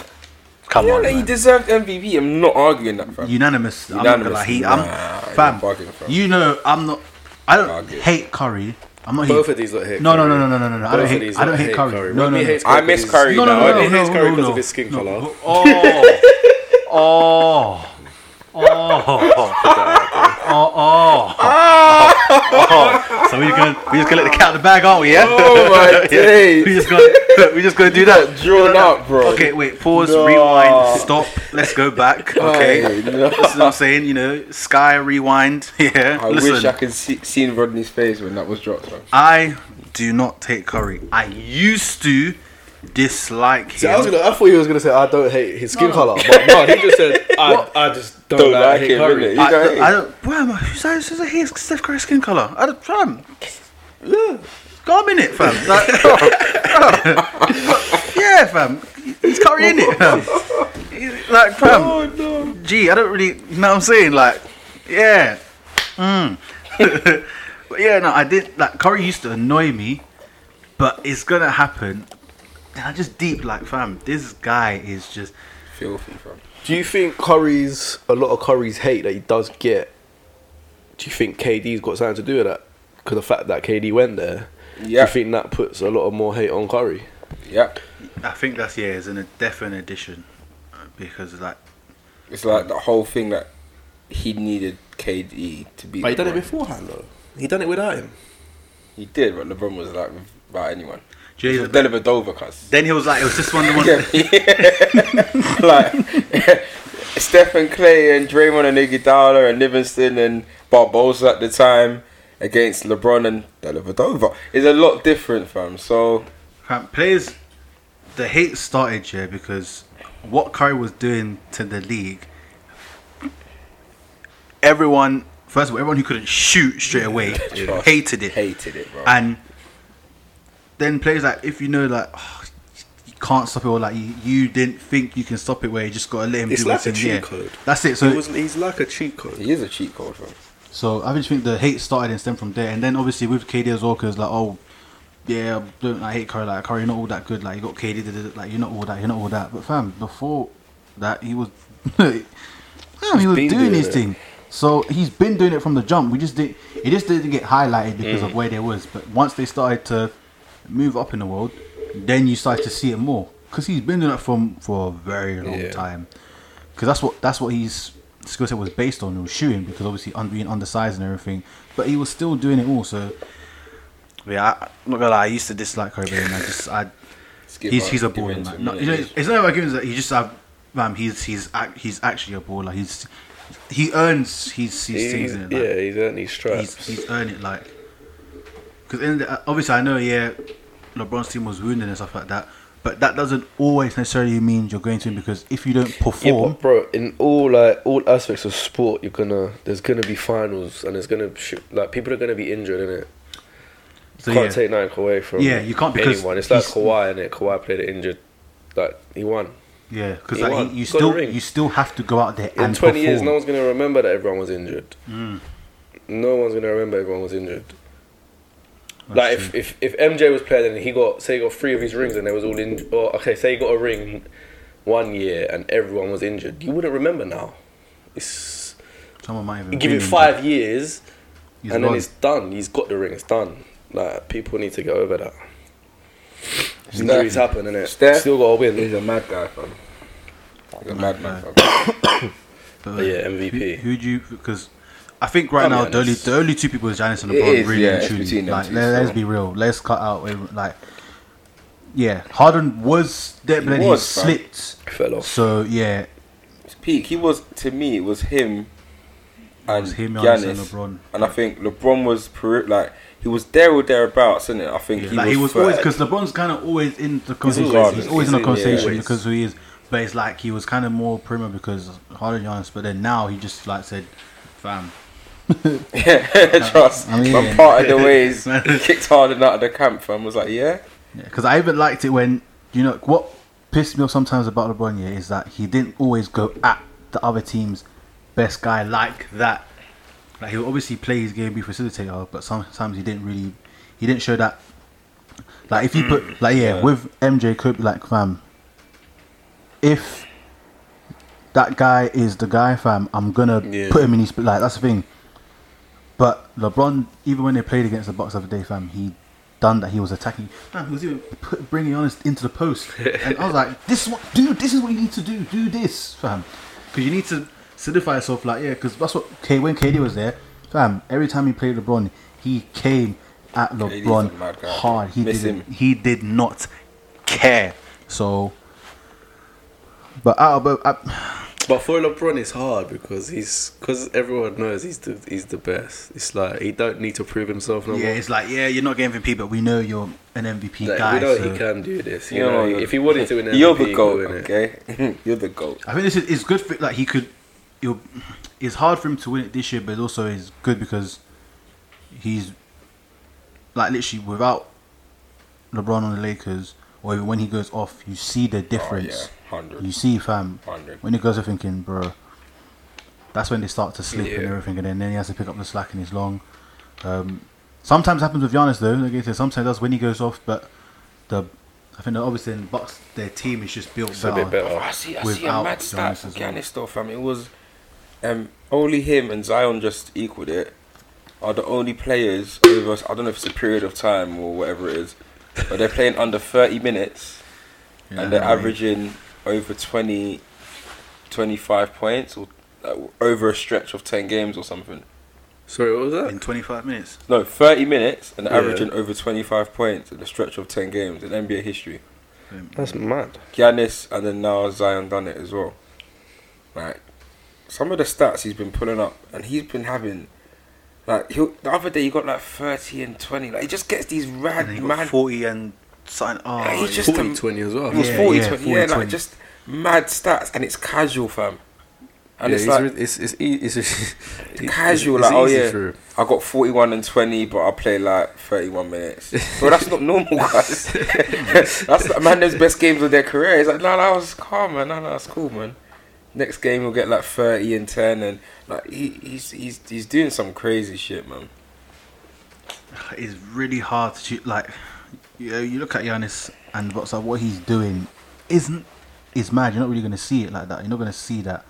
[SPEAKER 3] come
[SPEAKER 1] Yeah,
[SPEAKER 3] on.
[SPEAKER 1] like, he
[SPEAKER 3] man.
[SPEAKER 1] deserved MVP. I'm not arguing that, fam.
[SPEAKER 3] Unanimous. I'm not gonna
[SPEAKER 1] Unanimous.
[SPEAKER 3] lie. He,
[SPEAKER 1] Nah,
[SPEAKER 3] I'm,
[SPEAKER 1] you're
[SPEAKER 3] fam,
[SPEAKER 1] bugging, fam.
[SPEAKER 3] You know, I'm not. I don't
[SPEAKER 1] Bugging.
[SPEAKER 3] hate Curry. I'm not.
[SPEAKER 2] Both
[SPEAKER 3] hate-
[SPEAKER 2] of these lot hate
[SPEAKER 3] No, no,
[SPEAKER 2] Curry.
[SPEAKER 3] no, no, no, no, no, no. I
[SPEAKER 2] Both
[SPEAKER 3] don't
[SPEAKER 2] of
[SPEAKER 3] hate.
[SPEAKER 2] these
[SPEAKER 3] I don't
[SPEAKER 2] lot
[SPEAKER 3] hate Curry. No,
[SPEAKER 2] Rugby
[SPEAKER 3] no, no.
[SPEAKER 2] hates
[SPEAKER 1] I miss
[SPEAKER 2] 'cause
[SPEAKER 1] Curry
[SPEAKER 2] he's-
[SPEAKER 3] No, no,
[SPEAKER 1] now.
[SPEAKER 3] no,
[SPEAKER 1] I
[SPEAKER 3] no,
[SPEAKER 2] Rugby
[SPEAKER 3] no,
[SPEAKER 2] hates
[SPEAKER 3] no,
[SPEAKER 2] Curry
[SPEAKER 3] no,
[SPEAKER 2] because of
[SPEAKER 3] no.
[SPEAKER 2] his skin
[SPEAKER 3] No.
[SPEAKER 2] colour.
[SPEAKER 3] Oh. Oh. Oh. Oh. Oh. So we just gonna we just gonna let the cat out of the bag, aren't we? Yeah.
[SPEAKER 1] Oh my
[SPEAKER 3] yeah.
[SPEAKER 1] days.
[SPEAKER 3] We just gonna we just gonna do that.
[SPEAKER 1] drawn out, bro.
[SPEAKER 3] Okay, wait. Pause.
[SPEAKER 1] No.
[SPEAKER 3] Rewind. Stop. Let's go back. Okay.
[SPEAKER 1] Hey, no.
[SPEAKER 3] This is what I'm saying. You know, sky rewind. Yeah.
[SPEAKER 1] I
[SPEAKER 3] Listen,
[SPEAKER 1] wish I could see seen Rodney's face when that was dropped. Man.
[SPEAKER 3] I do not take curry. I used to dislike him.
[SPEAKER 2] See, I was gonna. I thought he was gonna say I don't hate his skin
[SPEAKER 3] No.
[SPEAKER 2] color, but no, he just said I, I just don't,
[SPEAKER 1] Don't
[SPEAKER 2] like,
[SPEAKER 1] like
[SPEAKER 2] hate
[SPEAKER 1] him,
[SPEAKER 2] Curry.
[SPEAKER 1] innit?
[SPEAKER 3] I,
[SPEAKER 1] You know-
[SPEAKER 3] I don't. Why am I? Who's that? Who's that? Here's Steph Curry's skin color. I don't. Fam. Yeah. Go a minute, fam. Like, yeah, fam. He's curry in it, fam. like, fam.
[SPEAKER 1] Oh,
[SPEAKER 3] Gee, I don't really. You know what I'm saying? Like, yeah. Mm. but yeah, no, I did. Like, Curry used to annoy me, but it's gonna happen. And I just deep, like, fam, this guy is just.
[SPEAKER 1] Filthy, fam.
[SPEAKER 2] Do you think Curry's a lot of Curry's hate that he does get? Do you think KD's got something to do with that? Because the fact that KD went there, do
[SPEAKER 1] Yeah.
[SPEAKER 2] you think that puts a lot of more hate on Curry?
[SPEAKER 1] Yeah.
[SPEAKER 3] I think that's yeah, it's an definite addition uh, because like
[SPEAKER 1] It's like the whole thing that he needed KD to be.
[SPEAKER 2] But he done it
[SPEAKER 1] LeBron.
[SPEAKER 2] beforehand though. He done it without him.
[SPEAKER 1] He did, but LeBron was like about anyone.
[SPEAKER 3] Jay-
[SPEAKER 1] He's a Deliver Dover, cuz.
[SPEAKER 3] Then he was like, it was just one of the ones.
[SPEAKER 1] Yeah. like Stephen Clay and Draymond and Iguodala and Livingston and Barbosa at the time against LeBron and Deliver Dover. It's a lot different, fam. So
[SPEAKER 3] Fam, players, the hate started here because what Curry was doing to the league, everyone, first of all, everyone who couldn't shoot straight away
[SPEAKER 1] Trust.
[SPEAKER 3] hated it.
[SPEAKER 1] hated it, bro.
[SPEAKER 3] And then players like, if you know, like, oh, you can't stop it, or like, you, you didn't think you can stop it, where you just got to let him
[SPEAKER 2] It's
[SPEAKER 3] do
[SPEAKER 2] like
[SPEAKER 3] what's
[SPEAKER 2] a
[SPEAKER 3] in the
[SPEAKER 2] cheat
[SPEAKER 3] air.
[SPEAKER 2] code.
[SPEAKER 3] That's it. So
[SPEAKER 2] He was, he's like a cheat code.
[SPEAKER 1] he is a cheat code, fam.
[SPEAKER 3] so I just think the hate started and stemmed from there, and then obviously with KD as well, because like oh, yeah, I don't I hate Curry? Like Curry, you're not all that good. Like you got KD, da, da, da, like you're not all that, you're not all that. But fam, before that, he was, fam, he
[SPEAKER 2] been
[SPEAKER 3] was doing,
[SPEAKER 2] doing
[SPEAKER 3] his
[SPEAKER 2] it.
[SPEAKER 3] thing. So he's been doing it from the jump. We just did, it just didn't get highlighted because of where they was. But once they started to move up in the world, then you started to see it more because he's been doing it from for a very long
[SPEAKER 2] Yeah.
[SPEAKER 3] time because that's what that's what his skill set was based on. He was shooting because obviously un- being undersized and everything, but he was still doing it all. So yeah, I, I'm not gonna lie, I used to dislike Kobe, and I just I
[SPEAKER 1] Skip
[SPEAKER 3] he's
[SPEAKER 1] up,
[SPEAKER 3] he's a
[SPEAKER 1] give
[SPEAKER 3] baller.
[SPEAKER 1] in to
[SPEAKER 3] Man.
[SPEAKER 1] him,
[SPEAKER 3] No,
[SPEAKER 1] innit?
[SPEAKER 3] you know,
[SPEAKER 1] He's-
[SPEAKER 3] it's it's not about giving that he just uh, man, he's he's ac- he's actually a baller. He's he earns his his things.
[SPEAKER 2] He's,
[SPEAKER 3] in it, like,
[SPEAKER 2] yeah, he's earned these
[SPEAKER 3] he's,
[SPEAKER 2] straps.
[SPEAKER 3] he's earned it like because obviously I know yeah LeBron's team was wounded and stuff like that but that doesn't always necessarily mean you're going to win because if you don't
[SPEAKER 2] Yeah,
[SPEAKER 3] perform
[SPEAKER 2] but bro, in all like all aspects of sport, you're gonna there's gonna be finals and there's gonna sh- like people are gonna be injured in it.
[SPEAKER 3] so
[SPEAKER 2] can't
[SPEAKER 3] yeah.
[SPEAKER 2] take nothing away from
[SPEAKER 3] Yeah, you can't because
[SPEAKER 2] anyone. It's like
[SPEAKER 3] he's-
[SPEAKER 2] Kawhi and it. Kawhi played it injured, like he won.
[SPEAKER 3] Yeah, because
[SPEAKER 2] He
[SPEAKER 3] like,
[SPEAKER 2] won.
[SPEAKER 3] he- you
[SPEAKER 2] Got a
[SPEAKER 3] still
[SPEAKER 2] ring.
[SPEAKER 3] you still have to go out there
[SPEAKER 2] In
[SPEAKER 3] and Mm.
[SPEAKER 2] 20 years,
[SPEAKER 3] perform.
[SPEAKER 2] no one's gonna remember that everyone was injured. No one's gonna remember everyone was injured. like if, if if MJ was playing and he got say he got three of his rings and they was all injured, or okay, say he got a ring one year and everyone was injured, you wouldn't remember now. It's
[SPEAKER 3] someone might even
[SPEAKER 2] give
[SPEAKER 3] win
[SPEAKER 2] it
[SPEAKER 3] him,
[SPEAKER 2] five years
[SPEAKER 3] he's
[SPEAKER 2] and
[SPEAKER 3] gone.
[SPEAKER 2] then it's done. He's got the ring. It's done. Like people need to get over that. Injuries happen, innit?
[SPEAKER 1] Steph-
[SPEAKER 2] Still got to win.
[SPEAKER 1] He's a mad guy, fam. He's a madman, fam.
[SPEAKER 3] But,
[SPEAKER 2] yeah, MVP.
[SPEAKER 3] Who, who do you? Because I think right
[SPEAKER 2] I'll be
[SPEAKER 3] now the only
[SPEAKER 2] honest.
[SPEAKER 3] the only two people is Giannis and
[SPEAKER 1] It
[SPEAKER 3] LeBron
[SPEAKER 1] is,
[SPEAKER 3] really
[SPEAKER 1] yeah,
[SPEAKER 3] and
[SPEAKER 1] it's
[SPEAKER 3] truly.
[SPEAKER 1] between them
[SPEAKER 3] Like
[SPEAKER 1] two,
[SPEAKER 3] let, us
[SPEAKER 1] so.
[SPEAKER 3] be real. Let's cut out every- like. Yeah, Harden was there, but
[SPEAKER 1] He
[SPEAKER 3] then
[SPEAKER 1] was,
[SPEAKER 3] he
[SPEAKER 1] fam.
[SPEAKER 3] slipped.
[SPEAKER 2] Fell off.
[SPEAKER 3] So yeah,
[SPEAKER 1] His peak. He was to me. It was him. And
[SPEAKER 3] was him, Giannis,
[SPEAKER 1] Giannis,
[SPEAKER 3] and
[SPEAKER 1] and
[SPEAKER 3] LeBron.
[SPEAKER 1] I think LeBron was peri- like he was there or thereabouts, isn't it? I think
[SPEAKER 3] yeah.
[SPEAKER 1] he,
[SPEAKER 3] like
[SPEAKER 1] was
[SPEAKER 3] he was
[SPEAKER 1] first.
[SPEAKER 3] always because LeBron's kind of always in the conversation. He's
[SPEAKER 1] always-
[SPEAKER 3] always, in the
[SPEAKER 2] he's in- yeah,
[SPEAKER 3] conversation
[SPEAKER 2] always.
[SPEAKER 3] because who he is. But it's like he was kind of more primer because Harden, Giannis. But then now he just like said, "Fam,
[SPEAKER 1] Trust.
[SPEAKER 3] I mean-
[SPEAKER 1] when part of the ways kicked Harden out of the camp, fam. Was like, yeah,
[SPEAKER 3] Because I even liked it when you know what pissed me off sometimes about LeBron yeah, is that he didn't always go at the other team's best guy like that. Like he would obviously play his game, be facilitator, but sometimes he didn't really, he didn't show that. Like if you put like yeah, with MJ Kobe like fam, if that guy is the guy fam, I'm gonna
[SPEAKER 2] Yeah.
[SPEAKER 3] put him in his sp- like that's the thing. But LeBron, even when they played against the Bucks the other day, fam, he done that. He was attacking. Man, he was even put, bringing honest into the post, and I was like, "This is what, dude. This is what you need to do. Do this, fam, because you need to solidify yourself." Like, yeah, because that's what K when KD was there, fam. Every time he played LeBron, he came at
[SPEAKER 1] a mad
[SPEAKER 3] LeBron
[SPEAKER 1] guy.
[SPEAKER 3] hard. He
[SPEAKER 1] Miss
[SPEAKER 3] didn't,
[SPEAKER 1] him.
[SPEAKER 3] he did not care. So, but out of I,
[SPEAKER 2] But for LeBron, it's hard because he's because everyone knows he's the he's the best. It's like he don't need to prove himself no
[SPEAKER 3] yeah,
[SPEAKER 2] more.
[SPEAKER 3] it's like yeah, you're not getting MVP, but we know you're an MVP
[SPEAKER 2] Like,
[SPEAKER 3] guy.
[SPEAKER 2] we know
[SPEAKER 3] so-
[SPEAKER 2] he can do this. You
[SPEAKER 1] You're-
[SPEAKER 2] know, if he wanted to, win MVP,
[SPEAKER 1] you're the
[SPEAKER 2] he'd
[SPEAKER 1] goat.
[SPEAKER 2] win it.
[SPEAKER 1] Okay, you're the goat.
[SPEAKER 3] I think this is it's good for like he could. It'll, it's hard for him to win it this year, but it also is good because he's like literally without LeBron on the Lakers or even when he goes off, you see
[SPEAKER 6] Oh,
[SPEAKER 3] the difference.
[SPEAKER 1] hundred.
[SPEAKER 3] You see, fam,
[SPEAKER 1] 100.
[SPEAKER 3] when he goes off thinking, bro, that's when they start to slip and
[SPEAKER 6] Yeah.
[SPEAKER 3] everything, and then, then he has to pick up the slack and he's long. Um, sometimes happens with Giannis though. Like I said, sometimes that's when he goes off, but the I think the obvious thing, but their team is just built
[SPEAKER 6] It's a
[SPEAKER 3] better.
[SPEAKER 6] bit better.
[SPEAKER 1] I see, I see a
[SPEAKER 3] Without
[SPEAKER 1] mad stat
[SPEAKER 3] Giannis as
[SPEAKER 1] for
[SPEAKER 3] well.
[SPEAKER 1] Giannis though, fam. It was um, only him and Zion just equaled it. Are the only players over? I don't know if it's a period of time or whatever it is, but they're playing under thirty minutes
[SPEAKER 3] Yeah,
[SPEAKER 1] and they're
[SPEAKER 3] I mean,
[SPEAKER 1] averaging over 20, 25 points or uh, over a stretch of ten games or something.
[SPEAKER 6] Sorry, what was
[SPEAKER 1] Uh,
[SPEAKER 6] that?
[SPEAKER 3] in 25 minutes.
[SPEAKER 1] No, thirty minutes and they're
[SPEAKER 6] Yeah.
[SPEAKER 1] averaging over twenty-five points in a stretch of ten games in NBA history.
[SPEAKER 3] Um,
[SPEAKER 6] That's mad.
[SPEAKER 1] Giannis and then now Zion done it as well. Like some of the stats he's been pulling up, and he's been having like he the other day he got like thirty and twenty. Like he just gets these
[SPEAKER 3] and then
[SPEAKER 1] rad
[SPEAKER 3] he got
[SPEAKER 1] mad.
[SPEAKER 3] 40 and something. Oh,
[SPEAKER 1] Yeah, he's
[SPEAKER 3] it's-
[SPEAKER 1] just a-
[SPEAKER 2] 40 20 as well.
[SPEAKER 1] It was
[SPEAKER 3] Yeah,
[SPEAKER 1] 40,
[SPEAKER 3] yeah,
[SPEAKER 1] 20,
[SPEAKER 3] 40,
[SPEAKER 1] yeah, like
[SPEAKER 3] 20.
[SPEAKER 1] just mad stats, and it's casual, fam. And
[SPEAKER 2] yeah,
[SPEAKER 1] it's
[SPEAKER 2] it's,
[SPEAKER 1] like
[SPEAKER 2] re- it's, it's, e- it's, it's,
[SPEAKER 1] casual,
[SPEAKER 2] it's
[SPEAKER 1] like oh
[SPEAKER 2] easy
[SPEAKER 1] yeah,
[SPEAKER 2] for him.
[SPEAKER 1] I got forty-one and twenty, but I play like thirty-one minutes. Bro, that's not normal, guys. that's like, man, those best games of their career. It's like no, that was calm, man. No, no, that's cool, man. Next game he'll get like thirty and ten, and like he, he's he's he's doing some crazy shit, man.
[SPEAKER 3] it's really hard to choo- like. You, know, you look at Giannis and what's like what he's doing isn't is mad. You're not really going to see it like that. You're not going to see that.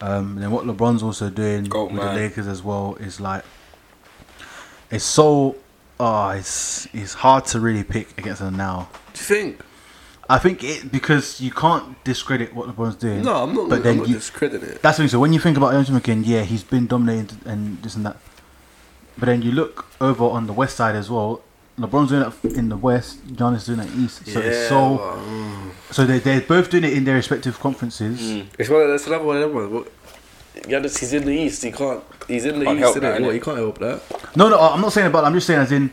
[SPEAKER 3] Um, then what LeBron's also doing
[SPEAKER 1] Goat,
[SPEAKER 3] with
[SPEAKER 1] man.
[SPEAKER 3] the Lakers as well is like it's so ah it's it's hard to really pick against them now.
[SPEAKER 2] Do you think?
[SPEAKER 3] I think it because you can't discredit what LeBron's doing.
[SPEAKER 2] No, I'm not,
[SPEAKER 3] But then
[SPEAKER 2] I'm not
[SPEAKER 3] you,
[SPEAKER 2] discrediting it.
[SPEAKER 3] that's the thing. So when you think about Andrew McKinn, yeah, he's been dominated and this and that. But then you look over on the west side as well. LeBron's doing it in the west. John is doing it east. So it's so
[SPEAKER 2] but, mm.
[SPEAKER 3] so they they're both doing it in their respective conferences.
[SPEAKER 2] It's one of that's another one of them ones. What- Giannis, he's in the East. He can't. He's in the
[SPEAKER 1] Can't help
[SPEAKER 2] East.
[SPEAKER 1] that,
[SPEAKER 2] innit? What,
[SPEAKER 1] innit?
[SPEAKER 2] he can't help that.
[SPEAKER 3] No, no, I'm not saying about. I'm just saying as in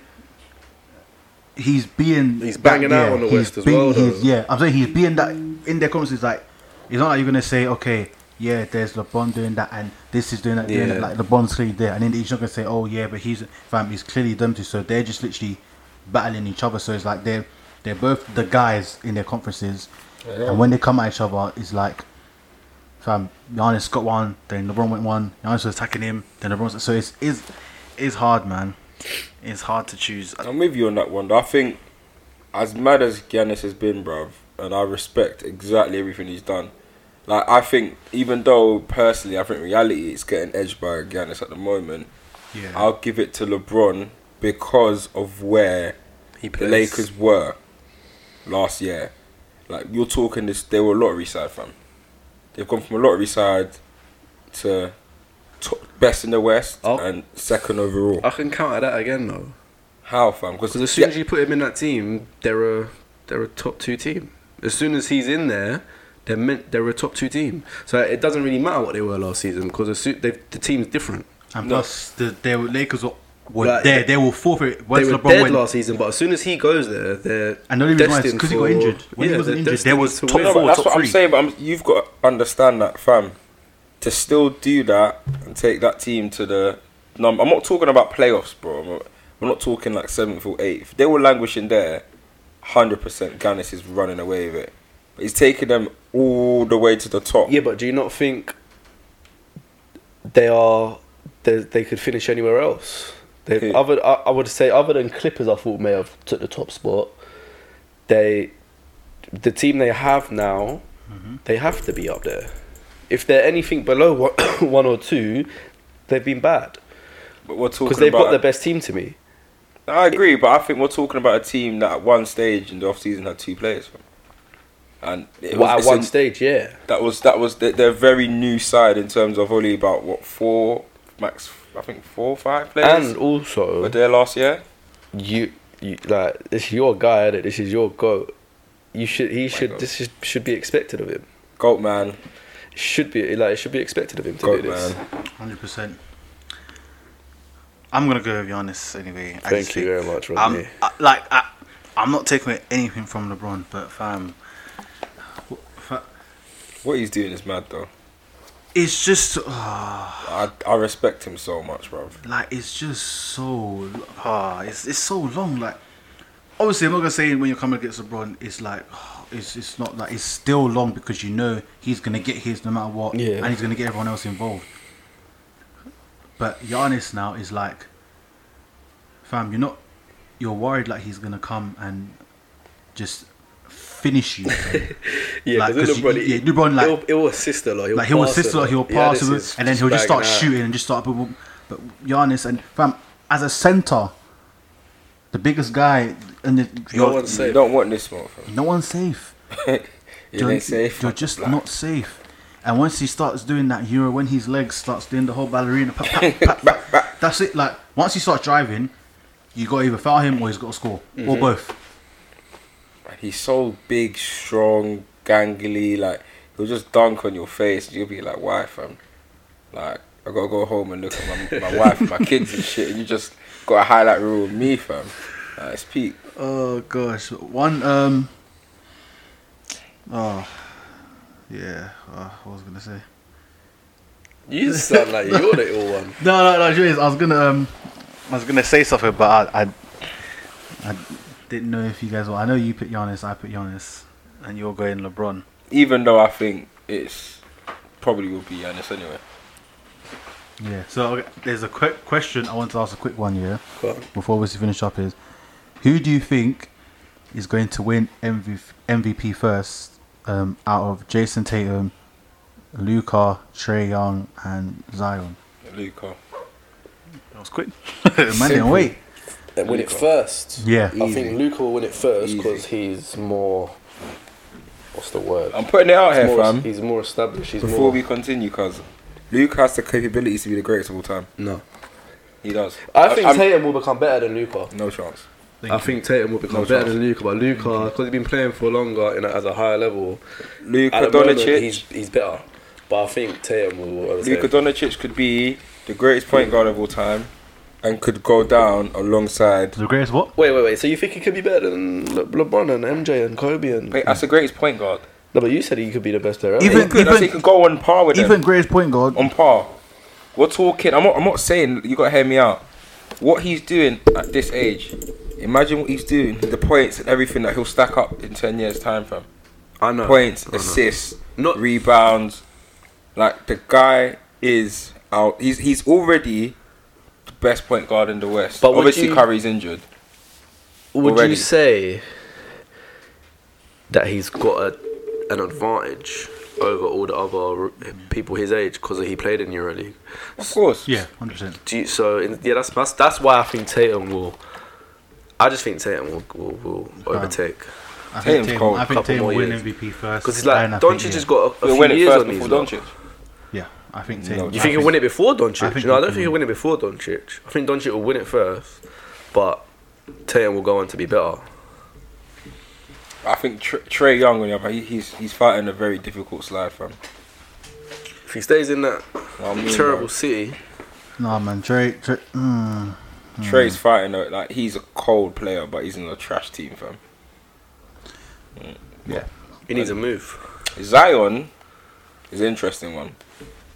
[SPEAKER 3] he's being
[SPEAKER 6] He's banging
[SPEAKER 3] that-
[SPEAKER 6] out on the
[SPEAKER 3] he's
[SPEAKER 6] West as
[SPEAKER 3] being-
[SPEAKER 6] well, though.
[SPEAKER 3] he's- yeah, I'm saying he's being that in their conferences. Like it's not like you're gonna say okay. Yeah, there's LeBron doing that, and this is doing that. Doing that.
[SPEAKER 2] Yeah.
[SPEAKER 3] Like LeBron's clearly there, and then he's not gonna say, "Oh yeah, but he's fam." He's clearly them too. So they're just literally battling each other. So it's like they're they're both the guys in their conferences, and when they come at each other, it's like fam, um, Giannis got one, then LeBron went one. Giannis was attacking him, then LeBron's so it's is is hard, man. It's hard to choose.
[SPEAKER 1] I'm with you on that one. though. I think as mad as Giannis has been, bruv, and I respect exactly everything he's done. Like I think, even though personally, I think reality is getting edged by Giannis at the moment.
[SPEAKER 3] Yeah,
[SPEAKER 1] I'll give it to LeBron because of where
[SPEAKER 2] He
[SPEAKER 1] the Lakers were last year. Like you're talking this, they were a lottery side, fam. They've gone from a lottery side to top, best in the West
[SPEAKER 2] Oh.
[SPEAKER 1] and second overall.
[SPEAKER 2] I can counter that again though,
[SPEAKER 1] How, fam? Because
[SPEAKER 2] because as soon as you put him in that team, they're a they're a top two team. As soon as he's in there, they're meant they're a top two team. So it doesn't really matter what they were last season because the team's different.
[SPEAKER 3] and
[SPEAKER 1] no.
[SPEAKER 3] plus the they were Lakers were, were
[SPEAKER 2] Like,
[SPEAKER 3] there. They were forfeit once
[SPEAKER 2] they were
[SPEAKER 3] LeBron
[SPEAKER 2] dead
[SPEAKER 3] went.
[SPEAKER 2] last season, but as soon as he goes there, they're
[SPEAKER 3] And the only reason why is
[SPEAKER 2] destined
[SPEAKER 3] 'cause he got
[SPEAKER 2] for-
[SPEAKER 3] injured. When he
[SPEAKER 2] yeah,
[SPEAKER 3] wasn't
[SPEAKER 2] they're
[SPEAKER 3] injured, there
[SPEAKER 2] destined
[SPEAKER 3] was
[SPEAKER 2] to
[SPEAKER 3] top
[SPEAKER 2] win.
[SPEAKER 1] No,
[SPEAKER 3] four,
[SPEAKER 1] but that's
[SPEAKER 3] top
[SPEAKER 1] what
[SPEAKER 3] three.
[SPEAKER 1] I'm saying. But I'm, you've got to understand that, fam. To still do that and take that team to the number. I'm not talking about playoffs, bro. I'm not, I'm not talking like seventh or eighth. They were languishing there. Hundred percent, Ganis is running away with it. But he's taking them all the way to the top.
[SPEAKER 2] Yeah, but do you not think they are they, they could finish anywhere else? They
[SPEAKER 1] Who?
[SPEAKER 2] other I, I would say other than Clippers, I thought may have took the top spot. They the team they have now,
[SPEAKER 1] Mm-hmm.
[SPEAKER 2] they have to be up there. If they're anything below one, one or two, they've been bad
[SPEAKER 1] But we're talking
[SPEAKER 2] because they've
[SPEAKER 1] about.
[SPEAKER 2] got the best team to me.
[SPEAKER 1] I agree, but I think we're talking about a team that at one stage in the off season had two players. Fam. And it
[SPEAKER 2] Well,
[SPEAKER 1] was,
[SPEAKER 2] at one
[SPEAKER 1] it's a-
[SPEAKER 2] stage, yeah.
[SPEAKER 1] That was that was the, their very new side in terms of only about what four max I think four five players
[SPEAKER 2] And also,
[SPEAKER 1] were there last year.
[SPEAKER 2] you, you like this is your guy, is This is your goat. You should he should
[SPEAKER 1] God.
[SPEAKER 2] this is, should be expected of him.
[SPEAKER 1] Goat man,
[SPEAKER 2] Should be like it should be expected of him to
[SPEAKER 1] goat
[SPEAKER 2] do this.
[SPEAKER 1] man.
[SPEAKER 3] Hundred percent. I'm gonna go with Giannis anyway. I
[SPEAKER 2] Thank
[SPEAKER 3] just
[SPEAKER 2] you
[SPEAKER 3] think- um,
[SPEAKER 2] very much,
[SPEAKER 3] I'm
[SPEAKER 2] Rodney.
[SPEAKER 3] I, like I, I'm not taking away anything from LeBron, but fam, fa-
[SPEAKER 1] What he's doing is mad though.
[SPEAKER 3] it's just ah.
[SPEAKER 1] I I respect him so much, bruv.
[SPEAKER 3] like it's just so ah, it's it's so long. Like obviously, I'm not gonna say when you're coming against LeBron, it's like it's it's not like it's still long because you know he's gonna get his no matter what,
[SPEAKER 4] Yeah.
[SPEAKER 3] and he's gonna get everyone else involved. But Giannis now is like, fam, you're not, you're worried like he's gonna come and just finish you.
[SPEAKER 2] Yeah,
[SPEAKER 3] Like,
[SPEAKER 2] because
[SPEAKER 3] 'cause you-
[SPEAKER 2] LeBron,
[SPEAKER 3] yeah, LeBron, like-
[SPEAKER 2] he'll, he'll assist a lot. He'll
[SPEAKER 3] like he'll
[SPEAKER 2] pass
[SPEAKER 3] assist
[SPEAKER 2] a
[SPEAKER 3] a lot, he'll pass
[SPEAKER 2] Giannis
[SPEAKER 3] him,
[SPEAKER 2] is
[SPEAKER 3] and then he'll just start
[SPEAKER 2] bagging out.
[SPEAKER 3] shooting and just start. But, but Giannis and fam, as a center, the biggest guy, and the,
[SPEAKER 2] No
[SPEAKER 3] you're-
[SPEAKER 2] one's
[SPEAKER 1] You
[SPEAKER 2] safe.
[SPEAKER 1] don't want this motherfucker.
[SPEAKER 3] no one's safe.
[SPEAKER 1] You ain't safe.
[SPEAKER 3] You're just
[SPEAKER 1] Like,
[SPEAKER 3] not safe. And once he starts doing that euro, when his legs starts doing the whole ballerina, pat, pat, pat, pat, that's it. Like once he starts driving, you got to either foul him or he's got to score
[SPEAKER 2] Mm-hmm.
[SPEAKER 3] or both.
[SPEAKER 1] He's so big, strong, gangly. Like he'll just dunk on your face. You'll be like, "Why, fam? Like I gotta go home and look at my my wife, and my kids, and shit." And you just got a highlight reel with me, fam. Like, it's peak.
[SPEAKER 3] Oh gosh, one um. Oh, yeah. Uh, what was I gonna say?
[SPEAKER 2] You sound like you're the ill one.
[SPEAKER 3] No, no, no. Jeez, I was gonna, um, I was gonna say something, but I, I, I didn't know if you guys were. I know you put Giannis, I put Giannis, and you're going LeBron.
[SPEAKER 1] Even though I think it's probably will be Giannis anyway.
[SPEAKER 3] Yeah. So okay, there's a quick question I want to ask a quick one. Yeah.
[SPEAKER 2] Go on.
[SPEAKER 3] Before we finish up is, who do you think is going to win MV, MVP first um, out of Jason Tatum, Luca, Trey Young, and Zion?
[SPEAKER 1] Luca.
[SPEAKER 3] That was quick. Man didn't wait.
[SPEAKER 2] And win it first.
[SPEAKER 3] Yeah.
[SPEAKER 2] I think Luca will win it first
[SPEAKER 1] Easy.
[SPEAKER 2] because he's more. What's the word?
[SPEAKER 1] I'm putting it out
[SPEAKER 2] he's,
[SPEAKER 1] here,
[SPEAKER 2] more,
[SPEAKER 1] fam.
[SPEAKER 2] he's more established. He's
[SPEAKER 1] Before
[SPEAKER 2] more.
[SPEAKER 1] we continue, cause Luke has the capabilities to be the greatest of all time.
[SPEAKER 2] no.
[SPEAKER 1] He does.
[SPEAKER 2] I think
[SPEAKER 1] I'm-
[SPEAKER 2] Tatum will become better than Luca.
[SPEAKER 1] no chance.
[SPEAKER 4] I think Tatum will become
[SPEAKER 1] No
[SPEAKER 4] better
[SPEAKER 1] chance.
[SPEAKER 4] than Luca, but Luca, because he's been playing for longer in a, as a higher level,
[SPEAKER 1] Luka
[SPEAKER 2] At the moment, he's,
[SPEAKER 1] Doncic.
[SPEAKER 2] he's better. But I think Tatum will. I would say-
[SPEAKER 1] Luka Doncic could be the greatest point guard of all time, and could go down alongside.
[SPEAKER 3] The greatest what?
[SPEAKER 2] Wait, wait, wait. So you think he could be better than Le- LeBron and MJ and Kobe and?
[SPEAKER 1] Wait, that's the greatest point guard.
[SPEAKER 2] No, but you said he could be the best there.
[SPEAKER 1] He
[SPEAKER 3] Even-
[SPEAKER 1] could, I said he could go on par with
[SPEAKER 3] Even
[SPEAKER 1] them.
[SPEAKER 3] greatest point guard.
[SPEAKER 1] On par. We're talking. I'm not. I'm not saying you got to hear me out. What he's doing at this age. Imagine what he's doing. The points and everything that he'll stack up in ten years' time, fam.
[SPEAKER 4] I know.
[SPEAKER 1] points,
[SPEAKER 4] I
[SPEAKER 2] Uh-huh.
[SPEAKER 4] know.
[SPEAKER 1] assists,
[SPEAKER 4] Not-
[SPEAKER 1] rebounds. Like the guy is out. He's he's already the best point guard in the West.
[SPEAKER 2] But would
[SPEAKER 1] obviously
[SPEAKER 2] you-
[SPEAKER 1] Curry's injured.
[SPEAKER 2] Would
[SPEAKER 1] already.
[SPEAKER 2] you say that he's got a, an advantage over all the other r- people his age because he played in EuroLeague?
[SPEAKER 1] Of course.
[SPEAKER 3] Yeah, hundred percent.
[SPEAKER 2] Do you, so in, yeah, that's, that's that's why I think Tatum will. I just think Tatum will will, will overtake
[SPEAKER 3] I
[SPEAKER 1] Tatum's
[SPEAKER 3] think Tatum,
[SPEAKER 1] cold.
[SPEAKER 3] I think
[SPEAKER 2] Couple
[SPEAKER 3] Tatum
[SPEAKER 2] more
[SPEAKER 3] will win
[SPEAKER 2] years.
[SPEAKER 3] MVP first.
[SPEAKER 2] because it's like
[SPEAKER 3] and I think,
[SPEAKER 2] Doncic
[SPEAKER 3] yeah.
[SPEAKER 2] has got a,
[SPEAKER 1] He'll
[SPEAKER 2] a few
[SPEAKER 1] win it
[SPEAKER 2] years
[SPEAKER 1] first
[SPEAKER 2] on
[SPEAKER 1] before
[SPEAKER 2] his.
[SPEAKER 1] Doncic.
[SPEAKER 3] Yeah, I think
[SPEAKER 1] No,
[SPEAKER 3] Tatum.
[SPEAKER 2] You
[SPEAKER 3] I
[SPEAKER 2] think he'll win it before
[SPEAKER 3] I
[SPEAKER 2] Doncic?
[SPEAKER 3] think
[SPEAKER 2] No, I don't
[SPEAKER 3] he can.
[SPEAKER 2] think he'll win it before Doncic. I think Doncic will win it first, but Tatum will go on to be better.
[SPEAKER 1] I think Tr- Trey Young on the other, he, he's he's fighting a very difficult slide, fam.
[SPEAKER 2] If he stays in that
[SPEAKER 1] You know what I mean,
[SPEAKER 2] terrible
[SPEAKER 1] bro?
[SPEAKER 2] city,
[SPEAKER 3] Nah, man, Trey. Trey mm,
[SPEAKER 1] Trey's fighting a, like he's a cold player, but he's in a trash team, fam.
[SPEAKER 2] he needs a move.
[SPEAKER 1] Zion is an interesting one.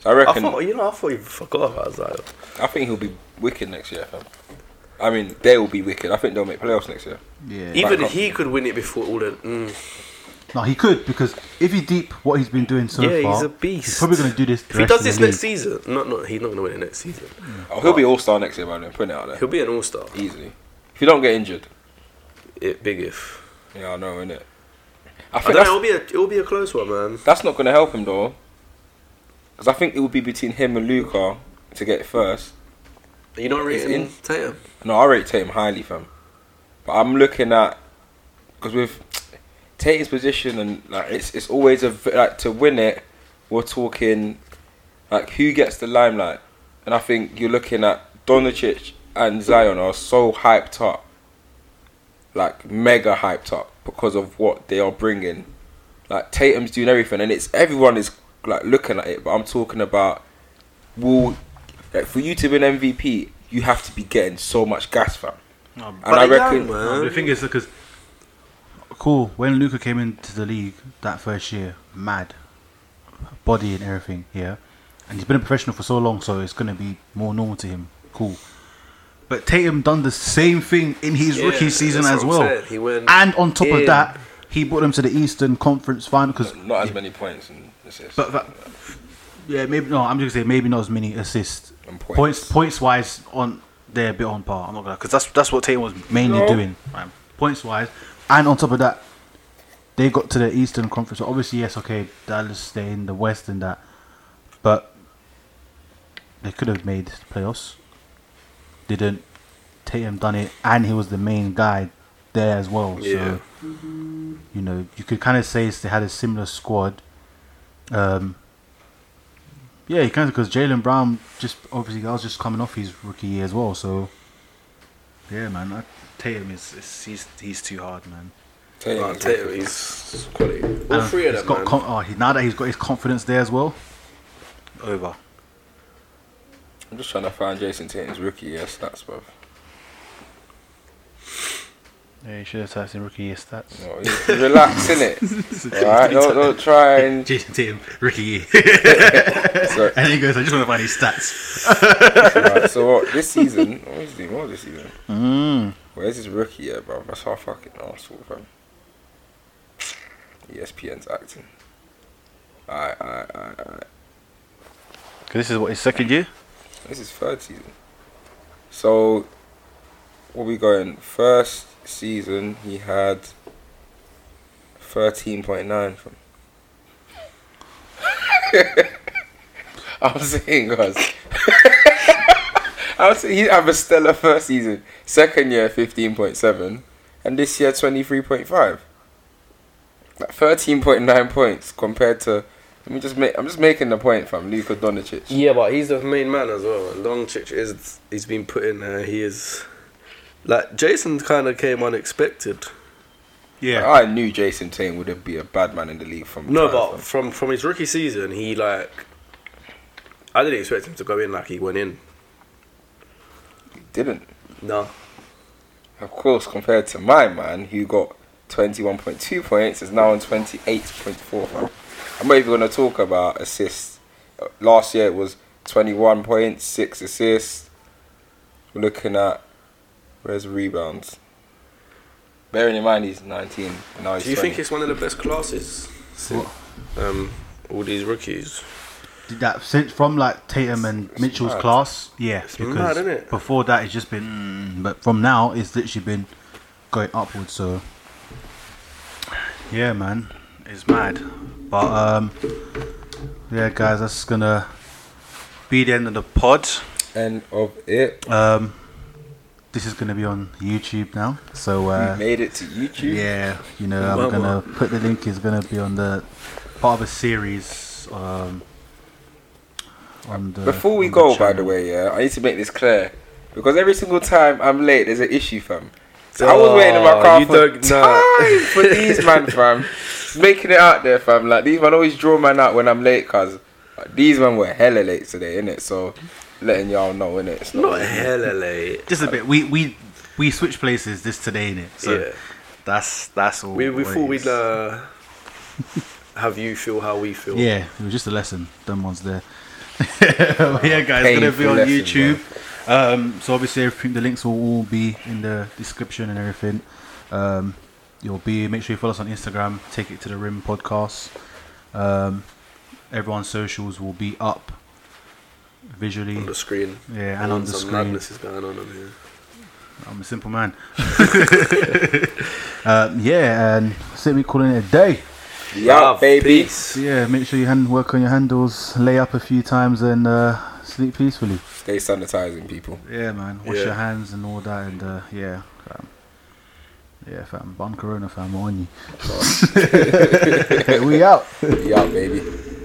[SPEAKER 1] So I
[SPEAKER 2] I
[SPEAKER 1] reckon.
[SPEAKER 2] thought, you know, I thought you forgot about Zion.
[SPEAKER 1] I think he'll be wicked next year, fam. I mean, they will be wicked. I think they'll make playoffs next year.
[SPEAKER 3] yeah.
[SPEAKER 2] Even
[SPEAKER 1] Back up.
[SPEAKER 2] he could win it before all the. Mm.
[SPEAKER 3] no, he could because if he deep what he's been doing so
[SPEAKER 2] yeah,
[SPEAKER 3] far,
[SPEAKER 2] he's a beast.
[SPEAKER 3] He's probably gonna do this.
[SPEAKER 2] If he does this next season, no, no, he's not gonna win it next season.
[SPEAKER 1] Oh, he'll be all star next year, by the way. Putting it out there
[SPEAKER 2] Mm. He'll be an all star.
[SPEAKER 1] easily. If you don't get injured,
[SPEAKER 2] Big if.
[SPEAKER 1] yeah, I know, innit? I
[SPEAKER 2] I
[SPEAKER 1] think
[SPEAKER 2] don't
[SPEAKER 1] that's,
[SPEAKER 2] know. It'll be a, it'll be a close one, man.
[SPEAKER 1] that's not going to help him though, because I think it would be between him and Luca to get it first.
[SPEAKER 2] You not
[SPEAKER 1] Is
[SPEAKER 2] rating
[SPEAKER 1] in-
[SPEAKER 2] Tatum?
[SPEAKER 1] No, I rate Tatum highly, fam. But I'm looking at because with Tatum's position and like it's it's always a v- like to win it. We're talking like who gets the limelight, and I think you're looking at Doncic and Zion are so hyped up, like mega hyped up because of what they are bringing. Like Tatum's doing everything, and it's everyone is like looking at it. But I'm talking about will like for you to win MVP, you have to be getting so much gas, fam.
[SPEAKER 3] Um,
[SPEAKER 1] And I
[SPEAKER 2] But they're
[SPEAKER 1] reckon
[SPEAKER 2] young, man.
[SPEAKER 3] the thing is because cool when Luca came into the league that first year, mad body and everything, yeah, and he's been a professional for so long, so it's gonna be more normal to him. Cool, But Tatum done the same thing in his
[SPEAKER 2] Yeah,
[SPEAKER 3] rookie season
[SPEAKER 2] that's
[SPEAKER 3] as
[SPEAKER 2] what
[SPEAKER 3] well.
[SPEAKER 2] I'm saying. He went
[SPEAKER 3] and on top
[SPEAKER 2] in.
[SPEAKER 3] of that, he brought them to the Eastern Conference final because
[SPEAKER 1] Not as many points and assists.
[SPEAKER 3] But, but yeah, maybe no. I'm just gonna say maybe not as many assists.
[SPEAKER 1] And
[SPEAKER 3] points. points,
[SPEAKER 1] points.
[SPEAKER 3] wise on they're a bit on par. I'm not gonna because that's that's what Tatum was mainly
[SPEAKER 1] No.
[SPEAKER 3] doing. man. Points wise, and on top of that, they got to the Eastern Conference. So obviously, yes, okay, Dallas stay in the West and that, but they could have made the playoffs. Didn't. Tatum done it, and he was the main guy there as well.
[SPEAKER 2] Yeah.
[SPEAKER 3] So you know, you could kind of say it's- they had a similar squad. Um, yeah, you kind of because Jalen Brown just obviously that was just coming off his rookie year as well. So yeah, man, I, Tatum is, is he's he's too hard, man.
[SPEAKER 1] Tatum,
[SPEAKER 2] Nah, Tatum, he's quality. All
[SPEAKER 3] And
[SPEAKER 2] three of
[SPEAKER 3] he's
[SPEAKER 2] them,
[SPEAKER 3] got
[SPEAKER 2] man.
[SPEAKER 3] con- oh, he, now that he's got his confidence there as well. Over.
[SPEAKER 1] I'm just trying to find Jason Tatum's rookie year stats, bruv.
[SPEAKER 3] Yeah, you should have typed in rookie year stats.
[SPEAKER 1] No, you- you relax, innit? Alright, don't, don't try and.
[SPEAKER 3] Jason Tatum, rookie year,
[SPEAKER 1] Sorry.
[SPEAKER 3] and he goes, I just want to find his stats.
[SPEAKER 1] Right, so what? This season, what is he doing? What this season?
[SPEAKER 3] Mm,
[SPEAKER 1] Where's his rookie year, bro? That's how fucking E arsehole, bro. ESPN's acting. Alright, alright, alright, alright.
[SPEAKER 3] this is what his second year.
[SPEAKER 1] This is third season. So, what we going? First season, he had 13.9 from. I'm saying, guys. I'm saying he have a stellar first season. Second year, 15.7. And this year, 23.5. Like 13.9 points compared to. Let me just make. I'm just making the point from Luka Doncic.
[SPEAKER 2] Yeah, but he's the main man as well. And Doncic is he's been put in there. He is like Jason kind of came unexpected.
[SPEAKER 3] Yeah,
[SPEAKER 1] I knew Jason Tatum would be a bad man in the league from
[SPEAKER 2] No,
[SPEAKER 1] time,
[SPEAKER 2] but
[SPEAKER 1] fam.
[SPEAKER 2] from from his rookie season, he like I didn't expect him to go in like he went in.
[SPEAKER 1] He didn't.
[SPEAKER 2] No,
[SPEAKER 1] Of course, compared to my man who got 21.2 points is now on 28.4. fam. I'm not even going to talk about assists. Uh, Last year it was 21 points, six assists. We're looking at where's rebounds. Bearing in mind he's 19 and now he's
[SPEAKER 2] do you
[SPEAKER 1] 20.
[SPEAKER 2] think it's one of the best classes? since, Um, all these rookies.
[SPEAKER 3] Did that since from like Tatum and Mitchell's
[SPEAKER 1] mad.
[SPEAKER 3] class. Yeah, because
[SPEAKER 2] mad, innit?
[SPEAKER 3] before that it's just been, mm, but from now it's literally been going upwards. So yeah, man, it's mad. But um, yeah, guys, that's gonna be the end of the pod.
[SPEAKER 1] End of it.
[SPEAKER 3] Um, this is gonna be on YouTube now. So uh,
[SPEAKER 1] we made it to YouTube.
[SPEAKER 3] yeah, you know, I'm
[SPEAKER 2] Well,
[SPEAKER 3] gonna put the link. Is gonna be on the part of a series. Um, on the,
[SPEAKER 1] Before we
[SPEAKER 2] Mm,
[SPEAKER 3] on
[SPEAKER 1] go, by
[SPEAKER 3] channel.
[SPEAKER 1] the way, yeah, I need to make this clear because every single time I'm late, there's an issue, fam. So I was waiting in my
[SPEAKER 2] Oh,
[SPEAKER 1] car
[SPEAKER 2] you
[SPEAKER 1] for
[SPEAKER 2] don't- nah.
[SPEAKER 1] time for these man, fam. Making it out there, fam. Like these man always draw man out when I'm late, cause these man were hella late today, innit? So letting y'all know, innit? It's
[SPEAKER 2] Not
[SPEAKER 1] not.
[SPEAKER 2] hella late.
[SPEAKER 3] just a bit. We we we switch places this today in it. So
[SPEAKER 2] yeah,
[SPEAKER 3] that's that's all.
[SPEAKER 2] we we
[SPEAKER 3] it
[SPEAKER 2] thought
[SPEAKER 3] is.
[SPEAKER 2] we'd uh, have you feel how we feel.
[SPEAKER 3] Yeah, it was just a lesson. Them ones there. But yeah, guys, it's gonna be
[SPEAKER 1] Painful
[SPEAKER 3] on
[SPEAKER 1] lesson,
[SPEAKER 3] YouTube. Um, so obviously, everything the links will all be in the description and everything. Um, you'll be make sure you follow us on Instagram. Take it to the rim podcast. Um, everyone's socials will be up visually.
[SPEAKER 2] On the screen.
[SPEAKER 3] Yeah, and on the
[SPEAKER 2] Some
[SPEAKER 3] screen.
[SPEAKER 2] madness is going on over here.
[SPEAKER 3] I'm a simple man. um, yeah, and so we calling it a day.
[SPEAKER 1] Yeah,
[SPEAKER 2] Love,
[SPEAKER 1] baby.
[SPEAKER 2] peace.
[SPEAKER 3] So yeah, make sure you hand work on your handles, lay up a few times, and uh, sleep peacefully.
[SPEAKER 1] Stay sanitizing, people.
[SPEAKER 3] Yeah, man. Wash
[SPEAKER 2] Yeah.
[SPEAKER 3] your hands and all that, and uh, yeah, fam. yeah, fam. Bon Corona, fam. On you. we out.
[SPEAKER 1] Yeah, baby.